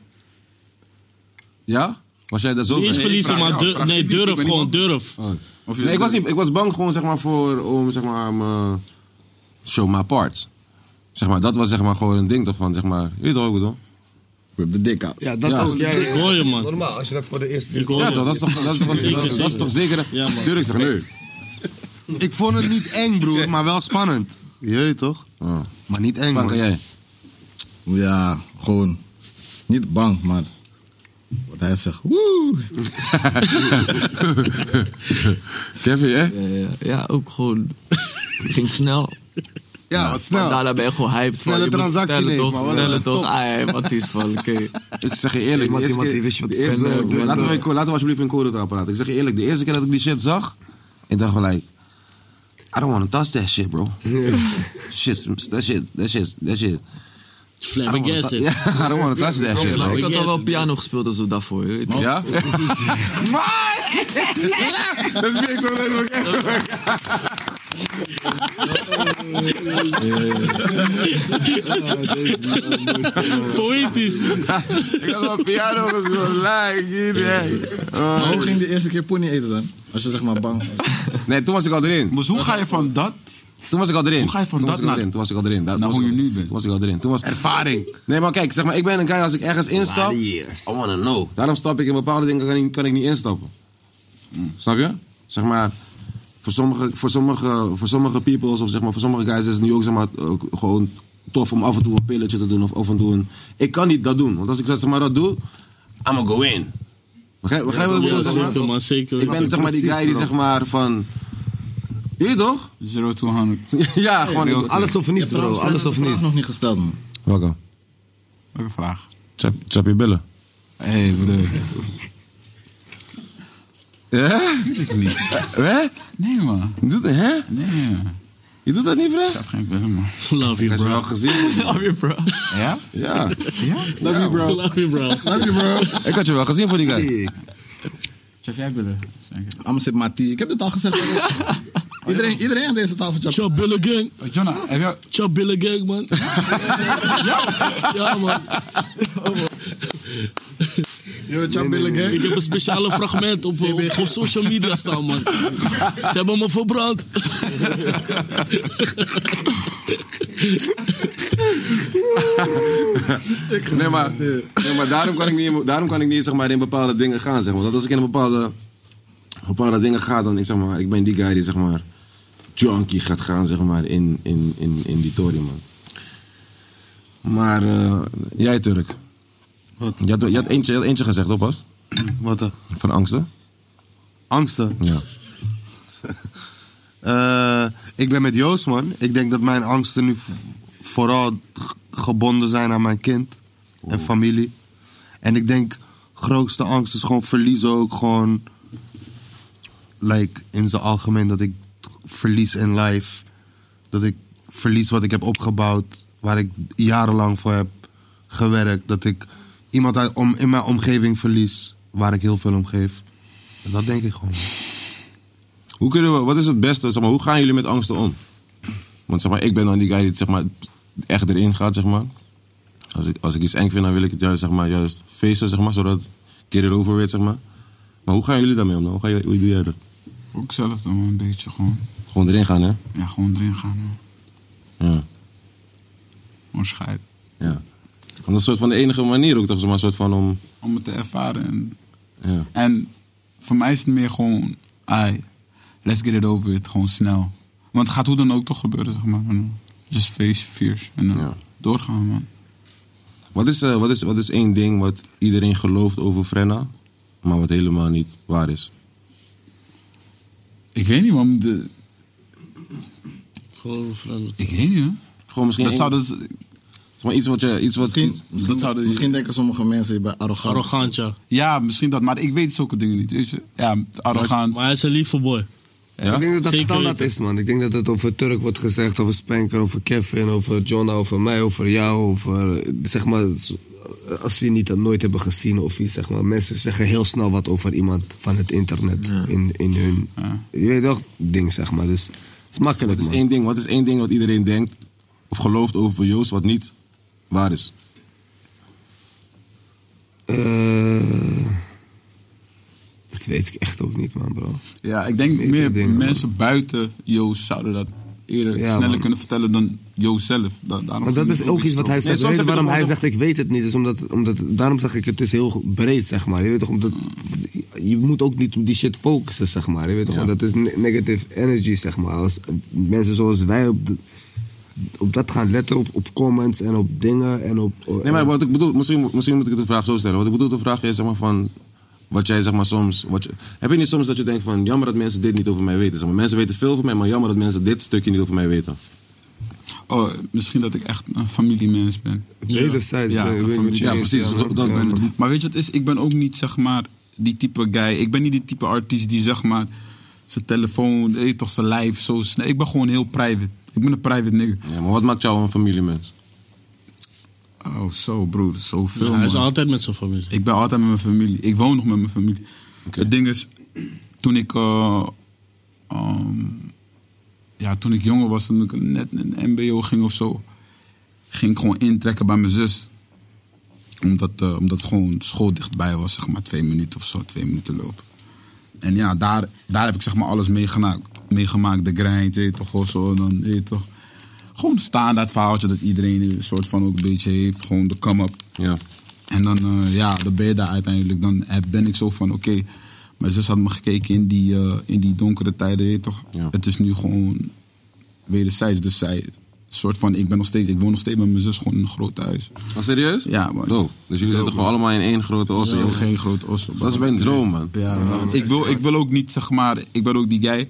Ja? Was jij daar zo
Niet
bij?
eens verliezen,
vraag
maar
jou,
dur-
vraag
nee,
ik niet, ik
durf,
ben niet
gewoon
bang.
durf.
Oh.
Of je-
Nee, ik was, niet, ik was bang gewoon zeg maar voor om zeg maar mijn show my parts. Zeg maar, dat was zeg maar gewoon een ding toch van zeg maar, je weet toch ook bedoel? Rip de dik
Ja, dat ook. Ja, ja, ja.
hoor je, man.
Normaal, als je dat voor de eerste
Ik
Oh,
hoor Ja, je. toch, dat is toch- dat is toch- dat is- dat is toch zeker-
Ja, man.
Tuurlijk zeg nee.
Ik vond het niet eng, broer, maar wel spannend. Je weet toch? Maar niet eng, man.
Ja, gewoon. Niet bang, maar. Wat hij zegt. Woe!
Kevin, hè?
Ja, ja, ja, ook gewoon. Het ging snel.
Ja,
maar snel. Daarna ben je gewoon hyped. van,
Snelle
je moet
transactie
vertellen
nemen,
toch?
maar wat
vertellen
een
toch?
top.
Ah, ja, wat is van, oké.
Ik zeg je eerlijk, de
Iemand-
eerste
iemand
keer-
die wist je wat
de
te eh,
eerste-
spenden,
Laten we-
dat-
laten we- laten we alsjeblieft een koren erop praten. Ik zeg je eerlijk, de eerste keer dat ik die shit zag, ik dacht gelijk, I don't want to touch that shit, bro. shit, that shit, that shit, that shit.
Flabbergasted.
Ja, I don't want to touch that shit, bro.
Ik had al wel piano gespeeld als we daarvoor. je weet toch?
Ja?
Dat is niks zo leuk.
Poëtisch.
Ik had wel piano
Maar hoe ging de eerste keer pony eten dan? Als je zeg maar bang
Nee, toen was ik al erin. Dus hoe ga je van dat... Toen was ik al erin. Hoe ga je van
dat naar-
Toen was ik al erin. Daar hoe je nu bent. Toen was ik al erin. Toen was... Ervaring. Nee, maar kijk, zeg maar, ik ben een guy als ik ergens instap... I wanna know. Daarom stap ik in bepaalde dingen, kan ik, kan ik niet instappen. Snap je? Zeg maar, voor sommige, voor sommige, voor sommige peoples of zeg maar, voor sommige guys is het nu ook zeg maar, ook gewoon tof om af en toe een pilletje te doen of af en toe een... Ik kan niet dat doen, want als ik zeg maar dat doe, I'ma go in. Begrijp, begrijp je wat ik
Ja,
bedoel? zeg maar?
zeker, man, zeker.
Ik ben zeg maar die guy die zeg maar van... Je toch?
Zero to 100.
Ja, gewoon...
Heel
alles
goed.
of niets, bro. Alles of niets.
nog niet gesteld, man.
Welke?
Welke vraag?
Chap, chap je billen.
Hé, hey, broer.
Ja?
Tuurlijk niet.
Hè?
Nee, man.
Doet, hè?
Nee.
Je doet dat niet, bro? Ik
heb geen billen, man.
Love you,
Heb je
bro.
wel gezien?
Love you, bro.
Ja?
Ja.
Ja?
Love you, bro.
Love you, bro.
Love you, bro. Ik had je wel gezien voor die guy.
Chef, jij billen?
Anders zit maar tien. Ik heb dit al gezegd. iedereen, iedereen aan deze tafel. Chop.
Chop Billy Gang.
Jonna, heb je...
Chop Billy Gang, man. ja, man.
Je bent Chop Billy Gang?
Ik heb een speciale fragment op, op, op social media staan, man. Ze hebben me verbrand.
nee, maar, nee, maar daarom kan ik niet, in- daarom kan ik niet zeg maar, in bepaalde dingen gaan. Zeg maar. Want als ik in een bepaalde, bepaalde dingen ga, dan ik, zeg maar, ik ben die guy die zeg maar, junkie gaat gaan zeg maar, in, in, in, in die tory, man. Maar eh, jij, Turk. Je had, je had eentje, je had eentje gezegd, hoor, Bas.
Wat dan?
Van angsten.
Angsten?
Ja.
Eh, ik ben met Joost, man. Ik denk dat mijn angsten nu v- vooral g- gebonden zijn aan mijn kind en familie. En ik denk, grootste angst is gewoon verliezen ook gewoon... Like, in zijn algemeen dat ik verlies in life. Dat ik verlies wat ik heb opgebouwd, waar ik jarenlang voor heb gewerkt. Dat ik iemand uit, om, in mijn omgeving verlies, waar ik heel veel om geef. En dat denk ik gewoon.
Hoe kunnen we, wat is het beste, zeg maar, hoe gaan jullie met angsten om? Want zeg maar, ik ben dan die guy die zeg maar, echt erin gaat, zeg maar. Als ik, als ik iets eng vind, dan wil ik het juist, zeg maar, juist feesten, zeg maar, zodat ik er over weet, zeg maar. Maar hoe gaan jullie daarmee om dan? Hoe, ga je, hoe doe jij dat?
Ook zelf dan een beetje gewoon.
Gewoon erin gaan, hè?
Ja, gewoon erin gaan, man.
Ja.
Gewoon schijt.
ja. Want dat is soort van de enige manier ook, toch? Zeg maar, soort van om...
Om het te ervaren. En,
Ja.
en voor mij is het meer gewoon... Ai, let's get it over it. Gewoon snel. Want het gaat hoe dan ook toch gebeuren, zeg maar. En Just face your fears. En dan doorgaan, man.
Wat is, eh, wat, is, wat is één ding wat iedereen gelooft over Frenna, maar wat helemaal niet waar is?
Ik weet niet, man. De,
Gewoon vreemd.
ik weet niet, hè.
Gewoon misschien...
Dat zou
één-
dus...
zeg maar, iets wat je... Iets wat, iets-
Dat zouden
Misschien denken sommige mensen, je bent arrogant.
Arrogant, ja.
Ja, misschien dat. Maar ik weet zulke dingen niet. weet je. Ja, arrogant.
Maar hij is een lieve boy.
Ik denk dat dat
Zeker
standaard
weten.
is, man. Ik denk dat het over Turk wordt gezegd, over Spanker, over Kevin, over John, over mij, over jou, over eh, zeg maar s- eh, als we niet dat nooit hebben gezien of iets, zeg maar. Mensen zeggen heel snel wat over iemand van het internet. In, in hun, je weet toch, ding, zeg maar. Dus het is makkelijk,
Wat is
man.
één ding, wat is één ding wat iedereen denkt of gelooft over Joost wat niet waar is?
Eh, dat weet ik echt ook niet, man, bro.
Ja, ik denk meer mensen buiten Joost zouden dat eerder
Ja,
sneller
man.
kunnen vertellen dan Joost zelf. Da- daarom
Maar dat
vind ik
is
het
ook iets wat hij
stil.
zegt. Weet je waarom hij zegt, ik weet het niet, is omdat, omdat, daarom zeg ik, het is heel breed, zeg maar. Je weet toch, omdat, je moet ook niet op die shit focussen, zeg maar. Je weet toch,
Ja.
want dat is ne- negative energy, zeg maar. Als eh, mensen zoals wij op, de- op dat gaan letten, op, op comments en op dingen en op... eh,
Nee, maar wat ik bedoel, misschien, misschien moet ik de vraag zo stellen. Wat ik bedoel, de vraag is zeg maar van. Wat jij zeg maar soms. Wat je, heb je niet soms dat je denkt van. Jammer dat mensen dit niet over mij weten? Zeg maar, mensen weten veel van mij, maar jammer dat mensen dit stukje niet over mij weten.
Oh, misschien dat ik echt een familiemens ben.
Ja. Wederzijds,
Ja,
nee, ik
een
weet
familie-
wat
ja
je
precies.
bedoelt, ja,
Zo- dat-
man. Ja, man.
Maar weet je wat het is? Ik ben ook niet, zeg maar, die type guy. Ik ben niet die type artiest die, zeg maar, zijn telefoon, eh, toch zijn lijf zo snel. Ik ben gewoon heel private. Ik ben een private nigger.
Ja, maar wat maakt jou een familiemens?
Oh, zo broer, zoveel.
Ja, hij is
man.
altijd met zijn familie.
Ik ben altijd met mijn familie. Ik woon nog met mijn familie. Het ding is, toen ik, eh, ehm, ja, toen ik jonger was, toen ik net in de MBO ging of zo, ging ik gewoon intrekken bij mijn zus. Omdat, eh, omdat gewoon school dichtbij was, zeg maar twee minuten of zo, twee minuten lopen. En ja, daar, daar heb ik zeg maar alles meegemaakt. Meegemaakt, de grind, weet je toch, of zo, dan, weet je toch. Gewoon standaard verhaaltje dat iedereen een soort van ook een beetje heeft. Gewoon de come-up.
Ja.
En dan, eh, ja, dan ben je daar uiteindelijk. Dan heb- ben ik zo van, oké, mijn zus had me gekeken in die, eh, in die donkere tijden, weet je toch? Het is nu gewoon wederzijds. Dus zij, soort van, ik ben nog steeds, ik woon nog steeds met mijn zus gewoon in een groot huis.
Ah, serieus?
Ja, man.
Dope. Dus jullie zitten gewoon allemaal in één grote osso.
Ja,
joh.
geen grote osso.
Dat is mijn droom, man.
Ja, man. ik, wil, ik wil ook niet, zeg maar, ik ben ook die guy.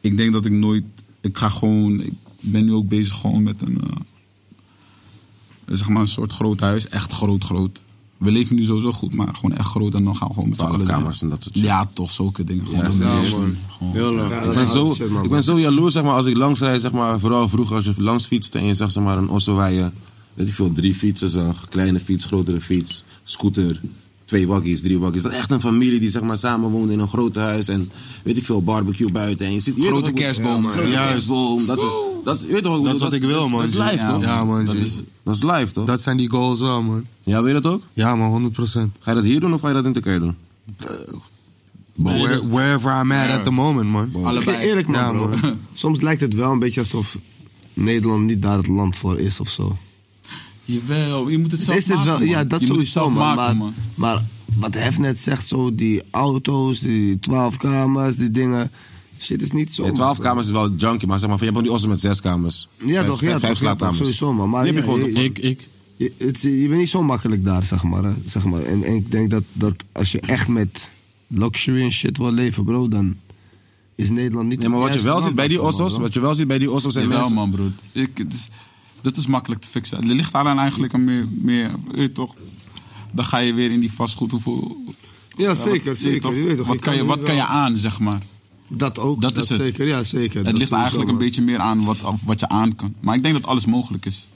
Ik denk dat ik nooit, ik ga gewoon, ik ben nu ook bezig gewoon met een, eh, zeg maar, een soort groot huis. Echt groot, groot. We leven nu sowieso goed, maar gewoon echt groot. En dan gaan we gewoon met z'n allen.
kamers en dat soort
Ja, toch, zulke dingen. Gewoon
Ja,
dat
ja,
is-
man.
gewoon-
ik, ben zo, ik ben zo jaloers zeg maar, als ik langs rijd, zeg maar, vooral vroeger als je langs fietste en je zag zeg maar, een osso waar je weet ik veel, drie fietsen zag. Kleine fiets, grotere fiets, scooter, twee waggies, drie waggies. Dat is echt een familie die zeg maar, samen woont in een groot huis en weet ik veel, barbecue buiten. En je ziet, je weet
Grote
toch ook-
kerstboom.
Ja, Grote
Juist.
kerstboom. Dat, soort- dat, is- je weet toch ook,
Dat is wat ik wil, man.
Dat is live,
Ja,
toch?
Ja, man.
Dat is, dat is live, toch?
Dat zijn die goals wel, man.
Ja, weet je dat ook?
Ja, man, 100%.
Ga je dat hier doen of ga je dat in Turkije doen?
Where- wherever I'm at at the moment, man.
Eerlijk, man,
Ja,
bro. Soms lijkt het wel een beetje alsof Nederland niet daar het land voor is of zo.
Jawel, je moet het zelf
is het
maken,
wel,
man.
Ja, dat
je moet het
sowieso,
zelf
man.
maken,
maar,
man.
maar wat Hef net zegt, zo die auto's, die 12 kamers, die dingen. Shit is niet zo.
Ja,
man.
12 kamers is wel junkie, maar zeg maar, van, je hebt ook die ossen met zes kamers.
Ja,
Vijf-
toch? Ja,
vijf
toch, ja, toch
slaapkamers.
sowieso, man. Maar
Die heb
ja,
je gewoon
je-
ervan.
Je, het- je bent niet zo makkelijk daar, zeg maar. Hè, zeg maar. En, en ik denk dat, dat als je echt met luxury en shit wil leven, bro, dan is Nederland niet...
Nee, maar wat je
juiste
wel
land
ziet bij die
daarvoor, man,
ossos,
bro.
wat je wel ziet bij die ossos zijn
Jawel,
mensen...
man, broer. Ik, het is, dat is makkelijk te fixen. Het ligt daaraan eigenlijk aan meer, meer eh, toch? Dan ga je weer in die vastgoed. Hoeveel,
Ja, zeker,
wat,
zeker.
toch,
Je weet toch,
wat
je
kan,
kan
je, wat
nu
kan je
wel-
aan, zeg maar?
Dat ook,
Dat,
dat
is het.
zeker, ja, zeker.
Het
Dat
ligt
sowieso,
eigenlijk een
man.
beetje meer aan wat, af- wat je aan kan. Maar ik denk dat alles mogelijk is.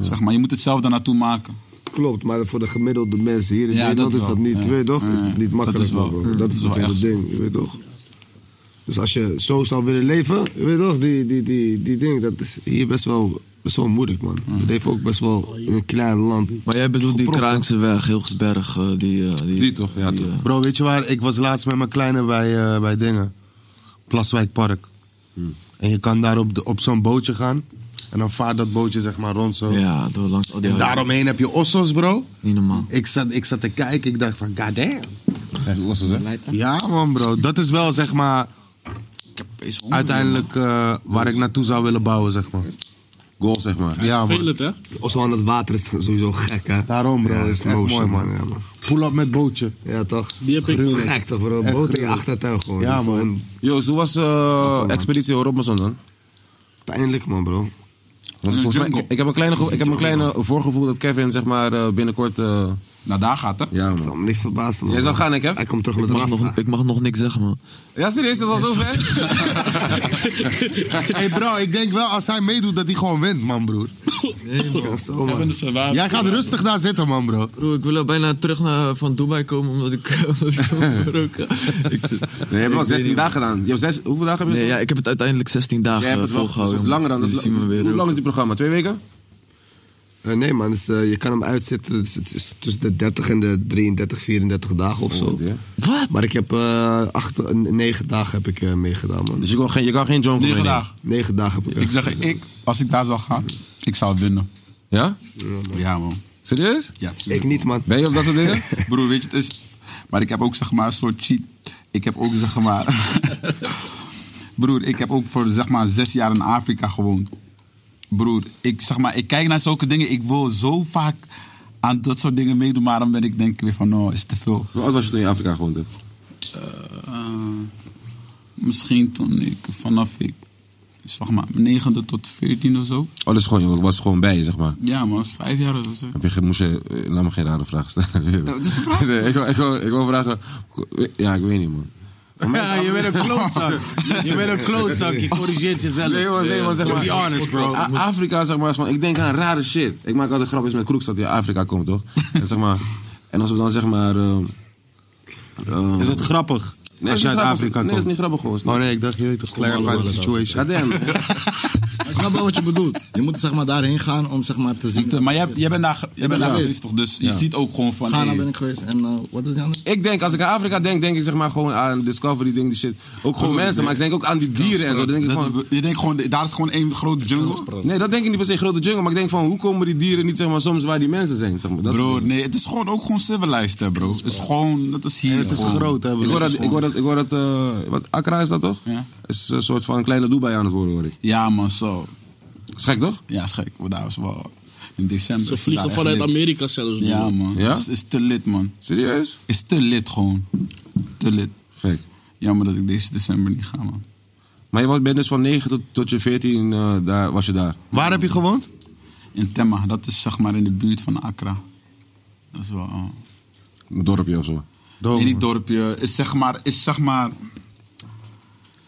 Zeg maar, je moet het zelf daar naartoe maken.
Klopt, maar voor de gemiddelde mensen hier in
Ja,
Nederland
dat
is dat
wel.
niet,
Ja.
weet je toch? Is
Ja,
dat niet
dat
makkelijk,
is wel-
bro.
Mm.
Dat
dat
is
is wel
het hele
echt.
ding, je weet toch? Dus als je zo zou willen leven, je weet toch, die, die, die, die ding, dat is hier best wel, best wel moeilijk, man. We leven ook best wel in een klein land.
Maar jij bedoelt die
Gepropt.
Kraakse weg, Hilgersberg, eh, die, eh, die...
Die toch, ja
die, eh,
Bro, weet je waar? Ik was laatst met mijn kleine bij, eh, bij dingen. Plaswijkpark.
Hmm.
En je kan daar op, de- op zo'n bootje gaan. En dan vaart dat bootje zeg maar rond zo.
eh, Ja, door langs al die
en
huizen.
daaromheen heb je ossos, bro.
Niet normaal.
Ik zat, ik zat te kijken, ik dacht van goddamn. Ja man bro, dat is wel zeg maar uiteindelijk eh, waar ik naartoe zou willen bouwen zeg maar.
Goal zeg maar.
Ja man.
het, hè?
Oslo aan het water is sowieso gek, hè?
Daarom bro,
Ja,
is echt mooi man.
Ja, man.
Pull-up met bootje.
ja toch?
Die heb ik
Gruwelijk.
nog.
Gek toch, bro?
Echt
Boot in je
gruwelijk.
achtertuin gewoon.
Ja,
Dat is
man.
gewoon
Joost, hoe was eh Expeditie Robinson dan?
Pijnlijk, man, bro.
Want volgens mij- ik, ik heb een kleine, ge- ik heb een kleine voorgevoel dat Kevin zeg maar eh, binnenkort... eh
Nou, daar gaat het.
ja,
Dat
man.
zal me niks verbazen, man.
Jij zou gaan, ik hè?
Hij komt terug
Ik
met
mag,
Rasta.
nog, ik mag nog niks zeggen, man.
Ja, serieus, is dat al zover?
Hey bro, ik denk wel als hij meedoet dat hij gewoon wint man broer. Nee, man.
Hij vindt het zwaar.
Jij gaat rustig daar zitten, man, bro.
Bro, ik wil er bijna terug naar, van Dubai komen omdat ik, omdat ik roken.
je hebt wel 16 dagen gedaan. Je hebt zes, hoeveel dagen heb je
Nee,
zo?
ja, ik heb het uiteindelijk 16 dagen
Jij hebt het wel-
volgehouden.
dus langer dan dat-
Jullie zien me weer
Hoe lang
roken.
is die programma? Twee weken?
Eh, nee, man, dus, eh, je kan hem uitzetten. Het is, het is tussen de 30 en de 33, 34 dagen
Oh,
of zo.
Wat?
Maar ik heb eh acht, negen dagen heb ik eh, meegedaan, man.
Dus je kan geen, je kan geen John
Negen
meenemen?
dagen. Negen dagen heb ik.
Ik zeg, ik, als ik daar zou gaan, ik zou winnen.
Ja?
Ja, man.
Serieus?
Ja.
Ik niet, man.
Ben je op dat soort dingen?
Broer, weet je, het is... Maar ik heb ook, zeg maar, een soort cheat. Ik heb ook, zeg maar... Broer, ik heb ook voor, zeg maar, zes jaar in Afrika gewoond. Broer, ik, zeg maar, ik kijk naar zulke dingen. Ik wil zo vaak aan dat soort dingen meedoen. Maar dan ben ik denk ik weer van, nou, is te veel.
Hoe oud was je toen je in Afrika gewoond hebt?
Eh, misschien toen ik vanaf ik, zeg maar, negende tot veertien of zo.
Oh, dat is gewoon, je was gewoon bij je, zeg maar.
Ja, man, dat is vijf jaar of zo.
Heb je, ge- moest je, eh, laat me geen rare vraag stellen.
dat is de vraag.
Nee, ik, wil, ik, wil, ik wil vragen. Ja, ik weet niet, man.
Ja, je bent een klootzak. Je bent een klootzak. Je corrigeert jezelf.
Nee, man, nee, man, zeg
To
maar.
be honest, bro.
A- Afrika, zeg maar, is van, ik denk aan rare shit. Ik maak altijd grapjes met Kroeks dat die uit Afrika komt, toch? en, zeg maar, en als we dan, zeg maar... ehm, ehm,
Is het grappig?
Nee,
als
is
je
niet
uit
grappig.
Afrika
Nee,
komt.
is niet grappig, gewoon.
Oh nee, ik dacht, je weet toch, clarify the situation.
Goddamn.
Ik snap wel wat je bedoelt. Je moet zeg maar daarheen gaan om zeg maar te zien.
maar jij, jij bent daar, ge- jij
ben
bent daar
daar
geweest, toch? Dus je
Ja.
ziet ook gewoon van...
Ghana
hey,
ben ik geweest en eh, wat is die andere?
Ik denk, als ik aan Afrika denk, denk ik zeg maar gewoon aan Discovery, ding, die shit. Ook gewoon
Broer,
mensen, maar ik denk ook aan die dieren en zo. Dan denk ik
Dat
gewoon,
is- je denkt gewoon, daar is gewoon één grote jungle.
nee, dat denk ik niet per se grote jungle, maar ik denk van, hoe komen die dieren niet zeg maar, soms waar die mensen zijn? Zeg maar. Dat
Bro, nee, het is gewoon ook gewoon civilized, hè, bro. Het is gewoon, dat is hier.
En het is
gewoon.
groot, hè, broer. Ik hoor
Het is
dat- ik hoor
gewoon-
dat, ik hoor dat eh, wat, Accra is dat toch?
Ja.
Is een soort van een kleine Dubai aan het worden, hoor ik.
Ja, man, zo.
Is gek, toch?
Ja, is gek. Want Daar was wel in december.
Ze
is
vliegen
daar
vanuit
echt lit.
Amerika zelfs. nu,
Ja, man.
Ja?
Het is, is te lid, man.
Serieus?
Is te lid, gewoon. Te lid.
Gek.
Jammer dat ik deze december niet ga, man.
Maar je was- bent dus van 9 tot, tot je 14 eh, daar, was je daar.
Waar heb je gewoond?
In Temma, dat is zeg maar in de buurt van Accra. Dat is wel... eh,
Een dorpje of zo.
in die dorpje is zeg maar, is zeg maar,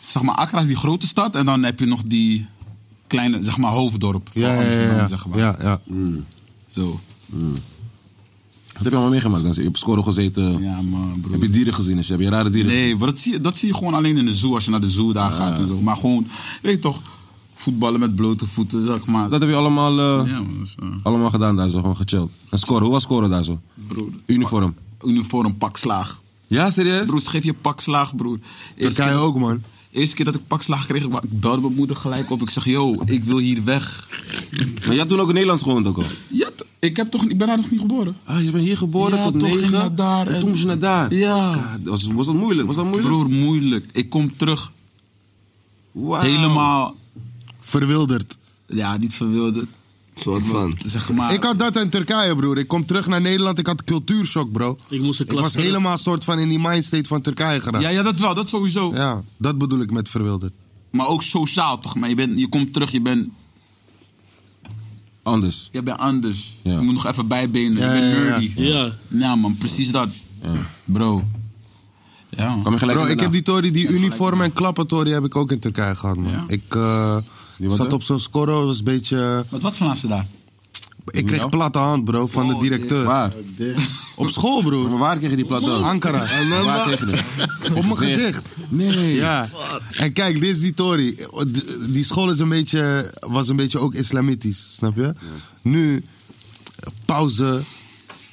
zeg maar, Accra is die grote stad en dan heb je nog die kleine, zeg maar, hoofddorp van
Ja, ja, ja,
Amsterdam,
ja.
zeg maar.
Ja, ja.
Zo.
Wat heb je allemaal meegemaakt? Dan heb je op score gezeten.
Ja, man, broer.
Heb je dieren gezien? en shit? Heb je rare dieren gezien?
Nee, maar dat zie, je, dat zie je gewoon alleen in de zoo als je naar de zoo daar gaat en zo. Maar gewoon, weet je toch, voetballen met blote voeten, zeg maar.
Dat heb je allemaal, eh,
Ja, man, dat is, eh,
allemaal gedaan daar zo, gewoon gechilled. En scoren, hoe was scoren daar zo?
broer.
Uniform.
Uniform, pak slaag.
Ja, serieus?
Broer, geef je pak slaag, broer. Eerste
Turkije
keer-
ook, man.
Eerste keer dat ik pak slaag kreeg, ik belde mijn moeder gelijk op. Ik zeg, yo, ik wil hier weg.
Maar jij had toen ook in Nederlands gewoond ook al?
Ja, t- ik, heb toch, ik ben daar nog niet geboren.
Ah, je bent hier geboren
Ja,
tot
toch ging
negen.
naar daar
en
en-
toen moest je naar daar.
Ja.
God, was, was dat moeilijk? Was dat moeilijk?
Broer, moeilijk. Ik kom terug.
Wauw.
Helemaal,
Verwilderd.
ja, niet verwilderd.
Soort van.
Zeg maar.
Ik had dat in Turkije, broer. Ik kom terug naar Nederland, ik had cultuurshock, bro.
Ik moest een
Ik was
klas terug.
helemaal soort van in die mindstate van Turkije geraakt.
ja, ja, dat wel, dat sowieso.
Ja, dat bedoel ik met verwilderd.
Maar ook sociaal toch, maar je, bent, je komt terug, je bent,
Anders.
je bent anders.
Ja.
Je moet nog even bijbenen,
Ja,
je bent
ja, ja.
nerdy.
Ja. Ja.
man, precies dat. Bro. Ja, man.
Kwam je gelijk
Bro, ik
daarna?
heb die Tory, die
gelijk
uniform en klappentory heb ik ook in Turkije gehad, man.
Ja.
Ik eh,
Die wat,
zat
hè?
op zo'n scorro, was een beetje...
Wat, wat van ze daar?
Ik kreeg
Nou?
platte hand, bro, van de
Oh,
directeur.
Waar?
Op school, broer.
Maar waar kreeg je die plateau?
Ankara.
Waar kreeg je die?
Op mijn gezicht.
Nee.
Ja. En kijk, dit is die Tory. D- Die school is een beetje, was een beetje ook islamitisch, snap je? Nu, pauze,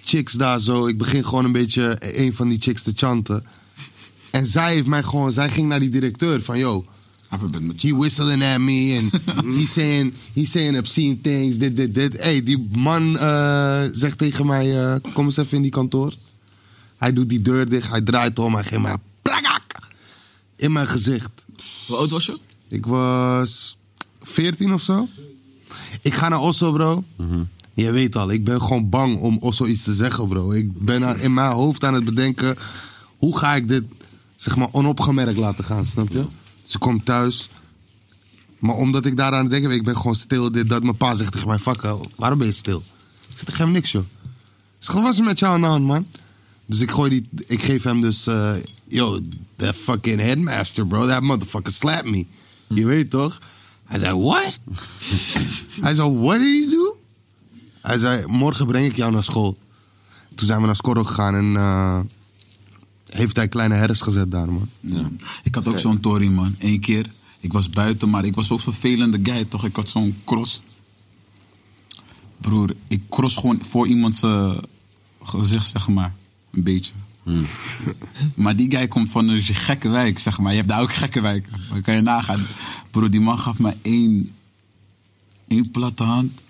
chicks daar zo. Ik begin gewoon een beetje een van die chicks te chanten. En zij heeft mij gewoon, zij ging naar die directeur van, yo, he whistling at me and he saying, he saying obscene things, dit, dit, dit. hey, die man eh, zegt tegen mij, eh, kom eens even in die kantoor. Hij doet die deur dicht, hij draait om, hij geeft mij een plakak in mijn gezicht.
Hoe oud was je?
Ik was 14 of zo. Ik ga naar Osso, bro. Je weet al, ik ben gewoon bang om Osso iets te zeggen, bro. Ik ben aan- in mijn hoofd aan het bedenken... hoe ga ik dit, zeg maar, onopgemerkt laten gaan, snap je? Ze komt thuis. Maar omdat ik daaraan denk, ik ben gewoon stil. Dit, dat mijn pa zegt tegen mij, fuck, hè, waarom ben je stil? Ik zeg, ik geef hem niks, joh. Ik zeg, wat was er met jou aan de hand, man? Dus ik gooi die... Ik geef hem dus... eh, yo, that fucking headmaster, bro. That motherfucker slapped me. Je weet toch? Hij zei, what? Hij zei, what did you do? Hij zei, morgen breng ik jou naar school. Toen zijn we naar Scorro gegaan en eh, heeft hij kleine herders gezet daar, man.
Mm. Ik had ook zo'n Tory, man. Eén keer. Ik was buiten, maar ik was ook vervelende guy, toch? Ik had zo'n cross. Broer, ik cross gewoon voor iemands eh, gezicht, zeg maar. Een beetje. maar die guy komt van een gekke wijk, zeg maar. Je hebt daar ook gekke wijken. Dan kan je nagaan. Broer, die man gaf me één, één platte hand.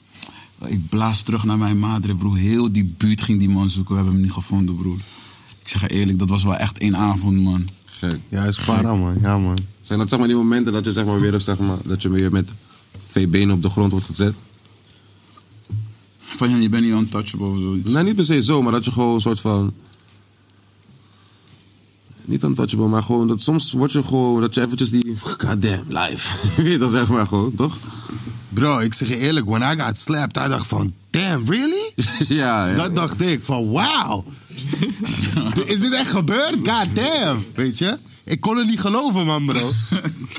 Ik blaas terug naar mijn madre, broer. Heel die buurt ging die man zoeken. We hebben hem niet gevonden, broer. Ik zeg je eerlijk, dat was wel echt één avond, man.
Gek.
Ja, is para, man. Ja, man.
Zijn dat zeg maar die momenten dat je zeg maar weer, op, zeg maar, dat je weer met twee benen op de grond wordt gezet?
Van je bent niet untouchable of zoiets?
Nee, Nou, niet per se zo, maar dat je gewoon een soort van... Niet untouchable, maar gewoon dat soms word je gewoon... Dat je eventjes die... Goddamn, live. Weet je, dat zeg maar gewoon, toch?
Bro, ik zeg je eerlijk, when I got slapped, I dacht van, damn, really?
ja, ja.
Dat dacht ik, van wauw. Is dit echt gebeurd? God damn, weet je? Ik kon het niet geloven, man, bro.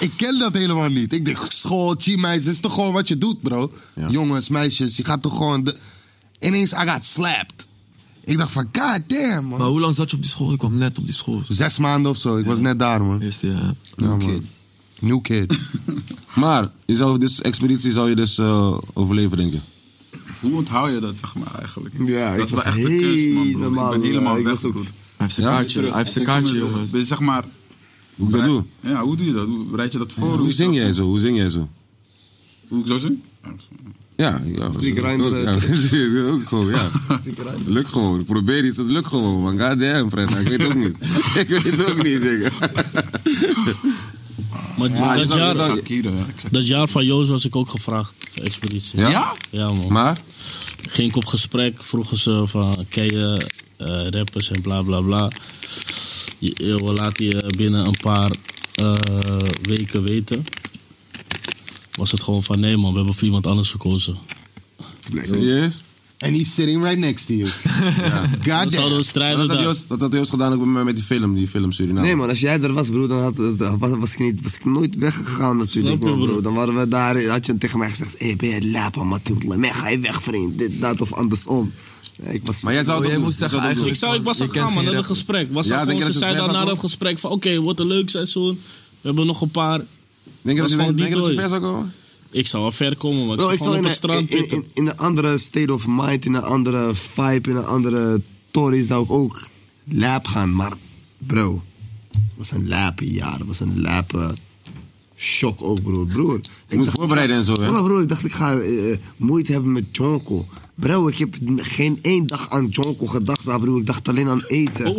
ik ken dat helemaal niet. Ik dacht, school, meisjes, is toch gewoon wat je doet, bro? Jongens, meisjes, je gaat toch gewoon... De... Ineens, I got slapped. Ik dacht van, god damn, man.
Maar hoe lang zat je op die school? Ik kwam net op die school.
Zes maanden of zo, ik was net daar, man.
Eerste jaar.
Ja, man. New kid.
maar, je zou dus, expeditie zou je dus eh, overleven, denk je?
Hoe onthoud je dat, zeg maar, eigenlijk?
Ja,
dat
ik
is wel
was
echt de kunst, man,
helemaal,
broer. Ik ben helemaal
eh, ik
weg,
was ook-
broer. Hij
heeft zijn kaartje, hij heeft zijn kaartje, jongens.
Dus zeg maar...
Hoe ik dat doe?
Ja, hoe doe je dat? Hoe bereid je dat voor?
Hoe zing jij zo? Hoe zing jij zo?
Hoe ik zo zing?
Ja, ja.
Sneak
dat-
grinder,
Ja,
eh,
dat zie ik ook gewoon, ja. Lukt gewoon. Ik probeer iets, het lukt gewoon. Man, god damn, Fred. Ik weet het ook niet. ik weet het ook niet, denk ik.
Maar
Ja, je
dat,
zou- je
jaar,
zou-
dat jaar van Joost was ik ook gevraagd voor expeditie.
Ja? Ja?
man.
Maar?
Ging ik op gesprek, vroegen ze van, ken je eh, rappers en bla bla bla. Je, eh, we laten je binnen een paar eh, weken weten. Was het gewoon van, nee man, we hebben voor iemand anders gekozen.
Serieus?
And he's sitting right next to you. God damn.
Dat zouden we
Dat
strijden
had
daar.
Joost- dat had Joost gedaan ook met mij met die film, die film Suriname.
Nee man, als jij er was broer, dan had, het- was, was, ik, niet, was ik nooit weggegaan natuurlijk
Snap je,
man, broer.
broer?
Dan waren we daar, had je tegen mij gezegd, hé hey, ben je lapa matutla, mij ga je weg vriend, dit, dat of andersom. Ja, ik was, Oh,
Maar jij zou het ook doen. Je zou het ook
Ik, zou, ik was al gaan, man, naar dat gesprek. Was
Ja,
al
denk
gewoon,
je
ze
dat je
zei
vers
dan na
had
dat gesprek van, oké, wat een leuk seizoen. We hebben nog een paar.
Denk
je dat je-
gewoon die
denk je dat je
dooi.
ver zou komen?
Ik zou wel ver komen, maar ik
Bro,
zou
ik zal
gewoon op
in,
het
een-
strand
in,
zitten.
in, in een andere state of mind, in een andere vibe, in een andere tory zou ik ook lap gaan. Maar bro, was een lapen jaar, was een lapen shock ook broer. broer ik
moet
dacht-
voorbereiden en zo, hè?
Ja, maar broer, ik dacht ik ga eh, eh, moeite hebben met Jonko. Bro, ik heb geen één dag aan Jonko gedacht, ah, broer. Ik dacht alleen aan eten.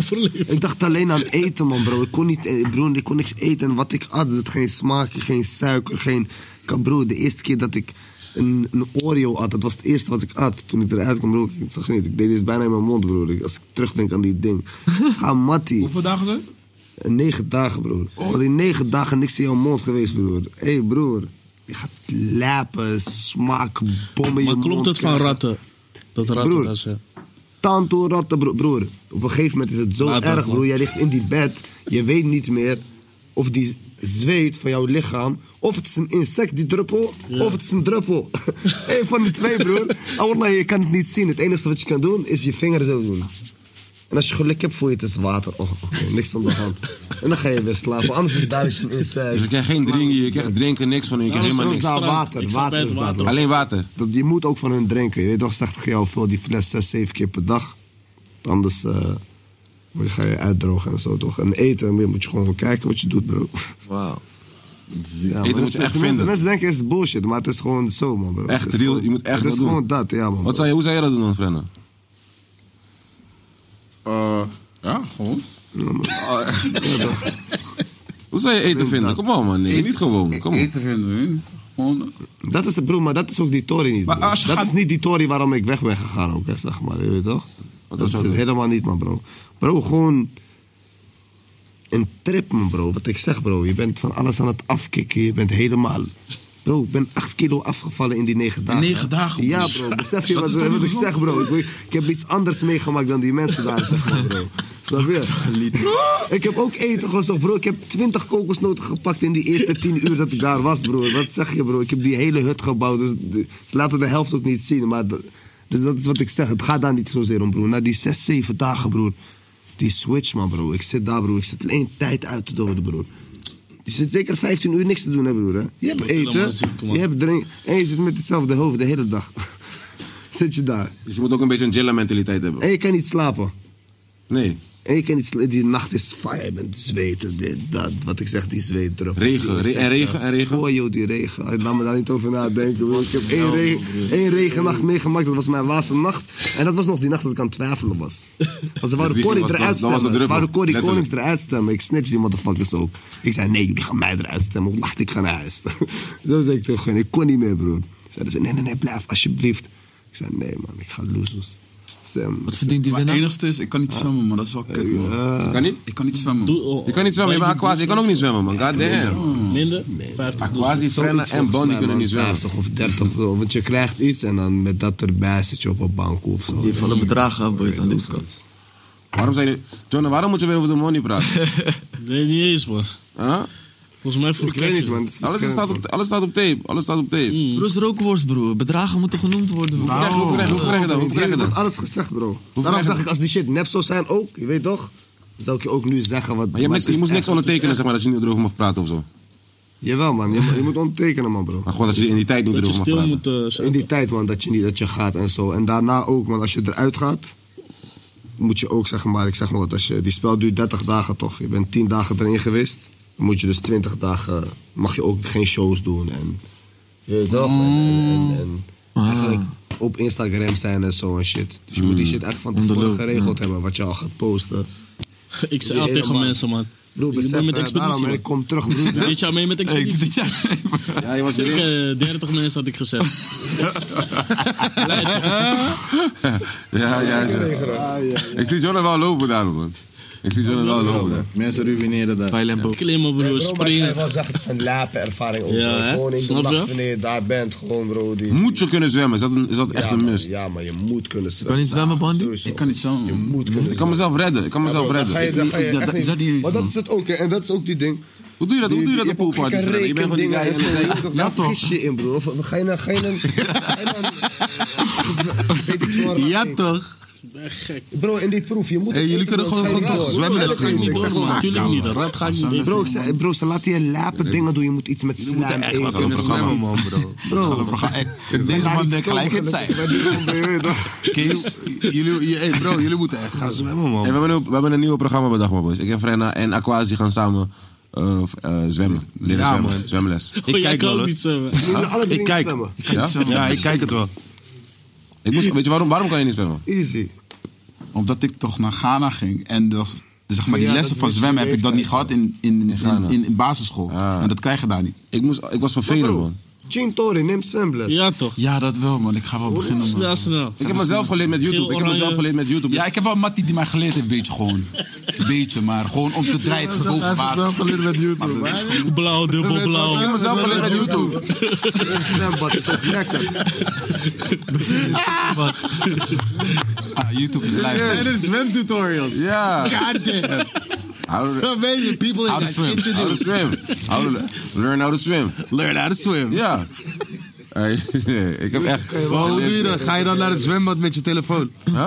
Ik dacht alleen aan eten, man, bro. Ik kon, niet, eh, broer, ik kon niks eten. En wat ik at, zat geen smaak, geen suiker, geen... Ik- Broer, de eerste keer dat ik een, een Oreo at, dat was het eerste wat ik at. Toen ik eruit kwam, broer, ik zag niet. Ik deed dit bijna in mijn mond, broer. Ik- Als ik terugdenk aan die ding. Ga mattie. Hoeveel
dagen zijn
Negen dagen, broer.
Oh.
Was in negen dagen niks in jouw mond geweest, broer. Hé, hey, broer. Je gaat lapen, smaak, bommen in
Maar
je mond
klopt het van
krijgen.
ratten? Dat ratten
Broer.
dat ze...
Tanto ratten, bro- broer. Op een gegeven moment is het zo
Laat dat,
erg,
man.
broer. Jij ligt in die bed. Je weet niet meer of die zweet van jouw lichaam... of het is een insect, die druppel, of het is een druppel. Eén van de twee, broer. Allah, je kan het niet zien. Het enige wat je kan doen, is je vinger zo doen. En als je geluk hebt, voel je het is water. Oh, oké, niks aan de hand. En dan ga je weer slapen. Anders is daar een insect.
Dus je krijgt geen drinken, je krijgt drinken, niks van je, je krijgt helemaal
Alles
niks.
is daar water, water is daar. broer.
Alleen water.
Dat, je moet ook van hun drinken. Je weet toch, zegt tegen jou veel die fles 6, 7 keer per dag. Anders eh, word je- ga je uitdrogen en zo toch. En eten dan moet je gewoon kijken wat je doet, bro.
Wauw.
Ja, maar
Eten moet je
dat is-
echt
mensen,
vinden.
mensen denken het is bullshit, maar het is gewoon zo, man. Bro. Het
Echt
is
real,
gewoon-
je moet echt
Het
dat
is
doen.
gewoon dat, ja, man.
Wat zou je, hoe zou jij dat doen dan, Frenna?
Eh, ja, gewoon.
Hoe zou je eten vinden? Kom op, man. Nee, niet gewoon. Kom op.
Eten vinden, gewoon. eh,
Dat is de broer, maar dat is ook die Tory niet.
Maar
broer.
als je
dat
gaat-
is niet die Tory waarom ik weg ben gegaan ook, hè, zeg maar. Je weet toch?
was
dat is
dat?
het helemaal niet, man, bro. Bro, gewoon een trip, man, bro. Wat ik zeg, bro. Je bent van alles aan het afkicken. Je bent helemaal... Bro, ik ben 8 kilo afgevallen in die negen dagen.
negen dagen,
Ja,
broer.
bro. Besef je
Dat
wat,
is toch
wat
niet
ik
gezond?
zeg, bro? Ik, weet- ik heb iets anders meegemaakt dan die mensen daar, zeg maar, bro. Snap je? Ik heb ook eten gezocht, bro. Ik heb 20 kokosnoten gepakt in die eerste 10 uur dat ik daar was, bro. Wat zeg je, bro? Ik heb die hele hut gebouwd. Dus de- ze laten de helft ook niet zien. Maar de- Dus dat is wat ik zeg. Het gaat daar niet zozeer om, broer. Na die zes, zeven dagen, broer. Die switch, man, broer. Ik zit daar, broer. Ik zit alleen tijd uit te doden, broer. Je zit zeker 15 uur niks te doen, hè, broer. Hè? Je hebt
helemaal
eten,
ziek, man.
je hebt drinken. En je zit met hetzelfde hoofd de hele dag. zit je daar.
Dus je moet ook een beetje een jilla mentaliteit hebben.
En je kan niet slapen.
Nee.
En je kan niet sla- Die nacht is fire. Je bent zweten, dit, dat. Wat ik zeg, die zweetdruppels.
Regen,
Die
re- en regen,
insecten.
en regen.
Oh joh, die regen. Laat me daar niet over nadenken. broer. Ik heb één, regen, één regennacht meegemaakt. Dat was mijn laatste nacht. En dat was nog die nacht dat ik aan het twijfelen was. Want ze wouden
die
Corrie
was- dat-
eruit
dat was de
stemmen. Ze
druppel,
wouden Corrie
letterlijk.
Konings eruit stemmen. Ik snitch die motherfuckers ook. Ik zei, nee, jullie gaan mij eruit stemmen. Hoe laat ik ga naar huis. Zo zei ik tegen hun. Ik kon niet meer, broer. Zeiden ze, nee, nee, nee, blijf alsjeblieft. Ik zei, nee man, ik ga losers stemmen. Eh, Wat verdient
Maar het enigste is, ik kan niet zwemmen, man. Dat is wel kut, man.
Kan niet?
Ik kan niet zwemmen.
Je kan niet zwemmen, je bent aquasi. Je kan ook niet zwemmen, man. God damn.
Minder? 50
Aquasi, Frenna en Bonnie kunnen niet zwemmen.
50 of 30 of zo. Want je krijgt iets en dan met dat erbij zit je op een bank of zo.
Die vallen bedragen af, boys, aan deze kant.
Waarom zijn je... John, waarom moet je weer over de money praten?
Weet niet eens, man.
Huh?
Volgens mij voor
Ik weet niet, man. Het is
Alles
verschillend,
staat, op, alles staat op tape. Alles staat op tape.
Broer, is rookworst, broer. Bedragen moeten genoemd worden.
Hoe krijg je- hoe krijg je- hoe krijg je dat? Hoe krijg je
Ik
dat?
heb alles gezegd, bro. Daarom zeg ik, als die shit nep zou zijn ook, je weet toch? Dan zou ik je ook nu zeggen wat...
Maar je, hebt niks,
het is
je moet niks
echt-
ondertekenen,
het is
zeg maar, dat je niet erover mag praten of zo.
echt- Jawel, man. Je, moet- je moet ondertekenen, man, bro.
Maar gewoon dat je in die tijd niet erover mag praten.
eh,
In die tijd, man, dat je niet dat je gaat en zo. En daarna ook, man, als je eruit gaat, moet je ook, zeg maar, ik zeg maar wat, als je, die spel duurt 30 dagen toch? Je bent 10 dagen erin geweest. Dan moet je dus 20 dagen, mag je ook geen shows doen en. Je weet toch? En, en, en, en
Mm.
eigenlijk op Instagram zijn en zo en shit. Dus je moet die shit echt van tevoren
Mm. Onderloop,
geregeld hebben, wat je al gaat posten.
Ik zei
Die
al tegen
helemaal-
mensen, man.
Broer,
Ik
besef,
ben met
hè, daarom,
expeditie,
en
man.
ik kom terug, broer.
Ik Dit jaar mee met expeditie.
Ja, je was
Zeker
erin.
30 mensen had ik gezegd. Leid,
Ja, ja, ja. Ik zie John wel lopen daar, man. Ik zie John wel lopen daar.
Mensen ruïneren dat.
Klimmen,
Eh,
broer,
Ik
springen.
wel zeggen, het is een lape ervaring. Ook,
Ja,
bro.
hè?
Gewoon in de
Snap je?
nacht wanneer je daar bent, gewoon bro. Die...
Moet je kunnen zwemmen? Is dat, een, is dat echt
ja,
een
man,
must?
Ja, maar je moet kunnen zwemmen.
kan niet zwemmen,
Bandy? Ik kan
niet zwemmen.
Je moet kunnen
Ik kan mezelf redden. Ik kan mezelf
Ja, bro, dan
redden.
ga je- dan ga je echt niet-
eens,
Maar dat
man.
is het ook, hè, en dat is ook die ding.
Hoe doe je dat? Hoe
Die-
doe je
die-
dat op
hebt ook
poolparties?
gekke
vrienden? Je bent van die
rekendingen
guy. en
en
dan
zo, je
zeg
weet
je-
toch, Daar vergis je in, bro. Of- of Ga je naar... Ga je naar, ga je naar- weet ik veel waar-
Ja, toch?
Eh,
Bro, in die proef, je moet...
Hey, jullie kunnen gewoon- gewoon toch zwemmen
Dat
les nemen, bro.
Natuurlijk niet, dat rap ga ik niet doen.
Bro, ik zei- bro, ze laten je lapen dingen doen. Je moet iets met
Jullie moeten
slijm
echt wat
eten.
over
of
gaan,
zoiets.
man, bro.
Bro.
Deze man
de
denkt gelijk het zijn. Kees,
Dus,
jullie, je- hey bro, jullie moeten echt gaan zwemmen,
Hey,
man.
we, hebben een, nieuw- we hebben een nieuw programma bedacht, man, boys. Ik en Frenna en Aquasi gaan samen eh, f- eh, zwemmen. Leren
Ja,
zwemmen.
man.
Zwemles.
Oh, jij kan
wel
ook
eens.
niet zwemmen.
Ik kijk.
Ja?
Ja, ik kijk het wel.
Ik moest, weet je waarom? Waarom kan je niet zwemmen?
Easy.
Omdat ik toch naar Ghana ging en dus, zeg maar, die
Ja,
lessen
dat
van
is
zwemmen
je
heb ik dat niet gehad in, in, in,
Ghana.
in, in basisschool.
Ah.
En dat krijg je daar niet.
Ik, moest, ik was vervelend, man.
Chintori, neem zwemles.
Ja, toch?
Ja, dat wel, man. Ik ga wel beginnen, man.
Snel, snel.
Ik heb mezelf geleerd met YouTube. Ik heb mezelf geleerd met YouTube.
Ja, ik heb wel Mattie die mij geleerd heeft, beetje gewoon. Een beetje, maar gewoon om te drijven.
Hij
boven
heeft
water.
zichzelf geleerd met YouTube.
Maar-
hè?
Blauw, dubbel blauw.
Ik heb mezelf geleerd met YouTube.
Een zwembad is ook lekker.
Ah, YouTube is
En
live.
er zwemtutorials.
Ja.
God damn.
How to,
So amazing. People
How
in that
to swim.
shit to
how to
do.
swim. How to le- learn how to swim.
Learn how to swim.
Ja. Hey, ik heb echt...
Maar hoe doe je dat? Ga je dan naar het zwembad met je telefoon?
Huh?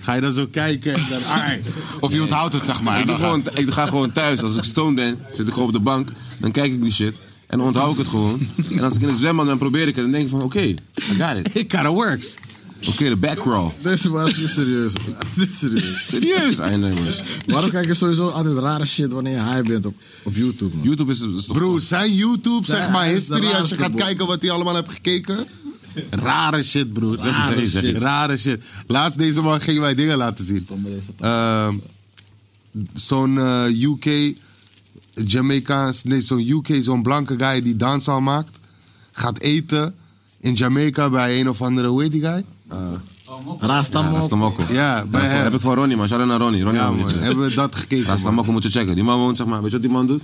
Ga je dan zo kijken en dan... alright.
Of je onthoudt het, zeg maar.
Ik, doe
Dan ga-
gewoon, ik ga gewoon thuis. Als ik stoned ben, zit ik gewoon op de bank. Dan kijk ik die shit. En dan onthoud ik het gewoon. En als ik in het zwembad ben, probeer ik het. Dan denk ik van, oké, I got it.
It kinda works.
Oké, de back roll.
Deze man is niet serieus. man. Hij is niet serieus.
Serieus? Ah, nee, jongens.
Waarom kijk je sowieso altijd rare shit wanneer je high bent op, op YouTube, man?
YouTube is, is toch
Bro, zijn YouTube, zeg
Zijn
maar,
is de
history, als je
raarste,
gaat
bro.
kijken wat hij allemaal hebt gekeken. Rare shit, bro.
iets, zeg
Rare
iets, zeg
shit.
iets.
Rare shit. Laatst deze man gingen wij dingen laten zien. Ehm, zo'n eh, UK, Jamaicaans, nee, zo'n UK, zo'n blanke guy die dancehall maakt. Gaat eten in Jamaica bij een of andere, hoe heet die guy?
Raasta,
Ja,
man.
Ah, dat is de mokko.
Ja,
Dat
bij
is-
hem.
heb ik van Ronnie, man. Shout out naar Ronnie. Ronnie
Ja,
had me
man.
gecheckt.
Hebben we dat gekeken?
Laatst
man.
dan mag moet je checken. Die man woont, zeg maar, weet je wat die man doet?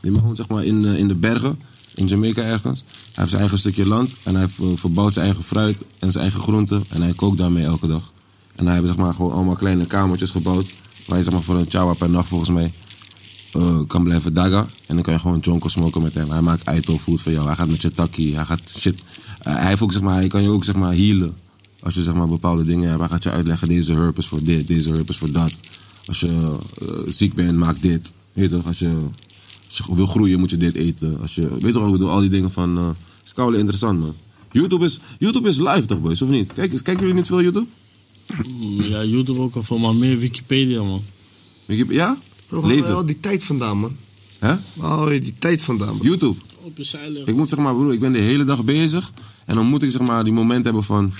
Die man woont, zeg maar, in, eh, in de bergen, in Jamaica ergens. Hij heeft zijn eigen stukje land en hij eh, verbouwt zijn eigen fruit en zijn eigen groenten. En hij kookt daarmee elke dag. En hij heeft, zeg maar, gewoon allemaal kleine kamertjes gebouwd. Waar je, zeg maar, voor een chawa per nacht, volgens mij, eh, kan blijven daga. En dan kan je gewoon jonko smoken met hem. Hij maakt idol food voor jou. Hij gaat met je takkie. Hij gaat shit. eh, hij heeft ook, zeg maar, hij kan je ook, zeg maar, healen. Als je zeg maar bepaalde dingen hebt, hij gaat je uitleggen: deze herb is voor dit, deze herb is voor dat. Als je eh, ziek bent, maak dit. Weet je toch? Als je, als je wil groeien, moet je dit eten. Als je, weet je toch wat ik bedoel? Al die dingen van. eh is koude interessant, man. YouTube is, YouTube is live toch, boys, of niet? Kijk, eens, kijken jullie niet veel YouTube?
Mm, Ja, YouTube ook al voor, maar meer Wikipedia, man.
Ja?
Bro, waar
Lezen.
haal je al die tijd vandaan, man?
Hè?
Waar haal je die tijd vandaan, bro?
YouTube.
Op je zeilen.
Ik moet zeg maar, broer, ik ben de hele dag bezig. En dan moet ik zeg maar die moment hebben van.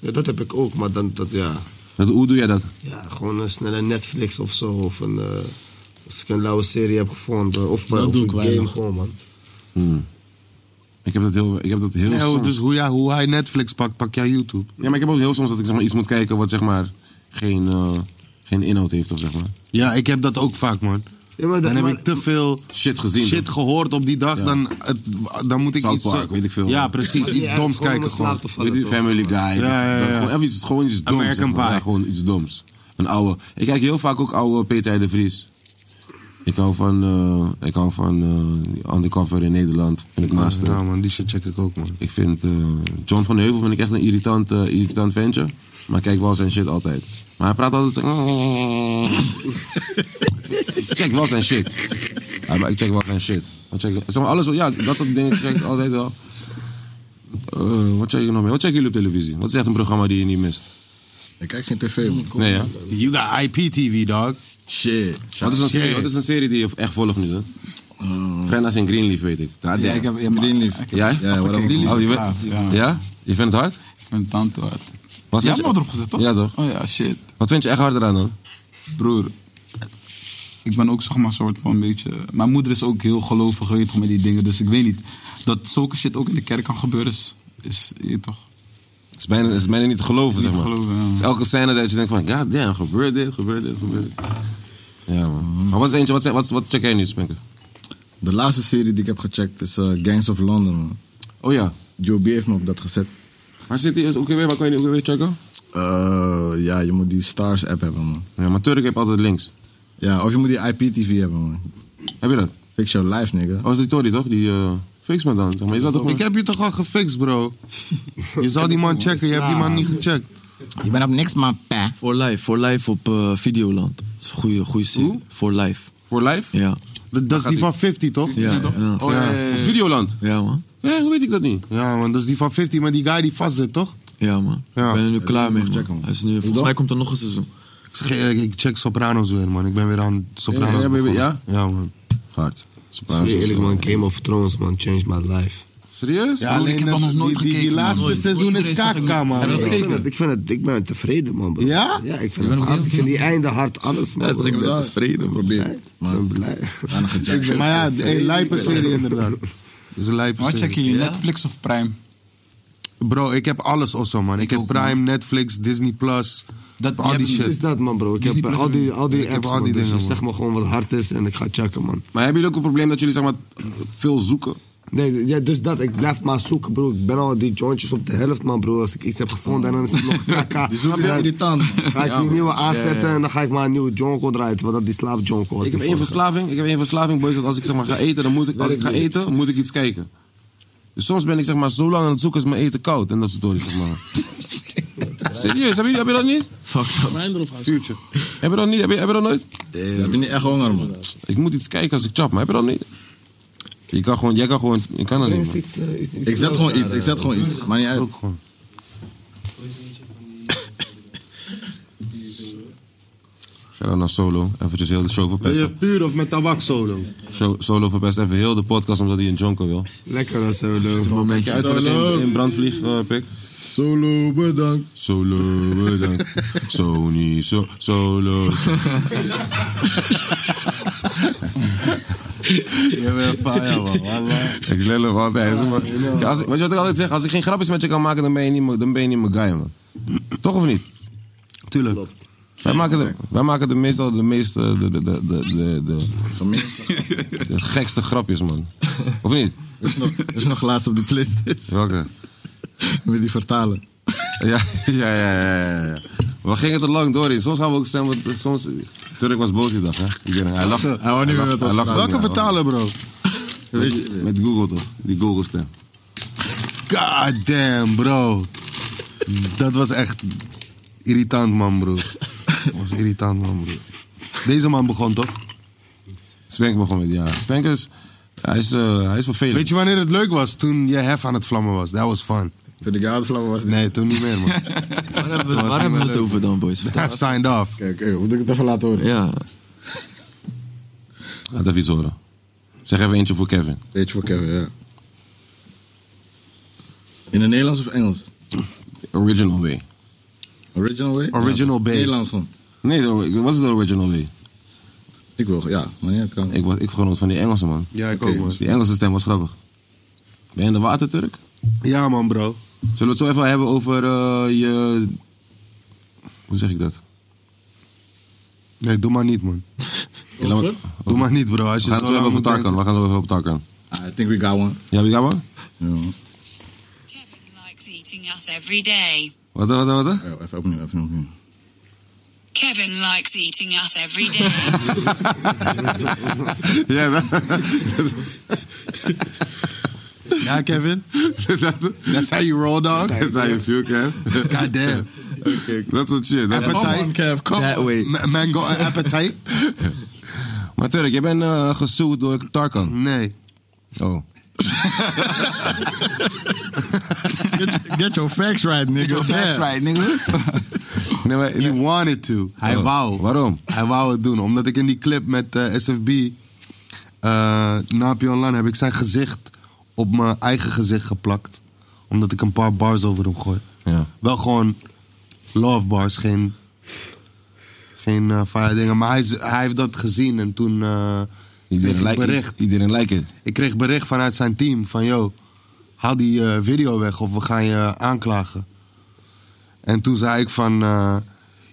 Ja, dat heb ik ook, maar dan, dat, ja.
Dat, hoe doe jij dat?
Ja, gewoon een snelle Netflix of zo. Of een, eh, als ik een lauwe serie heb gevonden. Of, eh,
Dat
of
doe
een
ik
game
weinig.
gewoon, man.
Hmm. Ik heb dat heel, ik heb dat heel
Nee,
soms.
oh, dus hoe, ja, hoe hij Netflix pakt, pak jij YouTube.
Ja, maar ik heb ook heel soms dat ik zeg maar, iets moet kijken wat zeg maar geen, eh, geen inhoud heeft of zeg maar.
Ja, ik heb dat ook vaak, man. dan heb ik te veel
shit gezien.
Shit gehoord op die dag,
Ja.
dan, het, dan moet ik
South
iets... eh,
Park, weet ik veel.
Ja, precies.
Maar
iets
ja,
doms
gewoon om
kijken
in slaap
gewoon.
te vallen, Weet je, toch? Family Guy,
Ja,
dat-
ja,
dat-
ja.
gewoon even iets- gewoon iets doms.
American
zeg maar.
Pie.
Ja, gewoon iets doms. Een oude. Ik kijk heel vaak ook oude Peter R. de Vries. Ik hou van, eh, ik hou van eh, Undercover in Nederland. Vind ik master.
Ja, man, die shit check ik ook, man.
Ik vind eh, John van Heuvel vind ik echt een irritant, eh, irritant ventje. Maar ik kijk wel zijn shit altijd. Maar hij praat altijd zo. ik check wel zijn shit. Ja, maar ik check wel zijn shit. Wat check, zeg maar alles, wel- ja, dat soort dingen check ik altijd wel. Eh, wat check je nog meer? Wat checken jullie op televisie? Wat is echt een programma die je niet mist?
Ik kijk geen tv, man.
Nee, ja.
You got IPTV, dog.
Shit.
Wat is, een serie, wat is een serie die je echt volgt nu? Hè?
Eh.
Frenna's en Greenleaf, weet ik. God
Ja,
damn.
ik heb ja, maar, Greenleaf. Ik heb,
Jij?
Ja, waarom Greenleaf?
Oh, je bent-
klaar, ja.
ja? Je vindt het hard?
Ik vind het tante hard.
Wat
Jij hebt me
vind je-
erop gezet, toch?
Ja, toch?
Oh ja, shit.
Wat vind je echt hard eraan dan?
Broer, ik ben ook zeg maar soort van een beetje... Mijn moeder is ook heel gelovig, weet je toch, met die dingen. Dus ik weet niet, dat zulke shit ook in de kerk kan gebeuren is, is je weet toch...
Het is bijna, het is bijna niet te geloven,
Niet
zeg
te
maar.
geloven, ja.
Het is elke scène dat je denkt van, god damn, gebeurt dit, gebeurt dit, gebeurt dit. Ja, man. Maar wat is eentje, wat, zijn- wat, wat check jij nu, Spinker?
De laatste serie die ik heb gecheckt is eh, Gangs of London, man.
Oh ja.
Joe B heeft me op dat gezet.
Waar zit die is ook weer? Waar kan je die ook weer checken?
Eh, ja, je moet die Stars app hebben, man.
Ja, maar Turk heeft altijd links.
Ja, of je moet die IPTV hebben, man.
Heb je dat?
Fix your life, nigga.
Oh, is die Tory toch? Die, eh, fix me dan, zeg maar. Je zat toch
Ik heb je toch al gefixt, bro? Je zou die man checken, je hebt die man niet gecheckt.
Je bent op niks, man, pa.
For Life, For Life op eh, Videoland. Dat is een goede, goede serie. For Life.
For Life?
Ja.
Dat, is die van 50, toch?
Ja, ja.
Oh, ja, ja, ja.
Videoland?
Ja, man.
Ja, hoe weet ik dat niet?
Ja, man, dat is die van 50, maar die guy die vast zit, toch?
Ja, man.
Ja.
Ik ben er nu klaar mee, man. Hij is nu, volgens
dan?
mij komt er nog een seizoen.
Ik zeg je eerlijk, ik check Sopranos weer, man. Ik ben weer aan Sopranos
Ja, ja, ben je-
begonnen.
ja?
Ja, man.
Hard.
Ik zweer eerlijk, man. Game of Thrones, man. Changed my life.
Serieus?
Ja, alleen dat- die- die- die laatste seizoen is kaka, man. Heb je
Ik
gekeken?
vind het-
Ik vind het, ik ben tevreden, man. bro.
Ja?
Ja, ik
Je
vind,
bent
het
ook
hard.
heel
ik vind die einde hard, alles, man.
Ja, ik ben
tevreden, probeer.
Ik ben blij.
Ik ben- Maar ja, een lijpe serie inderdaad. Dat is een lijpe
Wat
serie.
checken jullie, Netflix of Prime?
Bro, ik heb alles also, man. Ik, heb Prime, Netflix, Disney+. Plus.
Dat,
al die shit.
is dat, man, bro. Ik heb eh, al die, al die
ik
apps,
heb al die
man.
dingen,
Dus
man.
zeg maar gewoon wat hard is en ik ga checken, man.
Maar hebben jullie ook een probleem dat jullie, zeg maar, veel zoeken?
Nee, ja, dus dat. Ik blijf maar zoeken, bro. Ik ben al die jointjes op de helft, man, bro. Als ik iets heb gevonden en dan is het nog kaka.
Die zoek is
Dan
irritant, man.
Ga ik
Ja,
die
man.
nieuwe
Ja,
aanzetten
ja.
en dan ga ik maar een nieuwe jonko draaien. Want dat die slaapjonko was.
Ik
die
heb één
vorige.
verslaving. Ik heb één verslaving, boys. Dat als ik zeg maar ga eten, dan moet ik, als ik ga eten, moet ik iets kijken. Dus soms ben ik zeg maar zo lang aan het zoeken, is mijn eten koud. En dat soort dingen, zeg maar. Serieus, heb je, heb je dat niet?
Fuck dat.
Mijn erop
Vuurtje. Heb je dat niet? Heb je, heb je dat nooit?
Heb je niet echt honger, man?
Ik moet iets kijken als ik chap, maar heb je dat niet? Je kan gewoon, jij kan gewoon, ik kan dat niet. man.
eh,
Ik zet gewoon iets, ik zet gewoon iets. Maar niet uit.
Shout out naar Solo. Eventjes heel de show verpesten.
puur of met tabak solo?
Show- Solo verpest even heel de podcast omdat hij een jonker wil.
Lekker dat solo.
Kijk je uit voor
Solo.
in, in brandvlieg, eh, pik?
Solo, bedankt.
Solo, bedankt. Sony, so, solo.
Je bent fire, man. Wallah.
Ik lul hem altijd. Maar, ja, als, ik- weet je wat ik altijd zeg? Als ik geen grapjes met je kan maken, dan ben je niet, mijn- dan ben je niet mijn guy, man. Toch of niet?
Tuurlijk.
Wij maken, de, wij maken de meestal de meeste... De, de, de, de, de, de, de gekste grapjes, man. Of niet?
Er is nog, er is nog laatst op de playlist.
Welke?
Met die vertalen.
Ja, ja, ja, ja, ja, ja. We gingen er lang door in. Soms gaan we ook stemmen. Soms... Turk was boos die dag, hè? Ik weet het, Hij lacht.
Hij wou niet meer met ons praten.
ook
Welke
niet, hij lacht.
Vertalen, bro.
Met, met Google, toch? Die Google-stem.
God damn, bro.
Dat was echt irritant, man, broer. Dat was irritant, man, broer. Deze man begon toch?
Spank begon met, ja. Spank is, hij is, eh, hij is vervelend.
Weet je wanneer het leuk was? Toen je hef aan het vlammen was. Dat was fun.
Toen ik aan het vlammen was?
Nee, toen niet meer, man. waar
hebben we- waar hebben we het over dan, boys? Vertel.
Signed off.
Kijk, kijk, moet ik het even laten horen?
Ja.
Laat even iets horen. Zeg even eentje voor Kevin.
Eentje voor Kevin, ja. In het Nederlands of Engels?
Original way.
Original way?
Original
Bay. Nederlands van.
Nee, de- wat is de original way?
Ik wil, ja, maar ja, kan.
Ik, was, ik genoot van die Engelse man.
Ja, ik
Oké,
ook, man.
Die Engelse stem was grappig. Ben je in de water, Turk?
Ja, man, bro.
Zullen we het zo even hebben over eh, je. Hoe zeg ik dat?
Nee, doe maar niet, man.
Over?
Doe maar niet, bro. Als je
we gaan het
zo
zo even
lang
over
moet
Tarkan. We gaan het zo even over Tarkan.
Ah, I think we got one. Oh,
Ja, we got one?
Likes eating us every day.
Wat, wat, wat? wat?
even opnieuw, even opnieuw.
Kevin likes eating us every day.
Ja, ja, Kevin. That's how you roll, dog.
That's how you feel, Kev.
God damn.
Dat soort shit. dat-
Appetite. That way. Mango uh, appetite.
Maar Turk, jij bent eh gesuwd door Tarkan.
Nee.
Oh.
Get your facts right, nigga.
your facts right,
nigga.
Nee, maar, He wanted to. Hij
Oh,
wou.
Waarom?
Hij wou het doen. Omdat ik in die clip met eh, SFB, eh Napi Online, heb ik zijn gezicht op mijn eigen gezicht geplakt. Omdat ik een paar bars over hem gooi.
Ja.
Wel gewoon love bars, geen, geen eh fire dingen. Maar hij, is- hij heeft dat gezien en toen eh kreeg
Iedereen
ik
lijkt
bericht.
het. Iedereen lijkt het.
Ik kreeg bericht vanuit zijn team van... Yo, haal die eh, video weg of we gaan je aanklagen. En toen zei ik van... eh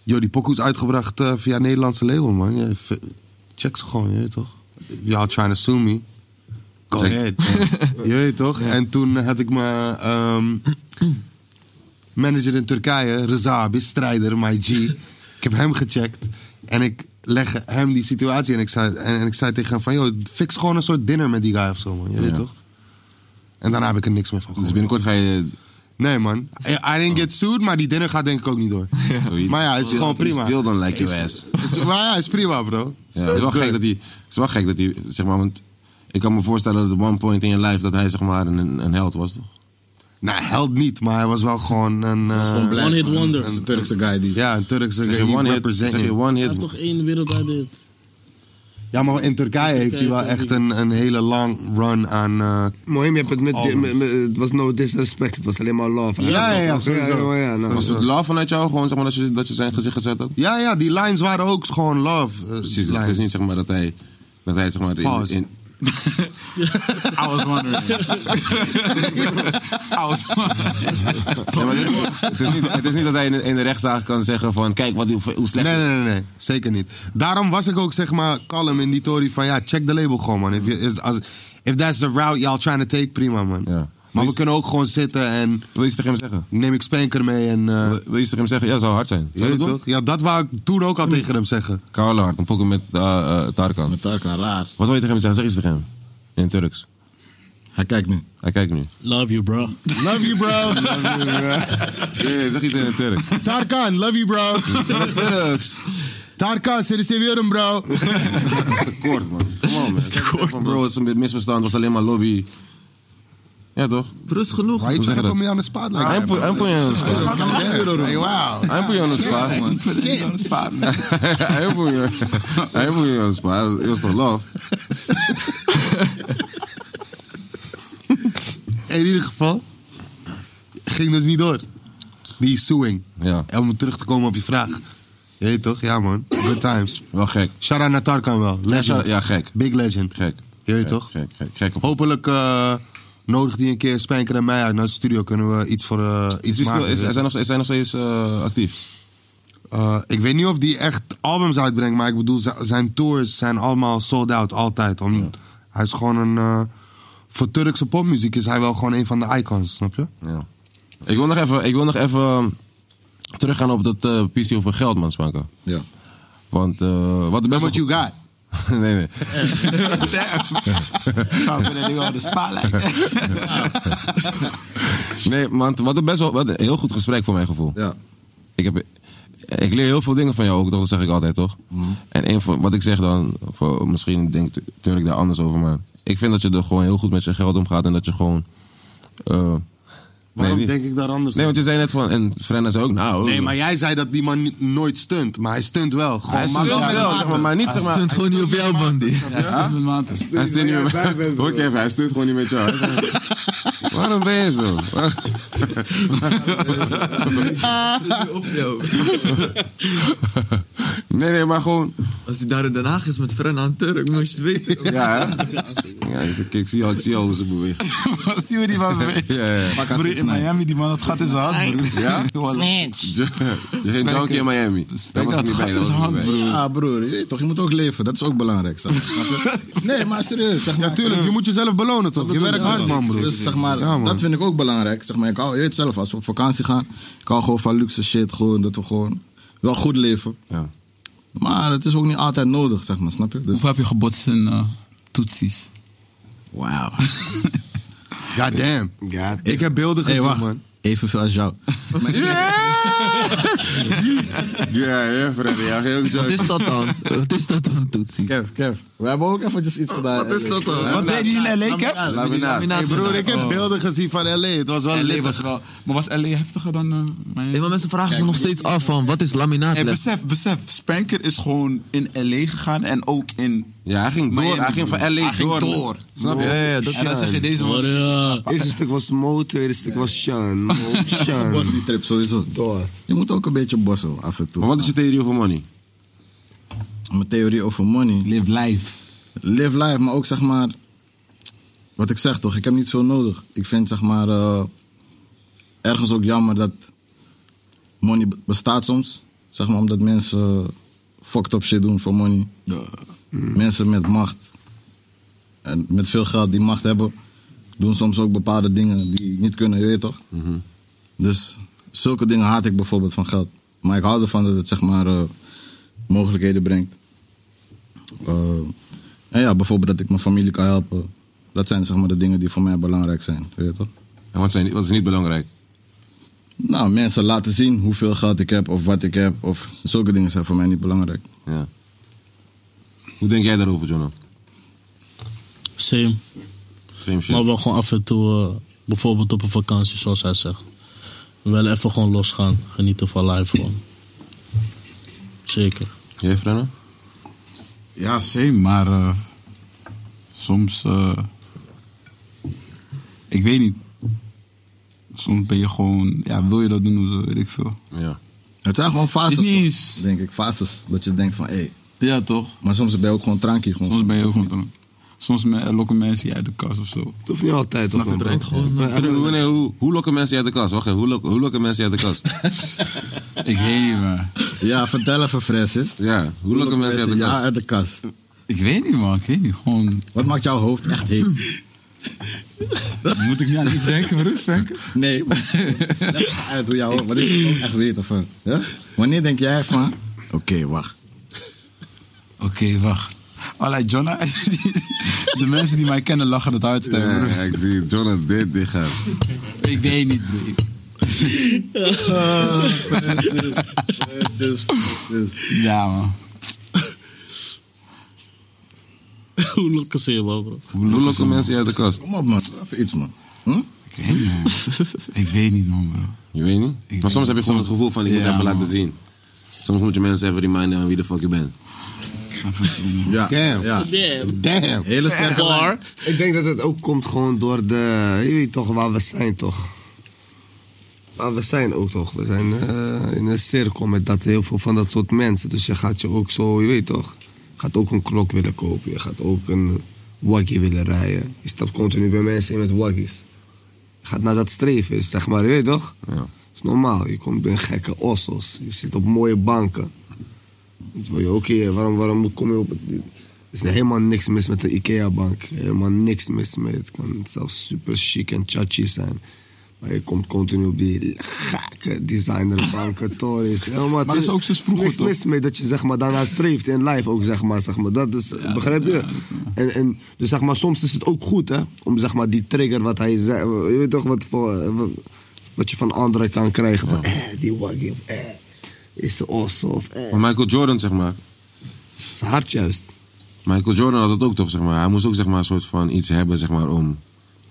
yo, die pokoe is uitgebracht eh, via Nederlandse label, man. Ja, v- check ze gewoon, je weet toch? Y'all trying to sue me. Go
Check.
ahead. je weet toch? En toen had ik mijn ehm, manager in Turkije, Rezabi, strijder, my G. Ik heb hem gecheckt. En ik leg hem die situatie en ik zei, en, en ik zei tegen hem van... Yo, fix gewoon een soort dinner met die guy of zo, man. Je weet
Ja.
toch? En daarna heb ik er niks meer van gehoord.
Dus binnenkort ga je.
Nee, man. I, I didn't get sued, maar die dinner gaat denk ik ook niet door.
Zoiets.
Maar ja, het is
Still-
gewoon prima.
Still don't like
Is-
your ass.
is- Maar ja, is prima, bro.
Ja, het is wel
good.
gek dat hij. Het is wel gek dat hij, zeg maar, want ik kan me voorstellen dat op one point in je life dat hij, zeg maar, een, een held was, toch?
Nou, held niet, maar hij was wel gewoon een... eh,
black, One hit man. wonder.
Een
Turkse guy die...
Ja, een
Zeg
Turkse guy.
je
die
one hit-
represent
zeg je
you.
one
Hij heeft toch één wereldwijd hit.
Ja, maar in Turkije heeft hij wel echt een, een hele lang run aan... eh,
Mooi, je hebt het met,
albums.
met- met- Het was no disrespect, het was alleen maar love.
Ja, ja, ja, sowieso.
ja, ja, nou.
was het love vanuit jou, gewoon, zeg maar, dat je, dat je zijn gezicht gezet had?
Ja, ja, die lines waren ook gewoon love. eh,
Precies, dus het is
lines.
niet, zeg maar, dat hij, dat hij zeg maar, in,
Pause.
in,
I was wondering. I was
Ja, maar het, het is niet, het is niet dat hij in, de- in de rechtszaak kan zeggen van, kijk, wat, hoe, hoe slecht
Nee, nee, nee, nee, zeker niet. Daarom was ik ook zeg maar kalm in die tory van ja, check de label gewoon man. If, you, is, als, if that's the route y'all trying to take, prima man. Maar we kunnen ook gewoon zitten en
Wil je iets tegen hem zeggen?
neem ik spanker mee en... eh,
Wil je iets tegen hem zeggen? Ja, het zou hard zijn.
je weet toch? Ja, dat wou ik toen ook al tegen hem zeggen.
Koude hard, een pokken met eh, eh, Tarkan.
Met Tarkan, raar.
Wat wil je tegen hem zeggen? Zeg iets tegen hem. In Turks.
Hij kijkt nu.
Hij kijkt nu.
Love you, bro.
Love you bro.
Nee, zeg iets in het Turks.
Tarkan, love you bro.
Turks.
Tarkan, seni seviyorum bro.
Tekort, man. Come on, man. Tekort, man. Bro, het is een misverstand. Het was alleen maar lobby. Ja, toch?
Rust genoeg.
Hoe zeg je dat?
kom je aan de spaat
Ah, hij put- hij put je aan de spot.
Hey, wow.
Hij put je aan de spot, man. Hij put je- hij put je aan de spot. It was toch love?
In ieder geval, ging dus niet door. Die suing.
Ja.
En om terug te komen op je vraag. Je weet toch? Ja, man. Good times.
Wel gek.
Shara naar Tarkan wel. Legend.
Ja, gek.
Big legend.
Gek.
Je weet
Gek,
toch?
Gek, gek, gek. Op.
Hopelijk eh nodig die een keer Spijker en mij uit naar de studio. Kunnen we iets voor eh,
Is
iets
hij
maken.
nog- is- is
weet je.
hij nog- is hij nog steeds eh, actief?
Eh, ik weet niet of die echt albums uitbrengt. Maar ik bedoel, zi- zijn tours zijn allemaal sold out. Altijd. Om, Hij is gewoon een... eh, voor Turkse popmuziek is hij wel gewoon een van de icons. Snap je?
Ja. Ik wil nog even, ik wil nog even eh, teruggaan op dat eh PC over geld, man, Spanka.
Ja.
Want eh, wat de beste...
What you got?
nee, nee.
Zou ik willen nu aan de spa lijken.
Nee, want wat een best wel wat een heel goed gesprek voor mijn gevoel.
Ja.
Ik, heb, ik leer heel veel dingen van jou ook, toch? dat zeg ik altijd, toch?
Mhm.
En een van, wat ik zeg dan, voor, misschien denkt Turk daar anders over, maar ik vind dat je er gewoon heel goed met je geld omgaat en dat je gewoon. eh,
Waarom
niet-
denk ik daar anders
Nee, want je zei net van, en Frenna zei ook, nou.
Nee, maar jij zei dat die man niet- nooit stunt. Maar hij stunt wel. Gewoon
Hij stunt
makkelijk.
wel, zeg maar, maar niet, Hij zeg maar- stunt
gewoon niet op jou, man.
Hij stuurt niet meer. Hoor ik even, hij stuurt gewoon niet met jou. Hij zegt, Waarom ben je zo? nee, nee, maar gewoon.
Als hij daar in Den Haag is met Frenna en Turk, moet je het weten.
Ja, hè? Ja, ik, ik zie al, ik zie al hoe ze bewegen.
Zie je die man beweegt?
Ja, ja.
Broer, in Miami, die man, dat gat in zijn hand, broer.
Ja?
Snitch.
Je je geen junkie in Miami. Dat was er niet bij. Dat was er niet bij.
Ja, broer, je, weet toch, je moet ook leven. Dat is ook belangrijk. Zeg. Snap je? nee, maar serieus. Zeg maar,
Natuurlijk, je moet jezelf belonen toch? Je werkt hard, man, broer.
Dus, zeg maar,
Ja, man.
dat vind ik ook belangrijk. Zeg maar, ik hou, je weet zelf, als we op vakantie gaan, ik hou gewoon van luxe shit. Gewoon, dat we gewoon wel goed leven.
Ja.
Maar het is ook niet altijd nodig, zeg maar, snap je? Dus,
Hoeveel heb je gebotst in eh, toetsies?
Wauw.
God damn. Ik heb beelden
Hey,
gezien,
wacht.
man.
Evenveel als jou.
Ja, ja, Freddy, ja, heel junkie.
Wat is dat dan? Wat is dat dan, Toetsie? Kev, Kev, we hebben ook eventjes iets gedaan.
Wat is dat dan? Wat
deden jullie in LA, Kev?
Hey, broer, ik heb
Oh.
beelden gezien van L.A. Het was wel
LA
leuk.
was wel, maar was LA heftiger dan eh Miami?
Nee, maar mensen vragen zich nog steeds af van, wat is laminaat?
Hey,
les?
besef, besef, Spanker is gewoon in LA gegaan en ook in.
Ja, hij ging door. Hij ging van LA
hij ging
door,
door.
man. Snap je? Ja, ja, dat-
en dan
ja.
zeg je deze man.
Maar ja,
Eerste stuk was Mo, tweede stuk was Sean. Mo, Sean.
Bos die trip sowieso.
Door.
Je moet ook een beetje bossen af en toe.
Maar wat is je theorie over money?
Mijn theorie over money.
Live life.
Live life, maar ook zeg maar. Wat ik zeg toch, ik heb niet veel nodig. Ik vind zeg maar. eh, ergens ook jammer dat. Money be- bestaat soms. Zeg maar omdat mensen. eh, fucked up shit doen voor money. Mensen met macht. En met veel geld die macht hebben. doen soms ook bepaalde dingen die niet kunnen, je weet toch? Dus zulke dingen haat ik bijvoorbeeld van geld. Maar ik hou ervan dat het zeg maar. eh, mogelijkheden brengt. Eh, en ja, bijvoorbeeld dat ik mijn familie kan helpen. Dat zijn zeg maar de dingen die voor mij belangrijk zijn. Weet je toch?
En wat, zijn, wat is niet belangrijk?
Nou, mensen laten zien hoeveel geld ik heb of wat ik heb. Of zulke dingen zijn voor mij niet belangrijk.
Ja. Hoe denk jij daarover, Jonah?
Same.
Same shit.
Maar wel gewoon af en toe, eh, bijvoorbeeld op een vakantie, zoals hij zegt. Wel even gewoon losgaan. Genieten van life gewoon. Zeker.
Jij, Frenna?
Ja, same, maar eh, soms. eh, ik weet niet. Soms ben je gewoon. Ja, wil je dat doen of zo, weet ik veel.
Ja.
Het zijn gewoon fases. Niet Denk ik, fases. Dat je denkt van hé.
Ja, toch?
Maar soms ben je ook gewoon trankie. Gewoon.
Soms ben je ook gewoon. dronken. Soms me- lokken mensen je uit de kast of zo. Het
hoeft niet altijd,
toch?
man?
verdrinkt
Hoe, nee, hoe, hoe lokken mensen je uit de kast? Wacht even, hoe, lokken, hoe lokken mensen je uit de kast?
ik weet niet, man.
Ja, vertel even, Francis.
Ja, hoe lokken mensen je uit de
Ja,
kast?
uit de kast.
Ik weet niet, man. Ik weet niet. Gewoon.
Wat maakt jouw hoofd echt heet?
Moet ik niet aan iets denken, rust denken?
Nee. maar- Leg uit hoe jouw hoofd. Wat ik wil ook echt weten van. Ja? Wanneer denk jij van. Oké, wacht.
Oké, wacht. Allee, Jonna. de mensen die mij kennen lachen het uit.
Ja,
broer.
ik zie Jonah dit, dit gaat.
Ik weet niet, broer.
Ah, Francis, Francis, Francis.
Ja, man.
Hoe lokken ze je, man, bro?
Hoe lokken mensen je uit de kast?
Kom op, man. Even iets, man. Hm?
Ik weet niet, man. ik weet niet, man, bro.
Je weet niet? maar soms heb je gewoon het gevoel van, ik moet
Ja,
even
man.
laten zien. Soms moet je mensen even reminden aan wie de fuck je bent.
Ja.
Damn.
Ja.
Damn.
Damn.
Hele sterke lijn.
Ik denk dat het ook komt gewoon door de... Je weet toch waar we zijn, toch? Maar we zijn ook toch, we zijn eh, in een cirkel met dat, heel veel van dat soort mensen. Dus je gaat je ook zo, je weet toch, je gaat ook een klok willen kopen. Je gaat ook een waggie willen rijden. Je stapt continu bij mensen in met waggies. Je gaat naar dat streven, is, zeg maar, je weet toch?
Ja. Dat
is normaal. Je komt bij gekke ossos. Je zit op mooie banken. Dan wil je, oké, waarom, waarom kom je op... het- Er is helemaal niks mis met de IKEA-bank. Helemaal niks mis mee. Het kan zelfs super chic en chachi zijn. Maar Maar je komt continu op die gekke designerbanken, torens. Maar
dat is ook sinds vroeger,
niks
toch?
mis mee dat je zeg maar, daarna streeft in live ook, zeg maar. Zeg maar. Dat is, begrijp je? en, en, dus zeg maar, soms is het ook goed hè, om zeg maar, die trigger wat hij zei. Je weet toch wat, voor, wat, wat je van anderen kan krijgen. Van, eh, die waggy of eh, is ze awesome. Of, eh.
Maar Michael Jordan, zeg maar.
Zijn hart juist.
Michael Jordan had dat ook toch, zeg maar. Hij moest ook zeg maar, een soort van iets hebben zeg maar, om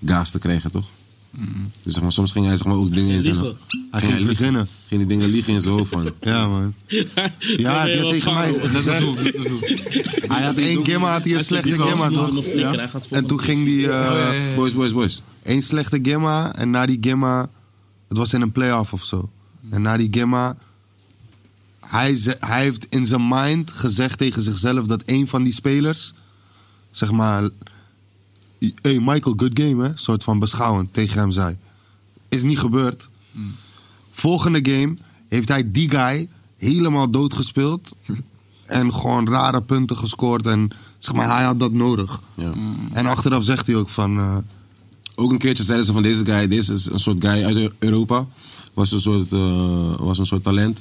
gas te krijgen, toch? Dus zeg maar, soms ging hij zeg maar, ook dingen in zijn
Liegen.
hoofd.
Hij ging verzinnen.
Ging die dingen liegen in zijn hoofd, man.
Ja, man. Ja, heb je tegen mij gezegd.
Eh,
Hij had één gimma, had hij een slechte gimma, toch? Ja. En toen ging die... eh,
Boys, boys, boys.
Eén slechte gimma en na die gimma... Het was in een playoff of zo. En na die gimma... Hij, ze- hij heeft in zijn mind gezegd tegen zichzelf dat één van die spelers... Zeg maar... Hey Michael, good game hè. Soort van beschouwend tegen hem zei. Is niet gebeurd. Volgende game heeft hij die guy helemaal doodgespeeld. en gewoon rare punten gescoord. En zeg maar, hij had dat nodig. Mm. En achteraf zegt hij ook van... eh,
Ook een keertje zeiden ze van deze guy, deze is een soort guy uit Eu- Europa. Was een soort, eh, was een soort talent.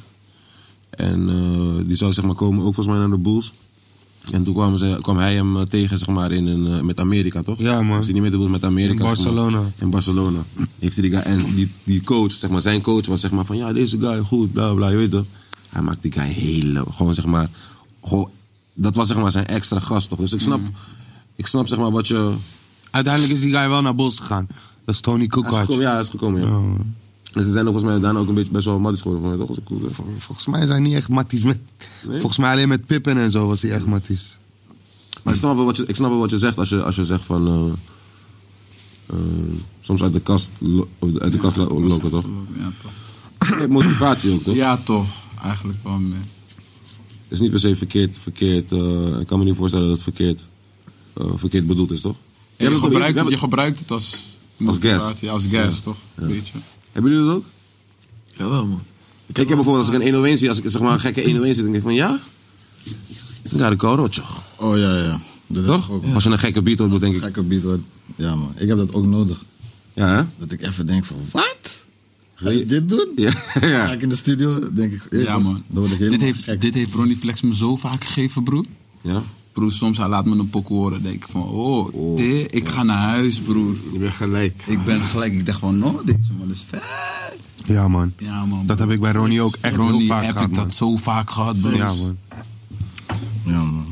En eh, die zou zeg maar komen ook volgens mij naar de Bulls. En toen kwam, ze, kwam hij hem eh, tegen zeg maar in een, eh, met Amerika toch? Ja man. Was hij niet met de Bulls, met Amerika.
In
zeg maar.
Barcelona.
In Barcelona. Heeft hij die guy, en die, die coach, zeg maar zijn coach was zeg maar van ja deze guy goed, bla bla, je weet toch. Hij maakt die guy hele, gewoon zeg maar, gewoon, dat was zeg maar zijn extra gast toch. Dus ik snap,
Mm.
ik snap zeg maar wat je...
Uiteindelijk is die guy wel naar Bulls gegaan. Dat is Tony Kukoc.
Hij is gekomen, ja, hij is gekomen, ja. En ze zijn ook volgens mij daarna ook een beetje best wel matties geworden. Volgens mij, toch? Als ik goed, eh,
weet. Volgens mij zijn hij niet echt matties. Met, Volgens mij alleen met Pippen en zo was hij echt matties.
Maar ik snap, wel wat je, ik snap wel wat je zegt als je, als je zegt van... eh, eh, soms uit de kast, lo- uit de kast lo- lopen, toch?
Ja, toch.
Je hebt motivatie ook, toch?
Ja, toch. Eigenlijk wel, man.
is niet per se verkeerd. verkeerd eh, ik kan me niet voorstellen dat het verkeerd, eh, verkeerd bedoeld is, toch?
Je,
Jij bent-
gebruikt,
jij
het, je
bent-
gebruikt het als
Als
motivatie,
gas.
Als gas,
Ja.
toch?
Ja.
Weet je.
Hebben jullie dat ook?
Jawel, man.
Ik, heb bijvoorbeeld als ik een 101 zie, als ik zeg maar een gekke 101 zit, dan denk ik van ja? Ja, de Karocho.
Oh ja, ja. Dat toch?
Als je een gekke beat hoort, moet denk ik.
Gekke beat hoort. Ja, man. Ik heb dat ook nodig.
Ja, hè?
Dat ik even denk van, wat? Ga ik dit doen? Ga ik in de studio, denk ik. eh,
Ja, man.
Dan word ik
Dit
helemaal...
heeft, dit heeft Ronnie Flex me zo vaak gegeven, broer.
Ja?
Broer, soms hij laat me een pok horen. Denk ik van, oh, dit, ik ga naar huis, broer.
Je bent gelijk.
Ik ben gelijk. Ik dacht van, no, deze man is vet.
Ja, man.
Ja, man.
Dat heb ik bij Ronnie ook echt
Ronnie
heel vaak
heb
gehad.
ik
man.
dat zo vaak gehad, broer.
Ja, man.
Ja, man.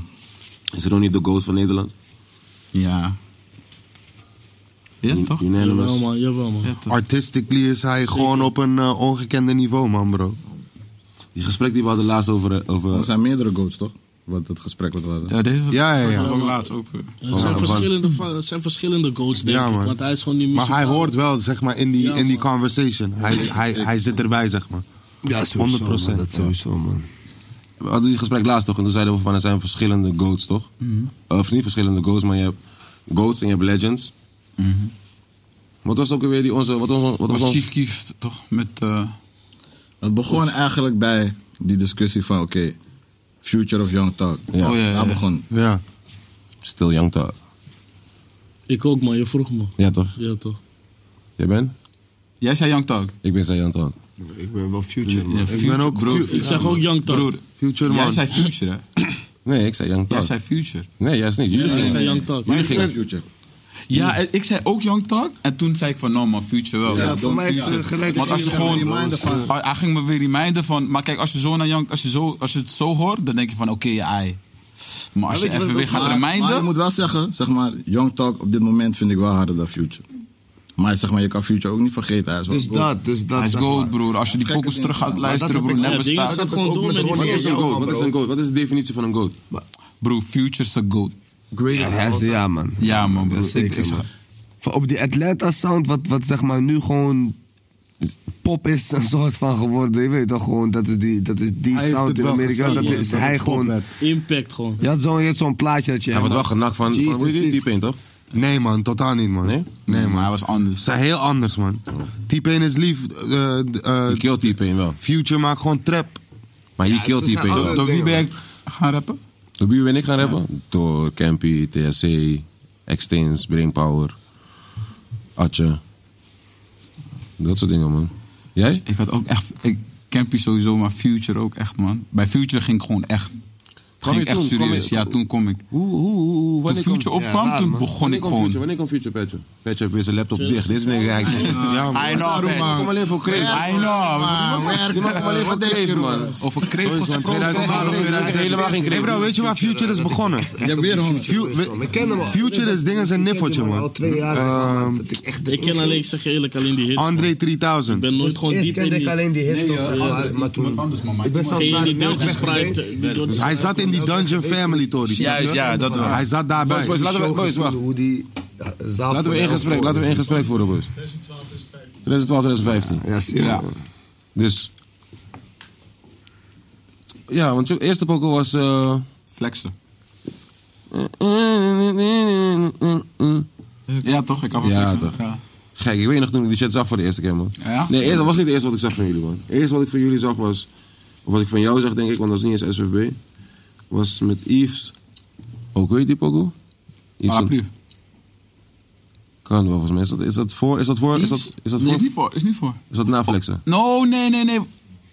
Is Ronnie de goat van Nederland?
Ja. Ja,
toch? Unanimous.
man, jawel, man.
Artistically is hij gewoon op een eh, ongekende niveau, man, bro.
Die gesprek die we hadden laatst over...
Er
over
zijn meerdere goats, toch? Wat het gesprek wat we hadden.
Ja, deze
Ja, ja, ja.
Ook laatst ook. weer.
Er zijn, verschillende, va- er zijn verschillende goals, denk
Ja,
ik.
man.
Want hij is gewoon niet
Maar hij hoort wel, zeg maar, in die, in die conversation. Hij, hij, hij zit erbij, zeg maar.
Ja,
sowieso, 100%. man,
Dat
dat
sowieso, man.
We hadden die gesprek laatst toch? En toen zeiden we van er zijn verschillende goats, toch? Eh, Of niet verschillende goats, maar je hebt goats en je hebt legends. Wat was ook weer die onze... Wat was, wat
Was
ons-
Chief Keef toch met... eh,
Het begon eigenlijk bij die discussie van, oké, Future of Young Talk.
Ja.
Oh, ja, ja,
Daar
ja.
begon.
Ja.
Stil Young Talk.
Ik ook, man. Je vroeg me.
Ja, toch?
Ja, toch.
Jij bent?
Jij zei Young Talk.
Ik ben zijn Young Talk.
Ik ben wel future, man.
Ja,
ben
Future,
ook
broer.
Fu- Ik zeg ook
Young Talk.
Broer,
Future,
jij
man.
zei Future, hè?
Nee, ik zei Young Talk.
Jij zei Future.
Nee, juist niet. Jullie
Ja, ik
gingen-
zei Young Talk.
Jullie
Maar ik
gingen-
zei Future.
Ja, en ik zei ook Young Talk. En toen zei ik van, nou man, Future wel.
Ja,
Ja,
voor mij is het
Future.
gelijk-
Want als je
Ja,
gewoon...
reminder van-
Hij hij ging me weer reminden van... Maar kijk, als je zo naar Young... Als je, zo, als je het zo hoort, dan denk je van, oké, ja, ai. Maar als je
Maar weet
even
wat
weer
het ook-
gaat
maar- Maar ik
reminden...
moet wel zeggen, zeg maar, Young Talk op dit moment vind ik wel harder dan Future. Maar zeg maar, je kan Future ook niet vergeten. Hij is wel
Dus
goed.
dat, dus dat.
Hij is
zeg maar.
gold, broer. Als je die pokus terug gaat luisteren, broer, never stop.
gewoon door met die
Wat is een goat? Wat is een
goat?
goat? Wat is de definitie van een goat?
Broer, Future is a goat.
Ja, hij is- ja, man.
Ja, man, broer. Ik-
Zeker,
ik zeg-
man. Van Op die Atlanta sound, wat, wat zeg maar nu gewoon pop is een soort van geworden. Je weet toch gewoon, dat is die, dat is die
Hij heeft
sound
het
in
wel
Amerika.
gesnapt,
Dat
man,
is
dat
hij
het pop
gewoon.
werd.
Impact gewoon.
Je had zo'n je had zo'n plaatje dat je.
Hij wordt wel
helemaal-
genakt van... van
Jesus
hoe heet die
iets.
type in, toch?
Nee, man, totaal niet, man.
Nee?
Nee, Oh.
Maar
man.
hij was anders.
Ze zijn heel anders, man. T-Pain is lief. eh, eh,
Die kill type in wel.
Future maakt gewoon trap.
Maar die
Ja,
kill
ze zijn
type in wel.
Door wie ben ik gaan rappen?
Door wie ben ik gaan rappen? Door Campy, THC, Extens, Brainpower, Atje. Dat soort dingen, man. Jij?
Ik had ook echt... Ik campy sowieso, maar Future ook echt, man. Bij Future ging ik gewoon echt...
Kwam
ging
je
ik echt
toen? Kwam
serieus.
je-
ja, toen kom ik.
Hoe, hoe, hoe,
toen
wanneer
Future
komt-
opkwam,
Ja,
toen
man.
begon
Wanneer
ik
komt
gewoon...
Future? Wanneer komt Future, Petje? Petje heeft weer zijn laptop dicht. Deze dingen ga ik
I know,
Daarom, man.
bitch.
Kom alleen voor Kreef.
I know.
Die man komt alleen voor Kreef, man.
Over Kreef gesproken.
Helemaal geen Kreef.
Nee bro, weet je waar Future is begonnen? Je hebt weer honderd. Future is dingen zijn niffeltje, man. Al twee jaar.
Eh,
Ik ken alleen, ik zeg je eerlijk, alleen die hits.
André 3000.
Ik ben nooit gewoon diep
Eerst
in
kende ik
die...
alleen die hits,
Nee,
toch?
ja,
maar, maar toen... ik ben zelfs
Geen
naar
die
België
Belgische
geweest.
Sprite, die door-
Dus hij zat in die Dungeon Family Tory. snap je?
Juist, ja, dat wel.
Hij zat daarbij.
Boys, boys, laten we-
Show
boys,
gezien
wacht.
Hoe die ja, zaal
Laten we in
voor
gesprek,
elkaar
laten we in
is.
gesprek voeren, boys. 2012, 2015.
Ja, zie je.
Ja. Dus. Ja, want je eerste poker was. eh
Flexen. Ja, toch? Ik had wel
Ja,
flexen.
toch.
Ja.
Gek, ik weet nog toen ik die shit zag voor de eerste keer, man.
Ja?
Nee, eerst, dat was niet het eerste wat ik zag van jullie, man. Het eerste wat ik van jullie zag was... Of wat ik van jou zag, denk ik, want dat was niet eens SFB. Was met Yves... Ook weet je die pokoe? Yves-
Paraplu.
Kan wel, volgens mij. Is dat, is dat voor... Is dat voor... Oh, Is dat, is dat voor...
Nee, is niet voor. Is niet voor.
Is dat na flexen?
No, nee, nee, nee.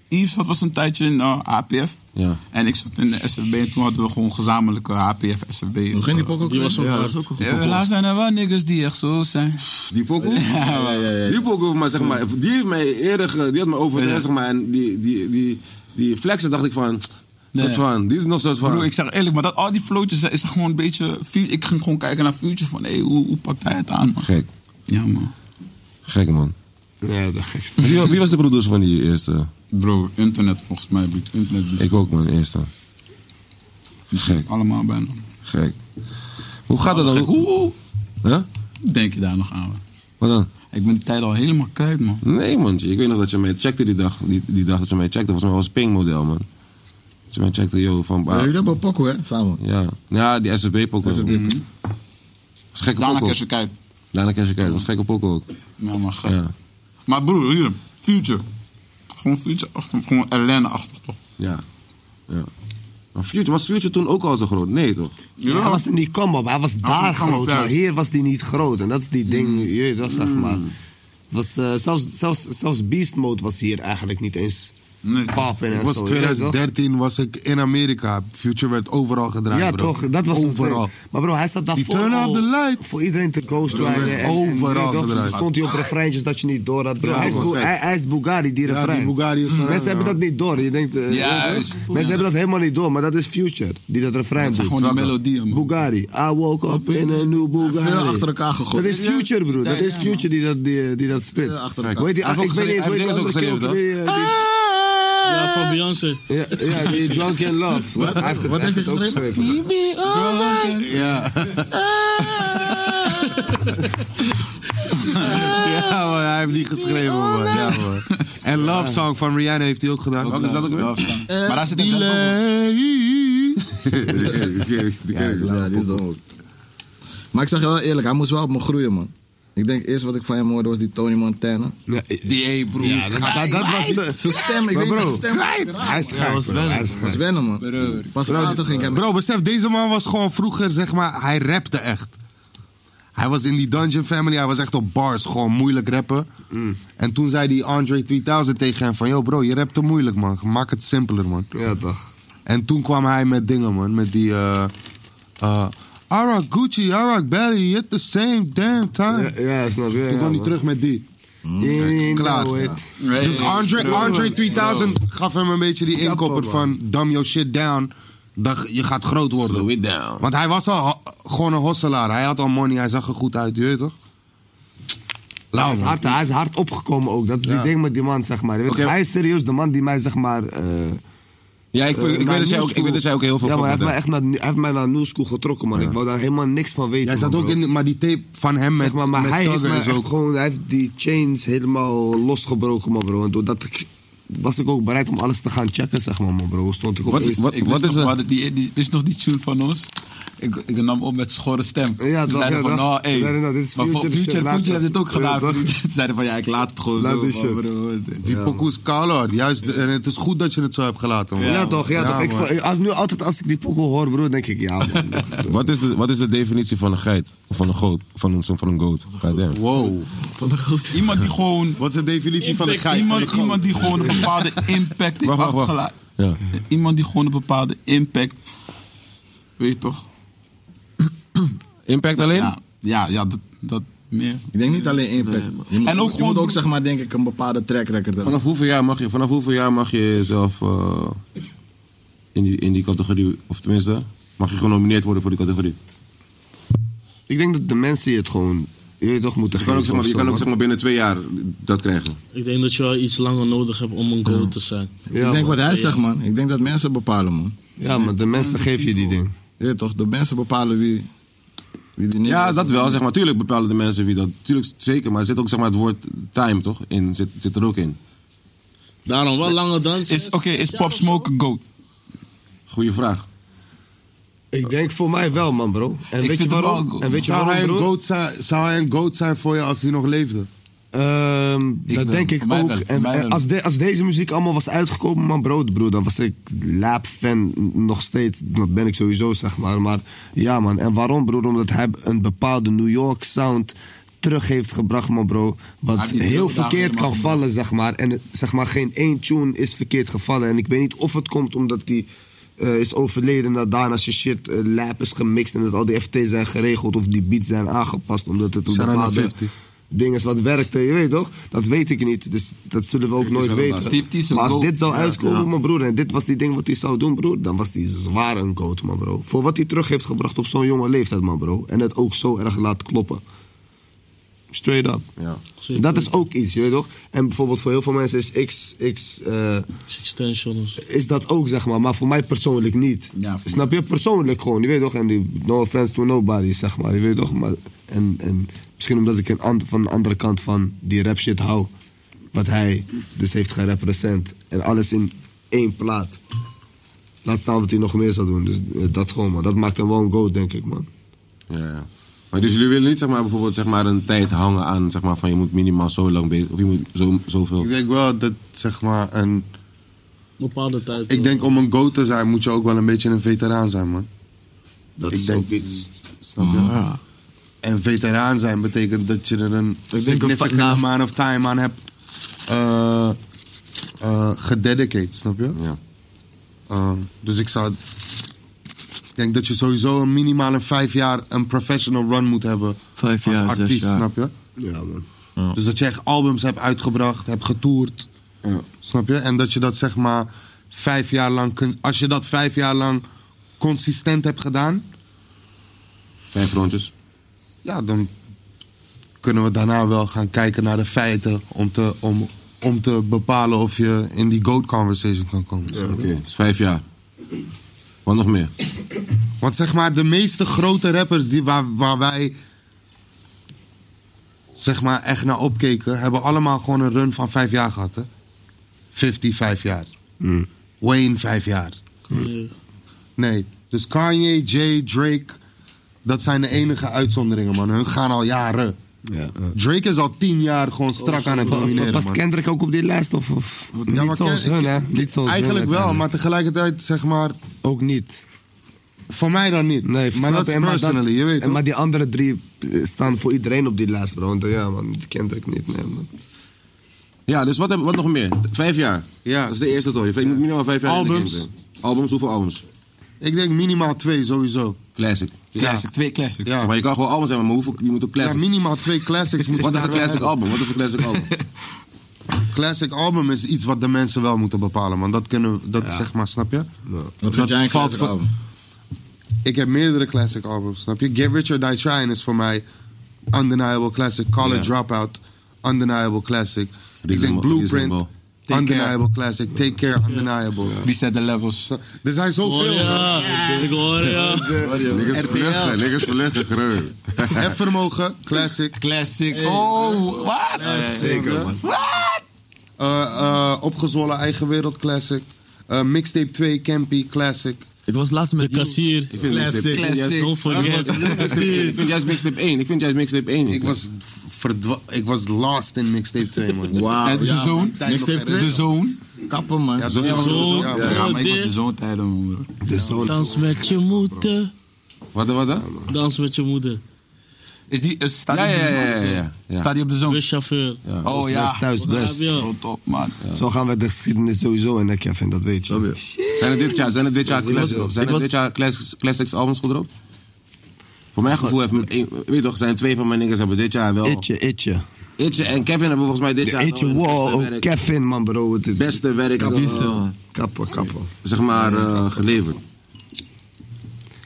Yves dat was een tijdje in eh, APF.
Ja.
En ik zat in de SFB en toen hadden we gewoon gezamenlijke APF, SFB. Hoe
ging die pokoe ook Die was weer? ook
ja,
wel-
dat is ook een
Ja,
goede pokoe.
helaas
zijn er wel niggas die echt zo zijn.
Die pokoe?
Ja, ja, ja.
Die pokoe, maar zeg maar... Die heeft mij eerder... ge- Die had me over
Ja.
zeg maar. En die, die, die, die flexen dacht ik van...
Nee.
Soort van... Die is nog een soort van...
Broer, ik zeg eerlijk, maar dat, al die floatjes is gewoon een beetje... fu- Ik ging gewoon kijken naar Future van, hé, hoe, hoe pakt hij het aan, man?
Gek.
Ja, man.
Gek, man.
Ja, de gekste.
Wie, wa- wie was de producer van die eerste?
Bro, internet volgens mij. broer. Internet dus
Ik ook, man. Eerste. Gek.
Allemaal bijna.
Gek. Hoe gaat dat dan?
Gek. Hoe, hoe
Huh?
denk je daar nog aan? man?
Wat dan?
Ik ben de tijd al helemaal kwijt, man.
Nee, man. Ik weet nog dat je mij checkte die dag. Die, die dag dat je mij checkte. Volgens mij was het Ping-model, man. Dat je mij checkte, yo, van...
Maar
ah,
jullie hebben een pokoe, hè? Samen.
ja. ja, die SFB-pokken.
SFB
Dat is gekke
Daarna
pokkel.
Cash Kijk.
Daarna Cash Kijk. Dat is gekke pokken ook.
Ja, maar gek.
Ja.
Maar broer, hier, Future. Gewoon Future achter, gewoon ellende achter, toch?
Ja. ja. Maar Future, was Future toen ook al zo groot? Nee, toch?
Ja, hij was in die come-up. Hij was
was
daar
een come-up,
groot,
ja.
maar hier was die niet groot. En dat is die ding, je weet wel, zeg maar. Het Was, eh, zelfs, zelfs, zelfs Beast Mode was hier eigenlijk niet eens poppin
Ik
en
was
zo. je weet toch?
2013 was ik in Amerika. Future werd overal gedraaid.
Ja,
bro.
toch? Dat was
overal.
overal. Maar bro, hij zat daarvoor
turn off
al
the
voor iedereen te
Bro,
ghostwriten.
werd
en- en-
overal
en- en-
gedraaid.
Stond hij op refreintjes dat je niet door had. Bro.
Ja,
hij, is
was
Bugatti
gek.
hij, hij is Bugatti, die
Ja, die
refrein. Mm.
Bugatti is van hem,
Mensen hebben
ja.
dat niet door. Je denkt, eh,
Juist.
Mensen hebben dat helemaal niet door, maar dat is Future, die dat refrein
Dat zijn
doet.
gewoon die melodieën, man.
Bugatti. I woke up in a new Bugatti.
Veel achter elkaar
Dat
gegooid.
is Future, bro.
Ja,
Dat
ja,
is Future die dat, die, die dat spit.
Ja, achter elkaar.
Hoe heet die-
Hij heeft
Ik
ook
weet niet eens hoe heet die
gecreëerd,
andere
hij
keer
heeft
ook
ook
weer, eh, die-
Ja, van Beyoncé.
ja, ja, die Drunk in Love.
Wat-
Hij heeft het-
wat
hij
heeft hij
het ook
geschreven?
geschreven.
Ja. ja, man, hij heeft die geschreven, man. Ja, man. En Love Song van Rihanna heeft hij ook gedaan.
Welke is dat ook weer? Love Song.
Eh,
Maar daar zit een
Die
zelf ook
Ja, klaar, die is dom ook. Maar ik zeg je wel eerlijk, hij moest wel op me groeien, man. Ik denk eerst wat ik van hem hoorde was die Tony Montana.
Die, broer.
Ja, dat- dat- dat was de- Zijn stem, ik
Maar
weet niet,
bro,
zijn stem.
kwijt. Hij is gek, bro. Hij is
Dat is
gek.
wennen, man. Pas later ging ik hem...
Bro, besef, deze man was gewoon vroeger, zeg maar, hij rapte echt. Hij was in die Dungeon Family, hij was echt op bars, gewoon moeilijk rappen.
Mm.
En toen zei die Andre 3000 tegen hem van, yo bro, je rapt te moeilijk man, maak het simpeler man.
Ja, toch.
En toen kwam hij met dingen man, met die... eh eh, I rock Gucci, I rock Belly, at the same damn time.
Ja, ja, snap je.
Toen kwam hij terug met die.
terug.
Klaar. Dus Andre, Andre 3000 gaf hem een beetje die inkopper van dumb your shit down. Dat, je gaat groot worden. Want hij was al ho- gewoon een hosselaar. Hij had al money, hij zag er goed uit, je weet toch?
Hij is,
Lauw, man.
hard, hij is hard opgekomen ook. Dat is
Ja.
die ding met die man, zeg maar. Je weet,
Oké.
Hij is serieus de man die mij, zeg maar... eh,
Ja, ik, ik,
eh, naar
weet dat jij
new
ook, ik weet dat jij ook heel veel
Ja, maar hij heeft
fuck
mij echt naar, hij heeft mij naar New School getrokken, man. Ik wou daar helemaal niks van weten,
Jij zat
man,
ook
bro.
in, maar die tape van hem met,
zeg maar, maar
met
hij heeft
Tugger
mij
is
echt
ook.
gewoon... Hij heeft die chains helemaal losgebroken, man, bro. En doordat ik... Was ik ook bereid om alles te gaan checken, zeg maar, man, bro. Stond ik op
Wat, wat, wat is dat? Die, die, is nog die tune van ons? ik, ik nam op met schorre stem.
Ja,
Ze
toch,
zeiden
ja,
van,
toch.
nou,
Ze
hey.
zeiden, nou, dit is
maar voor
Future, dus
Future,
laat
Future had dit ook
het.
gedaan.
Ja, toch.
Ze zeiden van, ja, ik laat het gewoon
Laat
zo.
die
man,
shit.
bro.
Die
Ja,
pokoe is kaalhard, juist. En het is goed dat je het zo hebt gelaten. man.
Ja, toch, ja, toch. Ik,
man.
vo- als, nu altijd als ik die pokoe hoor, broer, denk ik, ja, man. dat is-
Wat is, de, wat is de definitie van een geit? Of van een goat? Van een, van een goat? Goddamn.
Wow.
Van een grote. Iemand die gewoon.
Wat is de definitie van een geit?
Iemand, iemand die gewoon een bepaalde impact heeft
Wacht, wacht, wacht.
achtergelaten.
Ja.
Iemand die gewoon een bepaalde impact. Weet je toch?
Impact alleen?
Ja, ja, ja, dat, dat meer.
Ik denk niet alleen impact. Je moet,
En ook
je
gewoon-
moet ook zeg maar denk ik een bepaalde track record hebben.
Vanaf hoeveel jaar mag je, vanaf hoeveel jaar mag je jezelf eh, in, die, in die categorie, of tenminste, mag je genomineerd worden voor die categorie?
Ik denk dat de mensen je het gewoon, je weet toch, moeten
Je kan ook, zeg
geven
maar,
of
je
zo,
kan ook
man.
zeg maar, binnen twee jaar dat krijgen.
Ik denk dat je wel iets langer nodig hebt om een goal te zijn.
ik denk wat hij
Ja.
zegt, man. Ik denk dat mensen bepalen, man.
Ja, maar de mensen geven je die ding.
Ja, toch? De mensen bepalen wie, wie die niet
Ja, dat wel. Zeg maar. Tuurlijk bepalen de mensen wie dat. Tuurlijk, zeker. Maar er zit ook zeg maar, het woord time toch? In, zit, zit er ook in.
Daarom wel langer dan.
Is- Oké, is Pop Smoke een goat?
Goeie vraag.
Ik denk voor mij wel, man, bro. En weet je
vind hem
waarom?
wel-
En weet je
zou,
waarom,
hij een
broer?
goat zijn, zou hij een goat zijn voor je als hij nog leefde?
Ehm, dat
wel.
denk ik
Voor mij
ook.
wel, voor
en
mij
en
wel.
als, de- als deze muziek allemaal was uitgekomen, man, brood, broer, dan was ik Laap-fan nog steeds. Dat ben ik sowieso, zeg maar. Maar ja, man. En waarom, broer? Omdat hij een bepaalde New York sound terug heeft gebracht, man, bro.
Hij
Wat
heeft die
heel
heel dagen
verkeerd kan
helemaal
vallen, zeg maar. En het- zeg maar, geen één tune is verkeerd gevallen. En ik weet niet of het komt omdat die... eh, is overleden nadat daarna zijn shit eh, lap is gemixt en dat al die FT's zijn geregeld of die beats zijn aangepast omdat het een
Shout out naar
bepaalde
50.
ding is wat werkte, je weet toch? Dat weet ik niet, dus dat zullen we ook nooit
wel een
weten.
baas. 50 is een
maar als
goat.
dit zou
Ja,
uitkomen,
ja.
mijn broer, en dit was die ding wat hij zou doen, broer, dan was hij zwaar een goat, man bro. Voor wat hij terug heeft gebracht op zo'n jonge leeftijd, man bro. En het ook zo erg laat kloppen. Straight up.
Ja.
En Dat is ook iets, je weet toch? En bijvoorbeeld voor heel veel mensen is X... X eh, is dat ook, zeg maar. Maar voor mij persoonlijk niet. Snap je? Persoonlijk gewoon, je weet toch? En die no offense to nobody, zeg maar. Je weet toch? Maar, en, en misschien omdat ik een and- van de andere kant van die rap shit hou. Wat hij dus heeft gerepresent. En alles in één plaat. Laat staan wat hij nog meer zou doen. Dus eh, dat gewoon, man. Dat maakt hem wel een goat, denk ik, man.
Ja, ja. Maar dus jullie willen niet zeg maar, bijvoorbeeld zeg maar, een tijd hangen aan zeg maar, van je moet minimaal zo lang bezig. Of je moet zo, zoveel.
Ik denk wel dat, zeg maar, een...
Bepaalde tijd.
Ik denk om een goat te zijn moet je ook wel een beetje een veteraan zijn, man.
Dat
ik
is
denk,
ook iets.
Snap je? En veteraan zijn betekent dat je er een significant amount of time aan hebt eh eh, gededicate, snap je?
Ja.
Eh, dus ik zou... Ik denk dat je sowieso een minimaal een vijf jaar een professional run moet hebben.
Vijf jaar,
Als
zes
artiest,
jaar.
snap je?
Ja, man.
Dus dat je echt albums hebt uitgebracht, hebt getoerd. Snap je? En dat je dat zeg maar vijf jaar lang kunt. Als je dat vijf jaar lang consistent hebt gedaan,
Vijf rondjes.
ja, dan kunnen we daarna wel gaan kijken naar de feiten om te, om, om te bepalen of je in die goat conversation kan komen.
Oké, dus vijf jaar. Wat nog meer?
Want zeg maar, de meeste grote rappers die waar, waar wij zeg maar echt naar opkeken, hebben allemaal gewoon een run van vijf jaar gehad. Hè? 50, vijf jaar.
Hmm.
Wayne, vijf jaar. Nee. Dus Kanye, Jay, Drake, dat zijn de enige uitzonderingen, man. Hun gaan al jaren.
Ja. Oh,
Drake is al tien jaar gewoon strak aan het domineren,
Past
man.
Kendrick ook op die lijst? Of, of niet,
maar
zoals
Ken-
hun, hè?
Ken-
niet zoals hun
Eigenlijk wel,
uiteindelijk.
maar tegelijkertijd zeg maar...
Ook niet.
Voor mij dan niet.
Nee,
maar
snap
dat
je?
is
En maar
personally, je weet
en
toch?
Maar die andere drie eh, staan voor iedereen op die lijst, bro. Want eh, ja, man, die Kendrick niet, nee, man.
Ja, dus wat, heb- wat nog meer? Vijf jaar.
Ja.
Dat is de eerste toch? Je moet minimaal vijf jaar in de
Albums.
game zijn. Albums, hoeveel albums?
Ik denk minimaal twee sowieso.
Classic.
Classic,
twee classics. Maar je kan gewoon albums hebben, maar hoeveel, je moet ook
Ja,
classic.
minimaal twee classics moet
Wat
je
is een
daar wel
classic
hebben.
album? Wat is een classic album?
Classic album is iets wat de mensen wel moeten bepalen, man. Dat kunnen we, dat zeg maar, snap je?
Wat vind jij een
valt
classic
voor-
album?
Ik heb meerdere classic albums, snap je? Get Rich or Die Trying is voor mij undeniable classic. College
Ja.
Dropout, undeniable classic. Ik denk
Reasonable-
Blueprint,
reasonable.
undeniable classic. Take Care, undeniable.
Reset the levels.
Er zijn
Oh,
zoveel.
Ja, ik hoor ja.
Niggas verluchten, niggas verluchten, gereur.
En vermogen, classic.
Classic. Oh, wat?
Zeker, man. eh, Opgezwollen Eigen Wereld Classic. Eh, mixtape 2 Eh, Campy Classic.
Ik was laatst met
De kassier.
Ik vind mixtape
Classic. Classic. Don't forget.
Ik vind juist mixtape 1. Ik vind juist mixtape 1.
Ik was, verdwa- ik was lost in mixtape 2, man.
Ah,
Wauw, En de ja, zoon? man.
Mixtape 2? De zoon?
Kappen, man.
Ja, zo- ja, zo- ja, man.
Ja, maar ik was dus- de zoon tijdens mijn moeder.
De zoon.
Dans met je moeder.
Wat wat dan?
Dans met je moeder.
Is die, is, staat
ja,
die op de
ja,
zoon?
ja, ja,
ja. Staat die op de zoon?
Buschauffeur.
Oh ja.
Bless thuis, bless.
Oh, top, man.
Zo gaan we de geschiedenis sowieso in de Kevin, dat weet je.
Zijn er dit jaar, zijn er dit jaar,
Ik was-
classic-
ik
zijn er
was-
dit jaar classics, classics albums gedropt? Voor mijn gevoel heeft met één, weet je toch, zijn twee van mijn niggas hebben dit jaar wel.
Itje, Itje.
Itje en Kevin hebben volgens mij dit jaar.
Itje,
wel hun
wow,
oh,
oh,
beste werk-
Kevin, man, bro. Het het-
Beste werk.
Kappen,
eh,
man. kappen, kappen.
Zeg maar eh, geleverd.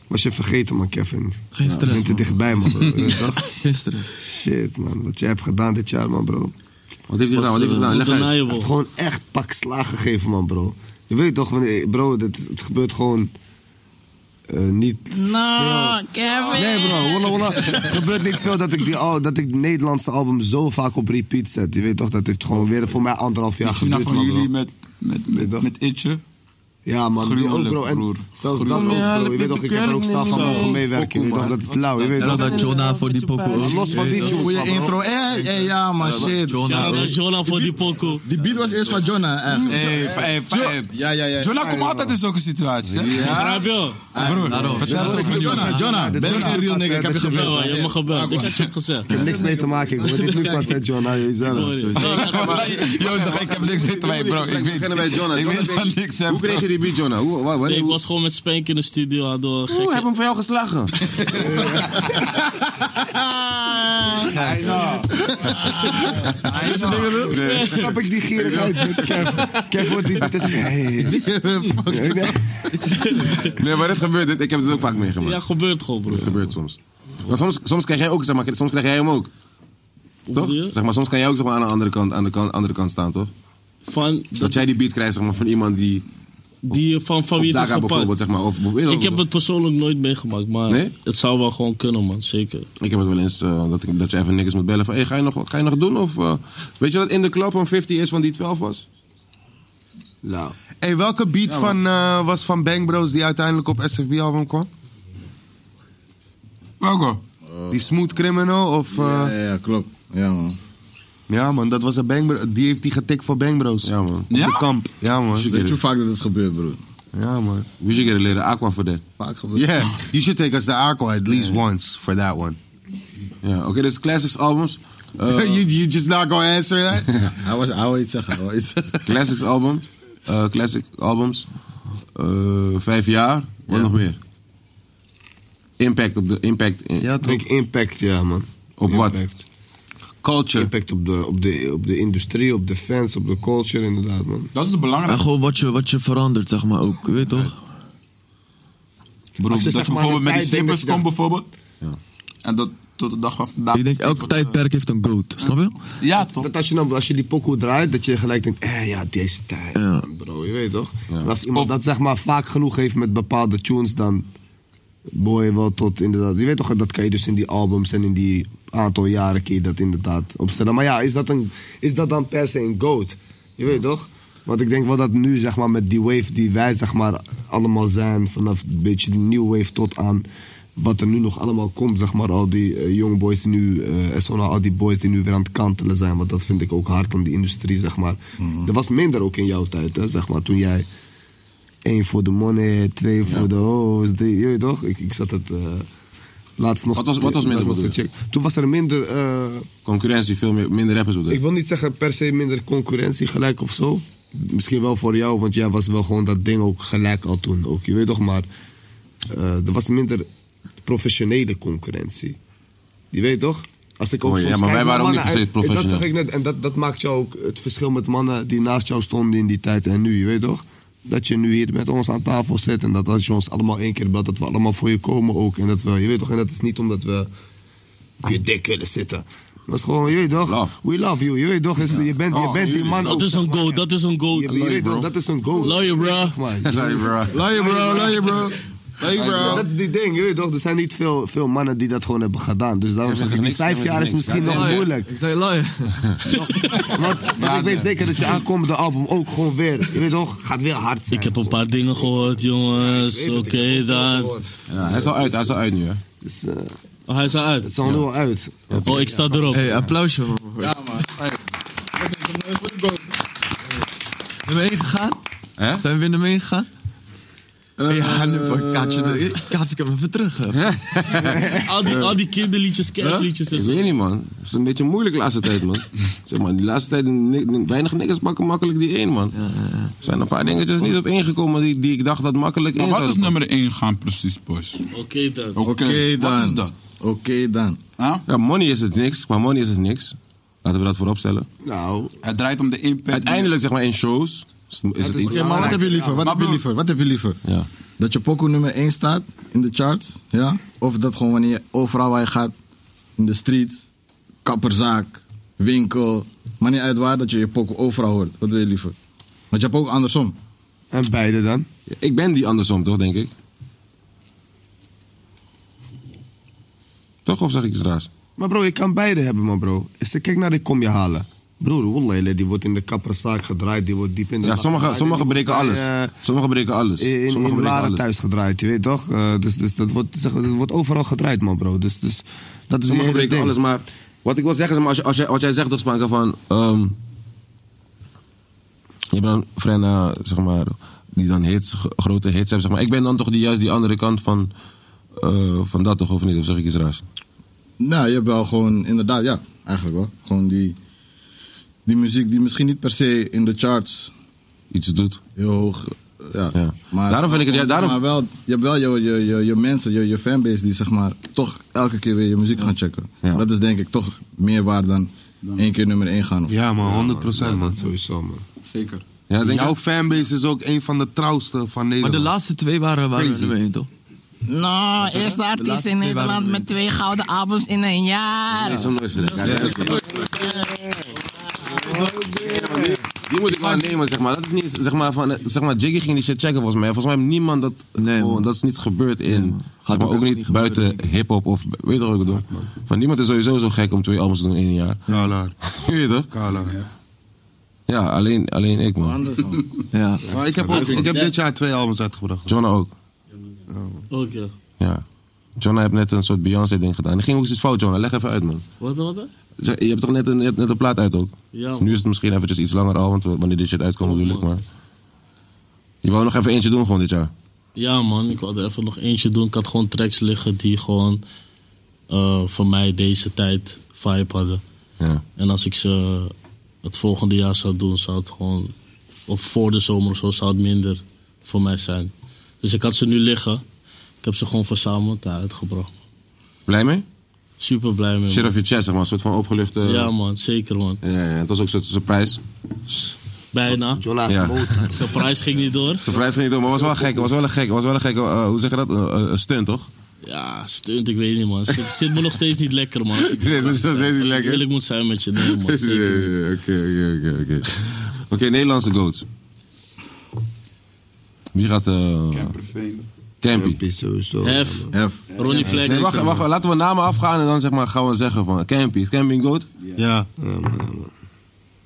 Was je vergeten, man, Kevin?
Geen
Ja,
stress,
Je bent er
man.
dichtbij, man, bro. Je weet toch?
Gisteren.
Shit, man. Wat jij hebt gedaan dit jaar, man, bro.
Wat heeft hij gedaan? Wat heeft hij gedaan? Leg uit.
Hij heeft gewoon echt pak slaag gegeven, man, bro. Je weet toch, wanneer, bro, dit, het gebeurt gewoon eh, niet...
Nou,
No, Kevin.
Nee, bro. Walla, walla. Het gebeurt niet veel dat ik, die, al- dat ik het Nederlandse album zo vaak op repeat zet. Je weet toch, dat heeft gewoon weer voor mij anderhalf jaar
Ik zie nou
geduurd,
van
man,
jullie
bro.
met, met, met, met Itje.
Ja, man. die
Gruwelijk,
ook, bro. En
broer.
zelfs
Gruwelijk.
dat ook,
Ja,
bro. Je weet toch, ik heb er ook zelf aan mogen meewerken. Je weet toch, dat is lauw. Je weet
En
toch.
dan Jona voor die pokoe ook.
Los van die tunes, man, bro.
Hé, hé, Eh, ja, man, shit.
Jonna ook.
Jonah voor die pokoe.
Die beat was eerst van Jonah, echt.
Hey, hey, hey.
Ja, ja, ja.
Jonah komt altijd in zulke situaties. hè?
Begrijp je?
Broer, vertel eens over
Jonah, Jonah, ben je geen real nigga, ik heb je
Ja,
gebeld.
je hebt me gebeld. Ik had je gezegd.
Ik heb niks mee te maken. Ik word dit nu pas, hè, John. Nou, jezelf.
Jozef, ik heb niks weten bij bro. Ik weet
Beginnen bij Jonah.
Ik weet
Jonah,
van niks, hè,
Hoe
bro.
kreeg je die beat, Jonah? Hoe, waar, waar,
Nee, ik
hoe-
was gewoon met Spank in de studio. Hadden we
Oeh,
gekke-
heb hem voor jou geslagen.
I know. I know.
Dan Snap ik die gierigheid met Kev. Kev wordt die beat is hey.
Nee, maar dit gebeurt. Dit, ik heb het ook vaak meegemaakt.
Ja, gebeurt gewoon, broer.
Het gebeurt soms. Maar soms, soms krijg jij ook, zeg maar, soms krijg jij hem ook. Toch?
bedoel je?
Zeg maar, soms kan jij ook zeg maar, aan de andere kant, aan de kant, andere kant staan, toch?
Van,
Dat jij die beat krijgt zeg maar, van iemand die.
die, van, van
Op
wie het is
Daga
gepakt.
bijvoorbeeld, zeg maar. Of,
Ik heb het persoonlijk nooit meegemaakt, maar
Nee?
het zou wel gewoon kunnen, man.
Oh,
Zeker.
Ik heb het wel eens eh, dat, ik, dat je even niks moet bellen van... Hey, ga, je nog, ga je nog doen? Of, eh, weet je dat in de club van 50 is van die 12 was? Nou.
Hey, welke beat van, eh, was van Bang Bros die uiteindelijk op SFB-album kwam?
Welke?
Die Smooth Criminal of... eh,
Ja, ja, klopt. Ja, man.
Ja man, dat was een Bang Bro- Die heeft die getikt voor Bang Bros. Ja
man.
Op
Ja?
de kamp. Ja man.
Weet je hoe vaak dat het gebeurt, broer?
Ja man.
We should get a little aqua for that.
Vaak gebeurt het.
Yeah, you should take us to Aqua at least once for that one.
Ja, oké, dus classics albums. Eh,
you, you just not gonna answer that?
Hij was oude iets zeggen, hij wou iets zeggen.
classics album. Eh, classic albums. Eh, vijf jaar. Wat nog meer? Impact op de... Impact in-
ja
Ik
toch?
denk impact, ja, man.
op wat?
Impact.
Culture.
Impact op de, op, de, op de industrie, op de fans, op de culture, inderdaad, man.
Dat is het
En
belangrijkste.
gewoon wat je, wat je verandert, zeg maar ook. Weet je toch?
Bro,
Als je
dat je
zeg maar
bijvoorbeeld
een
met die
tijd denkt dat
slippers
je
komt,
dacht-
bijvoorbeeld. En dat tot de dag van vandaag.
Ik denk
steeds
elk
wordt, eh,
tijdperk heeft een goat, snap je?
Ja, toch?
Dat als je, dan, als je die pokoe draait, dat je gelijk denkt, eh ja, deze tijd, man, bro, je weet toch? En Als iemand
Of-
dat zeg maar vaak genoeg heeft met bepaalde tunes, dan boy je wel tot inderdaad. Je weet toch, dat kan je dus in die albums en in die aantal jaren kun je dat inderdaad opstellen. Maar ja, is dat, een, is dat dan per se een goat? Je weet toch? Want ik denk wel dat nu, zeg maar, met die wave die wij, zeg maar, allemaal zijn, vanaf een beetje de new wave tot aan wat er nu nog allemaal komt, zeg maar, al die eh, young boys die nu, eh SO nou, al die boys die nu weer aan het kantelen zijn, want dat vind ik ook hard aan die industrie, zeg maar. Er was minder ook in jouw tijd, hè, zeg maar, toen jij één voor de money, twee voor de hoes, drie, je weet toch? Ik, ik zat het eh, laatst nog...
Wat was- wat was minder,
laatst nog te
bedoel je?
checken. Toen was er minder... eh,
Concurrentie, veel meer, minder rappers op de...
ik wil niet zeggen per se minder concurrentie gelijk of zo. Misschien wel voor jou, want jij was wel gewoon dat ding ook gelijk al toen. Ook. Je weet toch maar, eh, er was minder professionele concurrentie. Je weet toch? Als ik ook
Oh ja,
soms
maar wij
kijk naar
waren ook niet
mannen
per se
en-
professioneel.
Dat zeg ik net, en dat, dat maakt jou ook het verschil met mannen die naast jou stonden in die tijd en nu, je weet toch? Dat je nu hier met ons aan tafel zit en dat als je ons allemaal één keer belt, dat we allemaal voor je komen ook. En dat we, je weet toch, en dat is niet omdat we op je dik willen zitten. Dat is gewoon, je weet toch? We love you, je weet toch? is- Je bent, je
Oh,
bent die man
Dat
ook,
is
zeg
een
maar.
goat, dat is een goat.
Je, je weet toch, dat is een goal.
Lawyer, bro.
man.
Sorry, bro.
Lawyer, bro, lawyer, bro.
Hey bro. Dat is die ding, je weet toch? Er zijn niet veel, veel mannen die dat gewoon hebben gedaan. Dus daarom
Ja,
zeg
maar
ik, die
niks,
vijf
ja, maar
jaar is
niks.
misschien
Ja,
nog
nee, nee.
moeilijk.
Ik zou je laaien.
Want, want ik weet zeker dat je aankomende album ook gewoon weer, je weet toch, gaat weer hard zijn.
Ik heb een paar dingen gehoord, jongens. Oké, dan.
Ja, hij is al uit, hij is al uit nu, hè?
Dus,
Oh, hij is al uit. Het
is al eh, nu al uit.
Oh, ik sta erop.
Hey, applausje man.
Ja, man. Hey. Dat is een goede goal.
Nummer 1 gegaan?
Hè?
Zijn we weer nummer 1 gegaan? ja, nu pak ik kaartje.
eh,
de- Kaats ik hem even terug. hè.
al, die, al die kinderliedjes, kerstliedjes en
Ik
zo.
weet niet, man. Het is een beetje moeilijk de laatste tijd, man. Zeg maar, die laatste tijd, ni- ni- weinig niggers pakken makkelijk die één, man. Er zijn een paar dingetjes niet op ingekomen die, die ik dacht dat makkelijk
Maar
in
wat is
zouden
nummer 1 gaan precies, boys?
Oké dan.
Oké, wat is dat?
Oké dan. Ja, money is het niks. Qua money is het niks. Laten we dat vooropstellen.
Nou.
Het draait om de impact.
Uiteindelijk, zeg maar, in shows is, is het iets.
Ja, maar wat heb je liever? Wat
Maar
heb je
bro-
liever? Wat heb je liever?
Ja.
Dat je pokoe nummer 1 staat in de charts, ja? Of dat gewoon wanneer je overal waar je gaat, in de street, kapperzaak, winkel, maar niet uit waar, dat je je pokoe overal hoort. Wat wil je liever? Want je hebt ook andersom.
En beide dan?
Ik ben die andersom, toch, denk ik? Toch, of zeg ik iets raars?
Maar bro, je kan beide hebben, man bro. Ze kijk naar die kom je halen. Broer, wallah, die wordt in de kapperzaak gedraaid, die wordt diep in de...
Ja,
nacht
sommigen
gedraaid,
sommige
die
breken
wordt
alles.
bij, eh,
Sommigen breken alles.
in, in,
Sommigen breken
in Laren
alles.
thuis gedraaid, je weet toch? Eh, dus dus dat, wordt, zeg, dat wordt overal gedraaid, man bro. Dus, dus dat is die
Sommigen
hele
breken
ding.
alles, maar wat ik wil zeggen is, maar als, je- als jij, wat jij zegt, toch Spanka, van. ehm, je bent een friend, eh, zeg maar, die dan hits, gro- grote hits hebben, zeg maar. Ik ben dan toch die, juist die andere kant van, eh, van dat, toch, of niet? Of zeg ik iets raars?
Nou, je hebt wel gewoon, inderdaad, ja, eigenlijk wel. Gewoon die, die muziek die misschien niet per se in de charts
iets doet.
Heel hoog, eh, ja. Maar,
Daarom vind ik het- ja,
maar
daarom-
Maar wel, je hebt wel je, je, je, je mensen, je, je fanbase die zeg maar toch elke keer weer je muziek gaan checken.
Ja.
Dat is denk ik toch meer waar dan één keer nummer één gaan.
Ja, man, 100% man.
Sowieso, man.
Zeker.
Ja,
denk
Jouw
ik-
fanbase is ook een van de trouwste van
Maar
Nederland.
de laatste twee waren, waren
Crazy.
nummer 1 toch?
Nou, eerste artiest
laatste
in
twee waren
Nederland
er
met twee gouden albums in een jaar.
Nee, soms nooit verder. Ja, dat is oké. Die moet ik wel nemen, zeg maar. Dat is niet, zeg maar, van, eh, zeg maar Jiggy ging die shit checken, volgens mij. Volgens mij heeft niemand dat... gewoon- dat is niet gebeurd in... zeg maar, ook, niet, buiten hiphop of... Weet je wat ik bedoel? Van niemand is sowieso zo gek om twee albums te doen in een jaar.
Kalaar.
Weet je toch? Ja, alleen, alleen ik, man.
Anders, man.
Ja.
Maar ik heb, ook, ik heb dit jaar twee albums uitgebracht.
Jonna ook.
Oké.
Ja. Jonna heeft net een soort Beyoncé-ding gedaan. Er ging ook iets fout, Jonna. Leg even uit, man.
Wat, wat? wat?
Zeg, Je hebt toch net een, je hebt net een plaat uit ook?
Ja, man.
Nu is het misschien eventjes iets langer al, want we- wanneer dit shit uitkomt bedoel ik,
Oh,
maar... Je wou nog even eentje doen gewoon dit jaar.
Ja, man, ik wilde even nog eentje doen. Ik had gewoon tracks liggen die gewoon eh, voor mij deze tijd vibe hadden.
Ja.
En als ik ze eh, het volgende jaar zou doen, zou het gewoon, of voor de zomer of zo, zou het minder voor mij zijn. Dus ik had ze nu liggen. Ik heb ze gewoon verzameld en uitgebracht.
Blij mee?
Super blij mee.
Shit
man.
off your chest, zeg maar. Een soort van opgeluchte...
Ja, man, zeker, man.
Ja, ja, het was ook een soort surprise.
Bijna.
Oh,
Jonas
Ja.
Surprise ging niet door.
Surprise ging niet door, maar het was wel gek. Het was wel een gek. het was wel een gek eh, hoe zeg je dat? Eh, eh, Een stunt, toch?
Ja, stunt, ik weet niet, man. Zit, zit me nog steeds niet lekker, man.
Nee, het is nog steeds niet
Als ik
lekker.
eerlijk moet zijn met je, nee, man.
Ja, ja, ja, Oké, oké, oké, oké. Oké, Nederlandse goats. Wie gaat... eh
Camperveen.
Campy.
sowieso.
F. Ronnie Flex.
Nee, wacht, wacht, laten we namen afgaan en dan zeg maar, gaan we zeggen van... Campy, is Campy een goat?
Ja.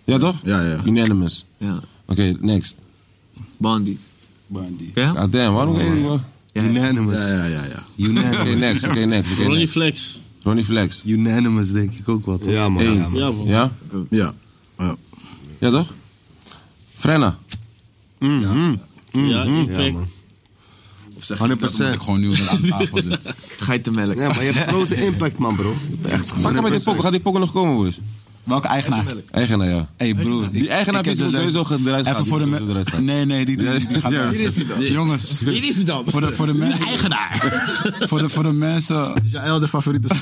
Ja, toch?
Ja, ja.
Unanimous.
Ja.
Oké, next.
Bandy.
Bandy.
Ja?
Ah, damn, waarom weet je wel?
Unanimous.
Ja, ja, ja. ja.
Unanimous.
Oké, next, oké, next. oké,
Ronnie
next.
Flex.
Ronnie Flex.
Unanimous denk ik ook wel. toch?
Ja, man.
Eén.
Ja, man.
Ja, man.
Ja?
Ja. Ja.
Ja, toch? Frenna.
Mhm.
Ja,
Mhm.
Ja,
impact.
man.
Of zeg je dat omdat ik gewoon nu aan de tafel zit?
Geitenmelk.
Ja, maar je hebt grote impact, man bro. Je hebt echt
Pak hem met die pokken. Gaat die pokken nog komen, boys?
Welke eigenaar?
Eigenaar, ja.
Hé hey broer.
Die eigenaar
heb
die
dus
moet sowieso gedraaid gaan,
Even voor de
die
me-
moet sowieso eruit gaan.
Nee, nee, die, die, die gaat
Ja.
eruit.
Hier
is hij dan.
Jongens.
Hier is hij dan.
Voor de, voor de mensen.
Eigenaar.
Voor de, voor de mensen.
Is jouw de favoriete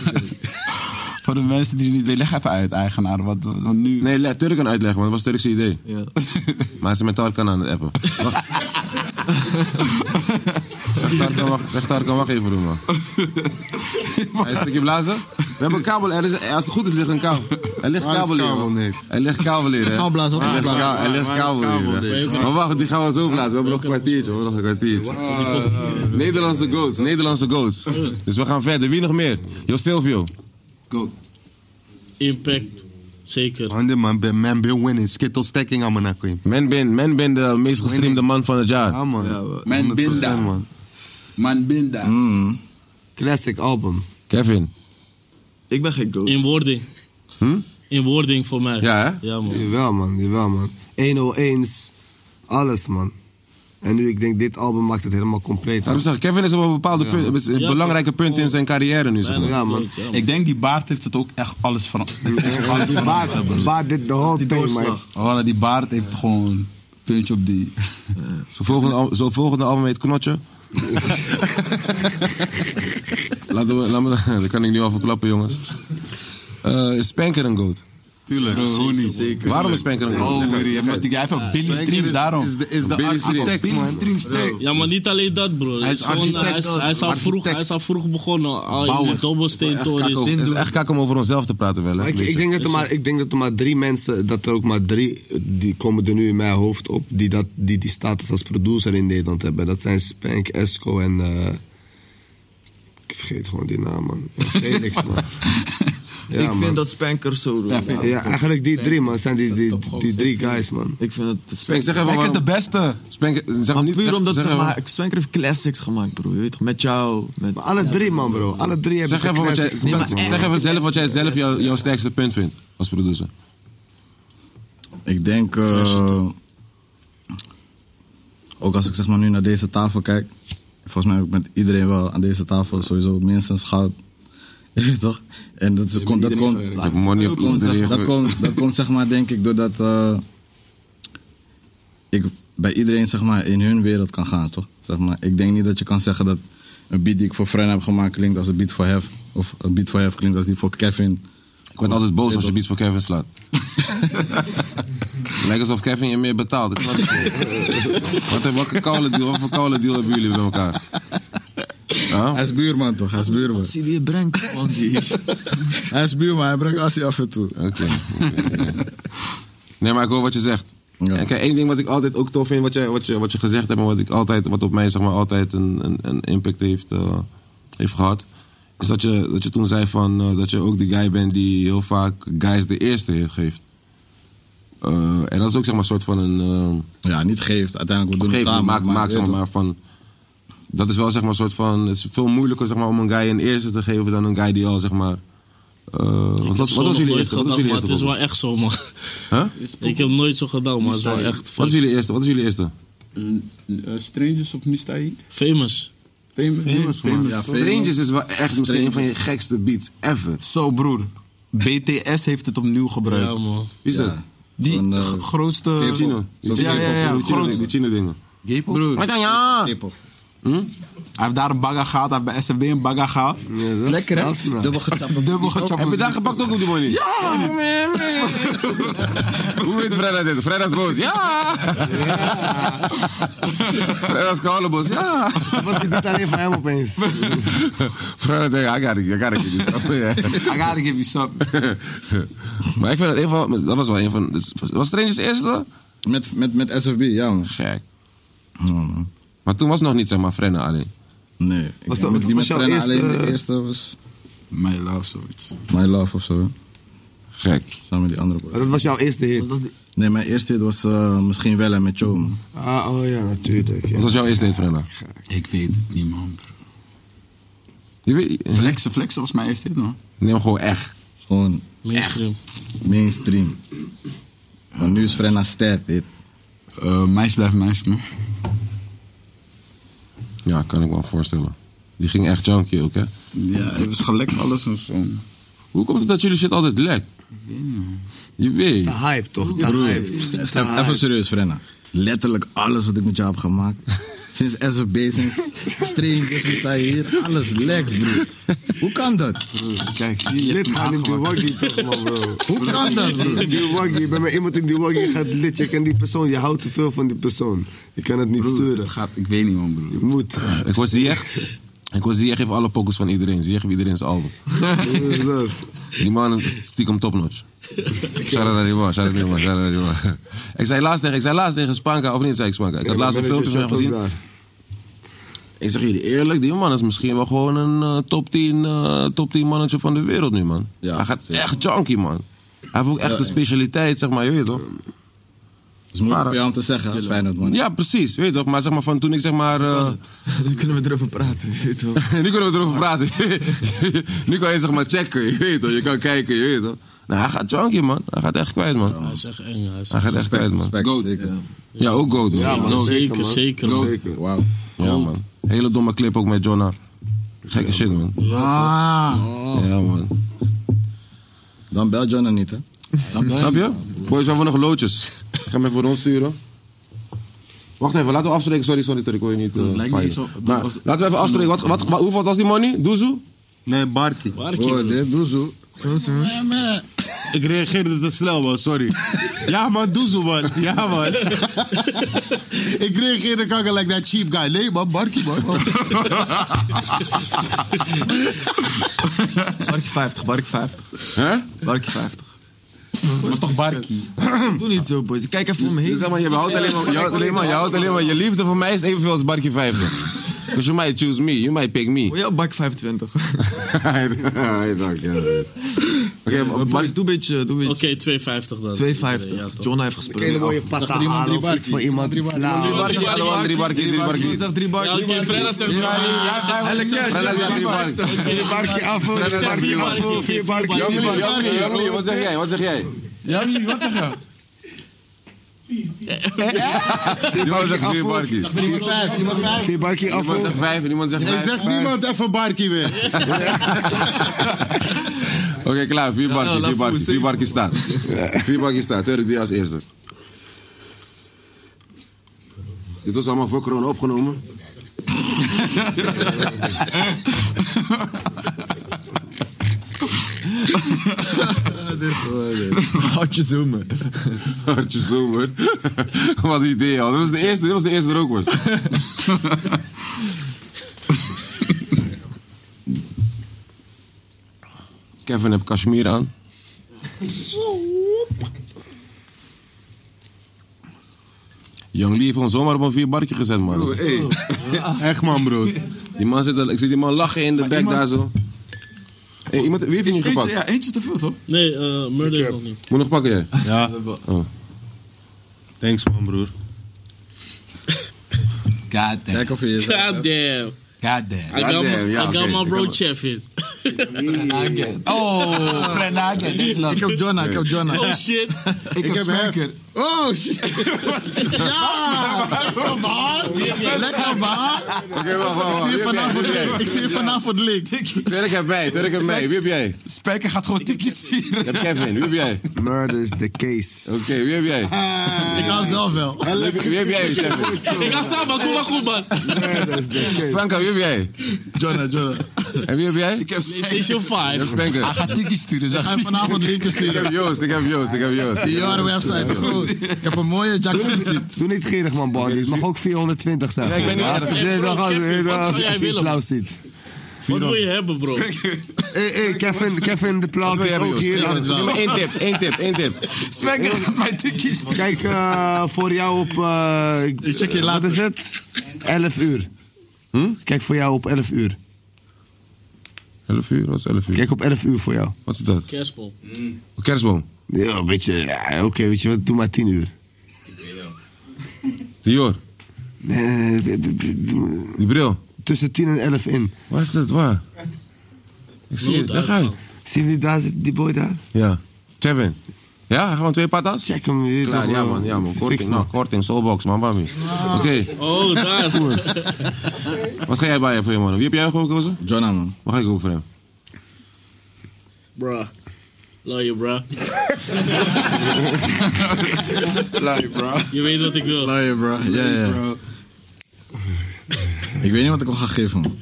Voor de mensen die het niet weten. Leg even uit, eigenaar. Want, want nu.
Nee, laat Turk een uitleg, want het was Turkse idee.
Ja.
Maar ze met Tarkan aan het appen. Wacht. zeg, Tarkan, wacht, zeg Tarkan, wacht even, doen, man. Hij is een stukje blazen. We hebben een kabel, er is, als het goed is, ligt een kabel. Hij legt
Waar is
kabel in.
kabel,
man.
neef?
Hij legt kabel in. hè.
Gaan we blazen, wat gaan
Hij
we
legt
blazen?
ka- Hij legt
Waar is
kabel
kabel,
in.
neef?
hè. Maar wacht, die gaan we zo blazen. We hebben nog een kwartiertje. We hebben nog een kwartiertje. Nederlandse goats, Nederlandse goats. Dus we gaan verder. Wie nog meer? Jo Silvio.
Go. Impact, zeker.
Handen man, ben- man ben winning. Skittles stacking aan mijn nakkoe.
Man ben, man ben de meest gestreamde man van het jaar.
Ja man.
Man
100%
Binda.
man.
Man Binda.
Classic album.
Kevin.
Ik ben geen goat.
In wording. In wording voor mij.
Hm? Ja,
Ja, man.
Jawel, man. Jawel, man. 101 alles, man. En nu, ik denk, dit album maakt het helemaal compleet.
Daarom zeg Nou, ik, Kevin is op een bepaalde punt, is een
Ja,
belangrijke punt in zijn carrière nu. Zeg maar.
Ja, man.
Ik denk die baard heeft het ook echt alles veranderd.
Die baard- die baard dit de whole thing, man.
Oh, die baard heeft gewoon puntje op die.
Zijn volgende, al- zijn volgende album heet Knotje. Laten we, laten we, dat kan ik nu al verklappen, jongens. Eh, is Spanker een goat?
Tuurlijk. Zo, hoe niet?
Waarom is Spanker een goat?
Oh, Willy, hij heeft- hij heeft ook Billy Streams daarom.
Billy
architect, man.
Streams.
Billy Streams, nee.
Ja, maar niet alleen dat, bro.
Hij is
gewoon,
architect,
hij is, hij is al
architect.
vroeg, hij is al vroeg begonnen. Al in de
Bouwer.
dobbelsteentoren.
Echt kakkel.
Het is echt kak om over onszelf te praten wel. Hè?
Maar ik, ik, denk dat er maar, ik denk dat er maar drie mensen, dat er ook maar drie, eh, die komen er nu in mijn hoofd op, die dat, die, die status als producer in Nederland hebben. Dat zijn Spank, Esco en. eh, ik vergeet gewoon die naam, man. En Felix, man. Ja,
ik
man.
vind dat Spanker zo doen.
Ja, eigenlijk die drie, man, zijn die, die, die drie guys, man.
Ik vind dat
Spank, zeg even waarom-
beste.
Spank, zeg
maar
niet-
puur
zeg-
omdat
zeg
zeg
even-
maar, Spanker heeft classics gemaakt, bro. Je weet toch, met jou. Met...
alle drie, man, bro. Alle drie
Zeg even, wat jij,
Nee, maar echt.
zeg even zelf wat jij zelf jouw, jouw sterkste punt vindt als producer.
Ik denk, eh, ook als ik zeg maar nu naar deze tafel kijk, volgens mij heb ik met iedereen wel aan deze tafel sowieso minstens goud. Je weet toch? En dat, komt, dat, komt,
Ik heb money op
dat, komt,
iedereen
zeg- dat,
gegooid.
komt, dat komt zeg maar denk ik doordat eh, ik bij iedereen zeg maar in hun wereld kan gaan, toch? Zeg maar, ik denk niet dat je kan zeggen dat een beat die ik voor Fren heb gemaakt klinkt als een beat voor Hef. Of een beat voor Hef klinkt als die voor Kevin.
Ik word altijd boos als je beats voor Kevin slaat. Lijkt alsof Kevin je meer betaalt. Ik snap het niet. Wat heb- Welke koude deal, wat voor koude deal hebben jullie met elkaar? Huh?
Hij is buurman toch? Hij is buurman.
Zie die je brengt, man.
Hij is buurman, hij brengt Assie af en toe.
Oké. oké, oké. Nee, maar ik hoor wat je zegt. En kijk, één ding wat ik altijd ook tof vind, wat je, wat je, wat je gezegd hebt, en wat, ik altijd, wat op mij zeg maar, altijd een, een, een impact heeft, eh, heeft gehad, is dat je, dat je toen zei van, eh, dat je ook de guy bent die heel vaak guys de eerste hit geeft. Eh, en dat is ook zeg maar, een soort van een.
ja, niet geeft, uiteindelijk we doen het
geeft,
samen.
Maak,
maar
maak
weet
zeg
toch.
maar van. Dat is wel zeg maar een soort van. Het is veel moeilijker zeg maar, om een guy een eerste te geven dan een guy die al zeg maar. eh, want wat,
Zo
wat
nog
was jullie
nooit
eerste? Wat was
gedacht,
jullie
maar
eerste?
het is wel
pokoe?
echt zo, man.
Huh?
Ik heb nooit zo gedaan, maar het is wel echt...
Wat is jullie eerste? Wat is jullie eerste?
strangers of Nistai?
Famous.
Famous,
Famous, man. Strangers is wel echt misschien een van je gekste beats ever.
Zo broer, BTS heeft het opnieuw gebruikt.
Ja, man.
Wie is
Ja.
dat?
Die
Zo'n, eh,
g- grootste...
Zo'n Chino. Die
Ja,
Chino-
ja, ja,
die Chino- Die
grootste.
Chino dingen.
Broer.
dan ja?
Hij heeft daar een bagger gehad, hij heeft bij SMB een bagger gehad. Lekker hè?
Dubbel getapt.
Dubbel getapt.
Heb je daar gepakt ook op de money? Ja! Hoe weet Vrijdag dit? Vrijdag is boos. Ja! Vrijdag is koude Ja!
Was die niet alleen van hem opeens?
Vrijdag denkt, I gotta, I gotta give you something.
I gotta give you something.
maar ik vind dat een van... Dat was wel een van... dus- Was Strangers eerste?
Met, met, met SFB, ja man.
Gek.
Ja, man.
Maar toen was nog niet zeg maar Frenna alleen.
Nee. ik
Was dat-
denk met die
was
met
jouw
Frenna
eerste-
alleen de eerste was
My love, zoiets.
My Love of zo. hè?
Gek.
Samen met die andere boy.
Maar dat was jouw eerste hit.
Nee, mijn eerste hit was eh, misschien wel en met Joe. man.
Ah, oh ja, natuurlijk. Ja.
Wat was jouw eerste hit, Frenna?
Ik weet het niet man. bro.
Je weet...
Flexen, flexen was mijn eerste hit man.
Neem gewoon echt.
Gewoon
Mainstream.
mainstream. Maar nu is Frenna sterk, dit.
Eh, meisje blijft meisje man.
Ja, kan ik me wel voorstellen. Die ging echt junkie ook, hè?
Ja, het is gelekt alles en zo.
Hoe komt het dat jullie shit altijd lekt? Je weet.
De hype, toch? De
Broer,
hype.
even, even serieus, Frenna. Letterlijk alles wat ik met jou heb gemaakt. Sinds SFB, sinds Strangers, we staan hier. Alles lekt, broer. Hoe kan dat?
Kijk, zie je, je hebt
Lid
hem
gaan in die
aangemaakt.
waggie toch, man, bro.
Hoe kan dat, broer?
Die waggie, bij mij iemand in die waggie gaat lid. Je kent die persoon, je houdt te veel van die persoon. Je kan het niet
Broer,
sturen.
het gaat, ik weet niet man broer.
Je moet.
Ik was die echt. Ik was Ziyech heeft alle pokus van iedereen. Ziyech heeft iedereen zijn album. Die man is stiekem topnotch. Shout out naar die man, shout out naar die man, shout out naar die man. Ik zei laatst tegen, ik zei laatst tegen Spanka, of niet zei ik Spanka. Ik had laatst een filmpje van hem gezien. Ik zeg jullie eerlijk, die man is misschien wel gewoon een eh, top 10, eh, top 10 mannetje van de wereld nu, man. hij gaat echt junkie, man. Hij heeft ook echt
Ja,
een
ja.
specialiteit, zeg maar, je weet toch?
is moeilijk voor jou om te zeggen als Feyenoord, man.
Ja, precies, weet je toch? Maar zeg maar, van toen ik zeg maar... eh,
Nu kunnen we erover praten, je weet toch?
nu kunnen we erover praten. nu kan je zeg maar checken, je weet toch? Je kan kijken, je weet toch? Nou, hij gaat junkie, man. Hij gaat echt kwijt, man.
Hij is echt eng. Hij is
Hij gaat echt kwijt, man.
Goat. Zeker.
Ja, ook Goat. man.
Ja, man,
Goat.
zeker, zeker, man.
Zeker, wauw.
Ja, man. Hele domme clip ook met Jonna. Gekke shit, man.
Ah.
Ja, man.
Dan bel John dan niet, hè?
Snap je? Boys, we hebben nog loodjes. Ik ga hem even voor ons sturen. Wacht even, laten we afspreken. Sorry, sorry, sorry. Ik wil je niet. eh,
lijkt niet
fijn.
zo-
Maar
was-
laten we even afspreken. Wat, wat, wat, hoeveel was die money? Doezoe?
Nee, Barkie. Oh,
Barkie, man.
dit doe zo. Ik reageerde te snel, man, sorry. Ja, man, doe zo, man. Ja, man. Ik reageerde kanker like that cheap guy. Nee, man, Barkie, man.
Barkje 50, Barkje 50.
Hè?
Barkje 50. Maar toch Barkie? Doe niet zo, boys. Ik kijk even om me heen.
Zeg maar, je houdt alleen maar, je houdt alleen maar, je houdt alleen maar. Je liefde voor mij is evenveel als Barkie 50. Because you might choose me, you might pick me.
Voor jou Barkje 25.
Hey, dank je. Oké, maar
Boys, doe een beetje, doe een beetje.
Oké, 2,50 dan.
2,50. John heeft gespeeld.
Hele mooie patta
Zag iemand
halen of
barkie?
iets voor iemand
Drie
te
barkie.
slaan.
Drie barkie,
Drie
hallo,
barkie,
drie barkie, drie barkie.
barkie.
Zag drie barkie.
Ja, oké, Frenna zegt drie barkie. Ja, wij-
Alex, ja,
Frenna
ja,
zegt drie barkie.
Drie barkie af,
Frenna
drie
zegt
barkie
drie
af,
barkie.
vier barkie.
Jamie, Jamie, Jamie, wat zeg jij? Wat zeg jij?
Jamie, wat zeg je?
Die man zegt vier Barkie.
Iemand vijf, iemand vijf.
Vier Barkie af. Niemand zegt vijf en niemand zegt
Nee,
vijf.
zegt niemand even Barkie weer.
Oké, klaar. Vier barkie, vier barkie, vier barkie staat. Vier barkie staat. Turk die als eerste. Dit was allemaal voor corona opgenomen.
Houd je zoomen.
Hartje zomer. Wat een idee, al. Dit was de eerste, dit was de eerste rookworst. Kevin heeft Kashmir aan. Young Lee heeft ons zomaar op een vier barkje gezet, man.
Echt, man, broer.
Die man zit, al- ik zie die man lachen in de bek daar zo. Hey, iemand, wie heeft je niet gepakt?
Ja, eentje te veel, toch?
Nee, eh, Murder is nog niet.
Moet nog pakken jij?
Ja.
Oh.
Thanks, man, broer.
God damn.
Kijk of je je
God damn.
God damn.
I got
damn,
my,
ja,
I got
oké,
my
ik
bro
heb-
chef in.
Oh, Grenade.
Ik heb John,
nou,
ik heb John.
Oh shit.
Ik heb Spanker.
Oh, shit. Ja! Lekker waar. Lekker waar.
Oké, wacht, wacht, wacht.
Ik
Wie heb jij? Wie heb
stuur vanavond link. Ik
jij?
stuur vanavond link.
Turk heb mij, Turk heb mij. Wie heb jij?
Spanker gaat gewoon tikjes
Je hebt
sturen.
Kevin, wie heb jij?
Murder is the case.
Oké, wie heb jij?
Ik hou zelf wel.
Wie heb- Wie heb jij, Kevin?
Ik ga samen, kom maar goed man.
Murder is the case.
Spanka, wie heb jij?
John, John.
En wie heb jij?
Ik heb
PlayStation
Dat is
5.
Spanka.
Hij gaat tikjes sturen,
Ik ga
zegt
je
hij.
vanavond linken
Ik
sturen.
heb Joost, ik heb Joost, ik heb Joost.
Die jouw website is goed. Ik heb een mooie jacuzzi.
Doe niet gierig, man, Barney. Het mag ook 420 zijn.
Nee, ik ben niet
Als
echt-
je
Hey,
dit
bro,
dan gaat-
Kevin,
eh,
wat
dan
zou
als-
jij
als je iets
willen?
lauws ziet.
Wat wil je hebben bro?
Hé, hé, Kevin, Kevin de
Wat
plaat
wil je
is
hebben,
ook
Joost?
hier.
Eén
aan het-
tip, Noem maar één tip, één tip, één tip.
Spanker gaat mij tikjes sturen.
Kijk eh, voor jou op. eh,
check je
Wat
later.
is het? 11 uur. Kijk voor jou op 11 uur.
11 uur, wat is 11 uur?
Kijk op 11 uur voor jou.
Wat is dat? Oh,
Kerstbol.
Kerstboom.
Ja, een beetje. ja, Oké, weet je wat? Doe maar 10 uur.
Dior,
Nee, nee, nee, nee, nee, doe-
die bril.
Tussen 10 en 11 in.
Waar is dat, waar? Ik zie het, daar ga je.
Zien jullie daar zitten, die boy daar?
Ja. Kevin. Ja, gewoon twee patas?
Check hem. je weet
Klaar,
toch
ja
wel.
man, ja man.
Fix
Korting,
me.
nou, korting, soulbox, man, bami. Oké,
Oh, daar.
wat ga jij bij voor je man? Wie heb jij gekozen?
John, man.
Wat ga ik ook voor hem?
Bruh. Love you, bruh.
Lui, bro.
Je weet wat ik wil.
Lui, bro. Ja, ja. Ik weet niet wat ik hem ga geven, man.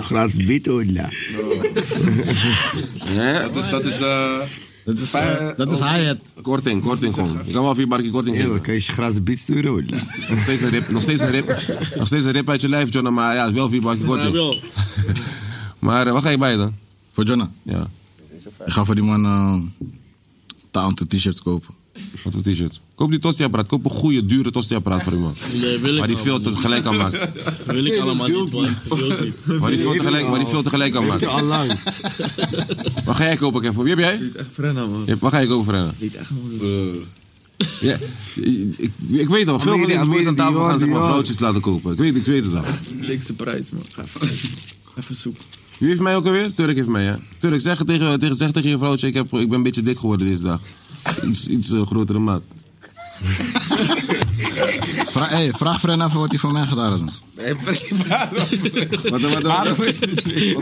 Gratis bitola.
Ja,
Dat is, dat is eh,
Dat is, eh, dat is hi-hat.
Korting, korting gewoon. Je kan wel vier barkie korting geven.
Kan je je grazen beat sturen? hoor.
Nog steeds een rip, nog steeds een rip, nog steeds een rip uit je lijf, Jonna, maar ja, is wel vier barkie korting.
wel.
Maar eh, wat ga je bij dan?
Voor Jonna?
Ja.
Ik ga voor die man eh taante t-shirts kopen.
Wat voor t-shirt? Koop die tosti-apparaat. Koop een goede, dure tosti-apparaat voor iemand.
Nee, wil ik
Waar die
wel,
veel
man.
tegelijk kan maken.
Wil ik allemaal niet, man. Wil ik niet.
Waar die veel tegelijk, waar die veel tegelijk kan maken.
lang.
Wat ga jij kopen, Kevin? Wie heb jij? Niet
echt Frenna, man.
Wat ga je kopen, Frenna?
Niet echt, man.
Eh.
Ja, ik, ik weet al, veel van deze boys aan tafel gaan ze maar broodjes laten kopen. Ik weet, ik weet het al.
Dat is de dikste prijs, man. Ga even, even zoeken.
Wie heeft mij ook alweer? Turk heeft mij, ja. Turk, zeg het tegen, tegen, zeg tegen je vrouwtje, ik, heb, ik ben een beetje dik geworden deze dag. Iets, iets eh, grotere maat.
Vra hey, vraag Fren even wat hij voor mij gedaan heeft.
Nee, prima.
Wat, wat, wat, wat, wat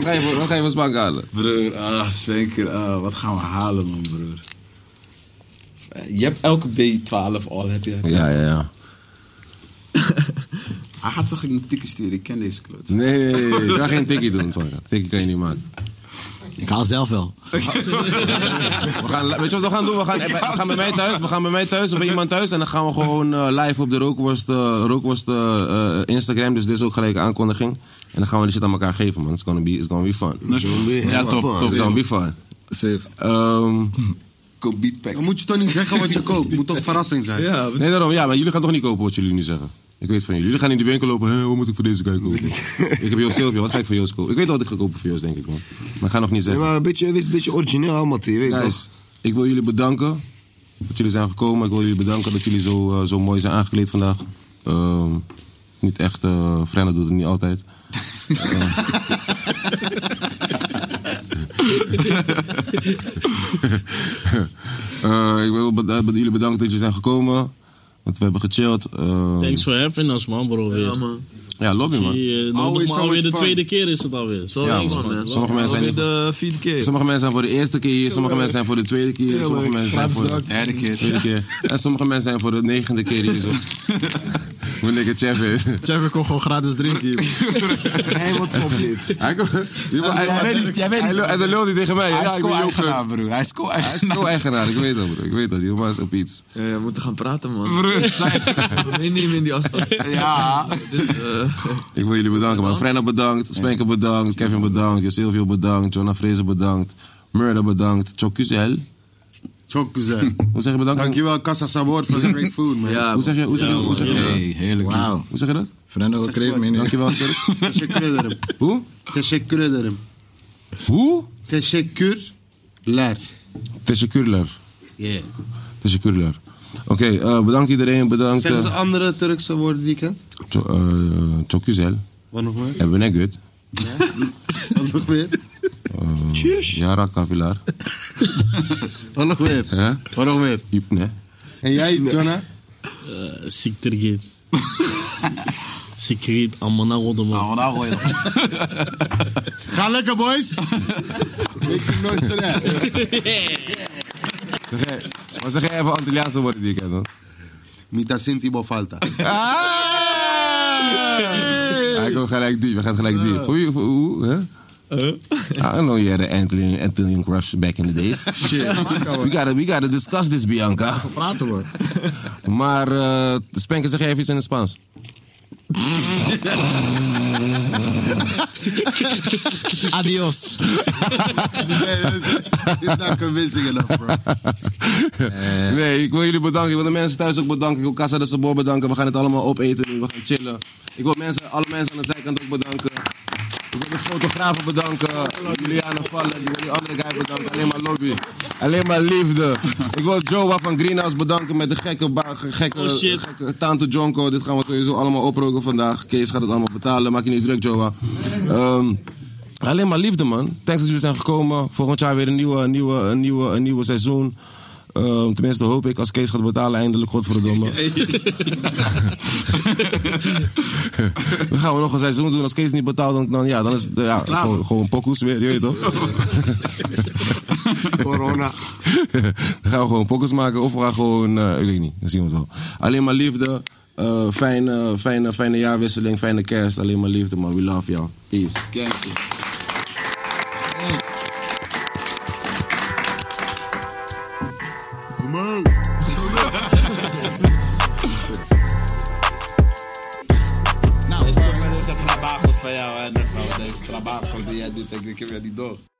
ga je voor- wat ga je van Spank halen?
Broer, ah, Svenker, ah, wat gaan we halen, man, broer? Eh, Je hebt elke B12 al, heb je.
Ja, ja, ja.
Hij gaat zag ik mijn tikken sturen, ik ken deze kloot.
Nee, nee, nee, nee. Ik ga geen tikkie doen, Twanka. Tikkie kan je niet maken.
Ik haal zelf wel.
We gaan, weet je wat we gaan doen? We gaan, we gaan bij mij thuis, we gaan bij mij thuis of bij iemand thuis. En dan gaan we gewoon eh, live op de Rookworst, eh, rookworst eh, eh, Instagram. Dus dit is ook gelijk een aankondiging. En dan gaan we die shit aan elkaar geven, man. It's gonna be, it's gonna be fun.
Ja, top, top.
It's gonna be fun. Ehm,
Safe.
Koop beatpack.
Dan moet je toch niet zeggen wat je koopt. Moet toch een verrassing zijn.
Nee, daarom, ja, maar jullie gaan toch niet kopen wat jullie nu zeggen? Ik weet van jullie. Jullie gaan in de winkel lopen. Hé, wat moet ik voor deze guy kopen? ik heb Joost Silvio. Wat ga ik voor Joost kopen? Ik weet wel wat ik ga kopen voor Joost, denk ik, man. Maar ik ga nog niet
Nee,
zeggen.
maar een beetje, wees een beetje origineel allemaal, T, je weet
Guys, ik wil jullie bedanken dat jullie zijn gekomen. Ik wil jullie bedanken dat jullie zo, eh, zo mooi zijn aangekleed vandaag. Ehm, niet echt, eh Frenna doet het niet altijd. Eh, eh, ik wil beda- beda- jullie bedanken dat jullie zijn gekomen. Want we hebben gechilled. Ehm,
Thanks for having us, man, bro. Weer. Ja, man.
ja, lobby man.
eh, nog
Always
maar alweer
always
de
fun.
tweede keer is het alweer.
Ja, man. Sommige mensen zijn
de vierde keer.
Sommige mensen zijn voor de eerste keer hier, sommige mensen zijn voor de tweede keer,
Heerlijk.
sommige mensen zijn
Gratis
voor de
drank.
derde keer, tweede keer. En sommige mensen zijn voor de negende keer hier. Zo. Moet ik het cheffen.
Chef, ik kon gewoon gratis drinken hier.
Helemaal top dit.
Hij komt- die man- hij-
Jij weet het, jij weet
hij
het.
lult- En dan lult hij tegen mij.
Hij
Ja,
is
ik ben
co-eigenaar,
Joke.
broer. Hij is
Hij is
co-eigenaar.
co-eigenaar, ik weet dat bro. Ik weet dat, die jongen is op iets.
Ja, ja, we moeten gaan praten, man.
Broer,
We meen niet meer in die afstand.
Ja.
Dit, eh,
Ik wil jullie bedanken man. Frenna bedankt, Spenker bedankt, Kevin bedankt, Josilvio bedankt, Jonna Fraser bedankt, Murda bedankt, Chokuzel.
Chokuzel.
Hoe zeg je bedankt?
Dankjewel, Casa Sabor, voor de great food, man.
Ja,
hoe zeg je, hoe zeg je, hoe zeg je dat?
heerlijk. Wauw.
Hoe zeg je dat?
Fernando kreeg me in.
Dankjewel, Turk.
Teşekkür ederim.
Hoe?
Teşekkür ederim.
Hoe?
Teşekkürler.
Teşekkürler.
Yeah.
Teşekkürler. Oké, eh, bedankt iedereen, bedankt.
Zeggen ze
eh,
andere Turkse woorden die ik ken?
Cho- eh, Çok güzel.
Wat nog meer?
Hebben we goed.
Wat nog meer?
Tjus. Yara kafilar.
Wat nog meer?
Hè?
Wat nog meer?
Hypne.
En jij, Jonna?
Sikter geht. Secret, amana rodo man. Amana rodo.
Ga lekker, boys.
Ik zie nooit
Wat zeg jij even Antilliaanse woorden die ik ken dan?
Mita Sinti Bofalta.
Ah!
Hij komt gelijk diep, hij gaat gelijk diep. Hoe, hoe, hoe, hè? Ah, I know you had an Antillian, Antillian crush back in the days. Shit. We gotta, we gotta discuss this, Bianca.
Praten we.
Maar, eh Spenker, zeg jij even iets in het Spaans?
Adios.
It's not convincing enough, bro.
Eh.
Nee, ik wil jullie bedanken. Ik wil de mensen thuis ook bedanken. Ik wil Casa de Sabor bedanken. We gaan het allemaal opeten nu. We gaan chillen. Ik wil mensen, alle mensen aan de zijkant ook bedanken. Ik wil de fotografen bedanken. eh, Juliana Vallen. Ik wil die andere guy bedanken. Alleen maar lobby. Alleen maar liefde. Ik wil Joa van Greenhouse bedanken met de gekke, ba- ge- gekke,
Oh, shit.
gekke Tante Jonko. Dit gaan we sowieso allemaal oproken vandaag. Kees gaat het allemaal betalen. Maak je niet druk, Joa. Ehm, alleen maar liefde, man. Thanks dat jullie zijn gekomen. Volgend jaar weer een nieuwe, een nieuwe, een nieuwe, een nieuwe seizoen. Ehm, tenminste hoop ik als Kees gaat betalen eindelijk, godverdomme. Dan gaan we nog een seizoen doen. Als Kees niet betaalt, dan, dan, ja, dan is het eh, ja, gewoon, gewoon pokoes weer. Je weet toch? Corona. dan gaan we gewoon pokoes maken. Of we gaan gewoon, eh, ik weet niet, dan zien we het wel. Alleen maar liefde. eh, fijne, fijne, fijne jaarwisseling, fijne kerst. Alleen maar liefde, man. We love you. Peace.
Gangster.
man.
Nou, dat is toch met deze trabagos van jou, hè? net nou, Deze trabagos die jij doet, ik denk, ik heb jij niet door.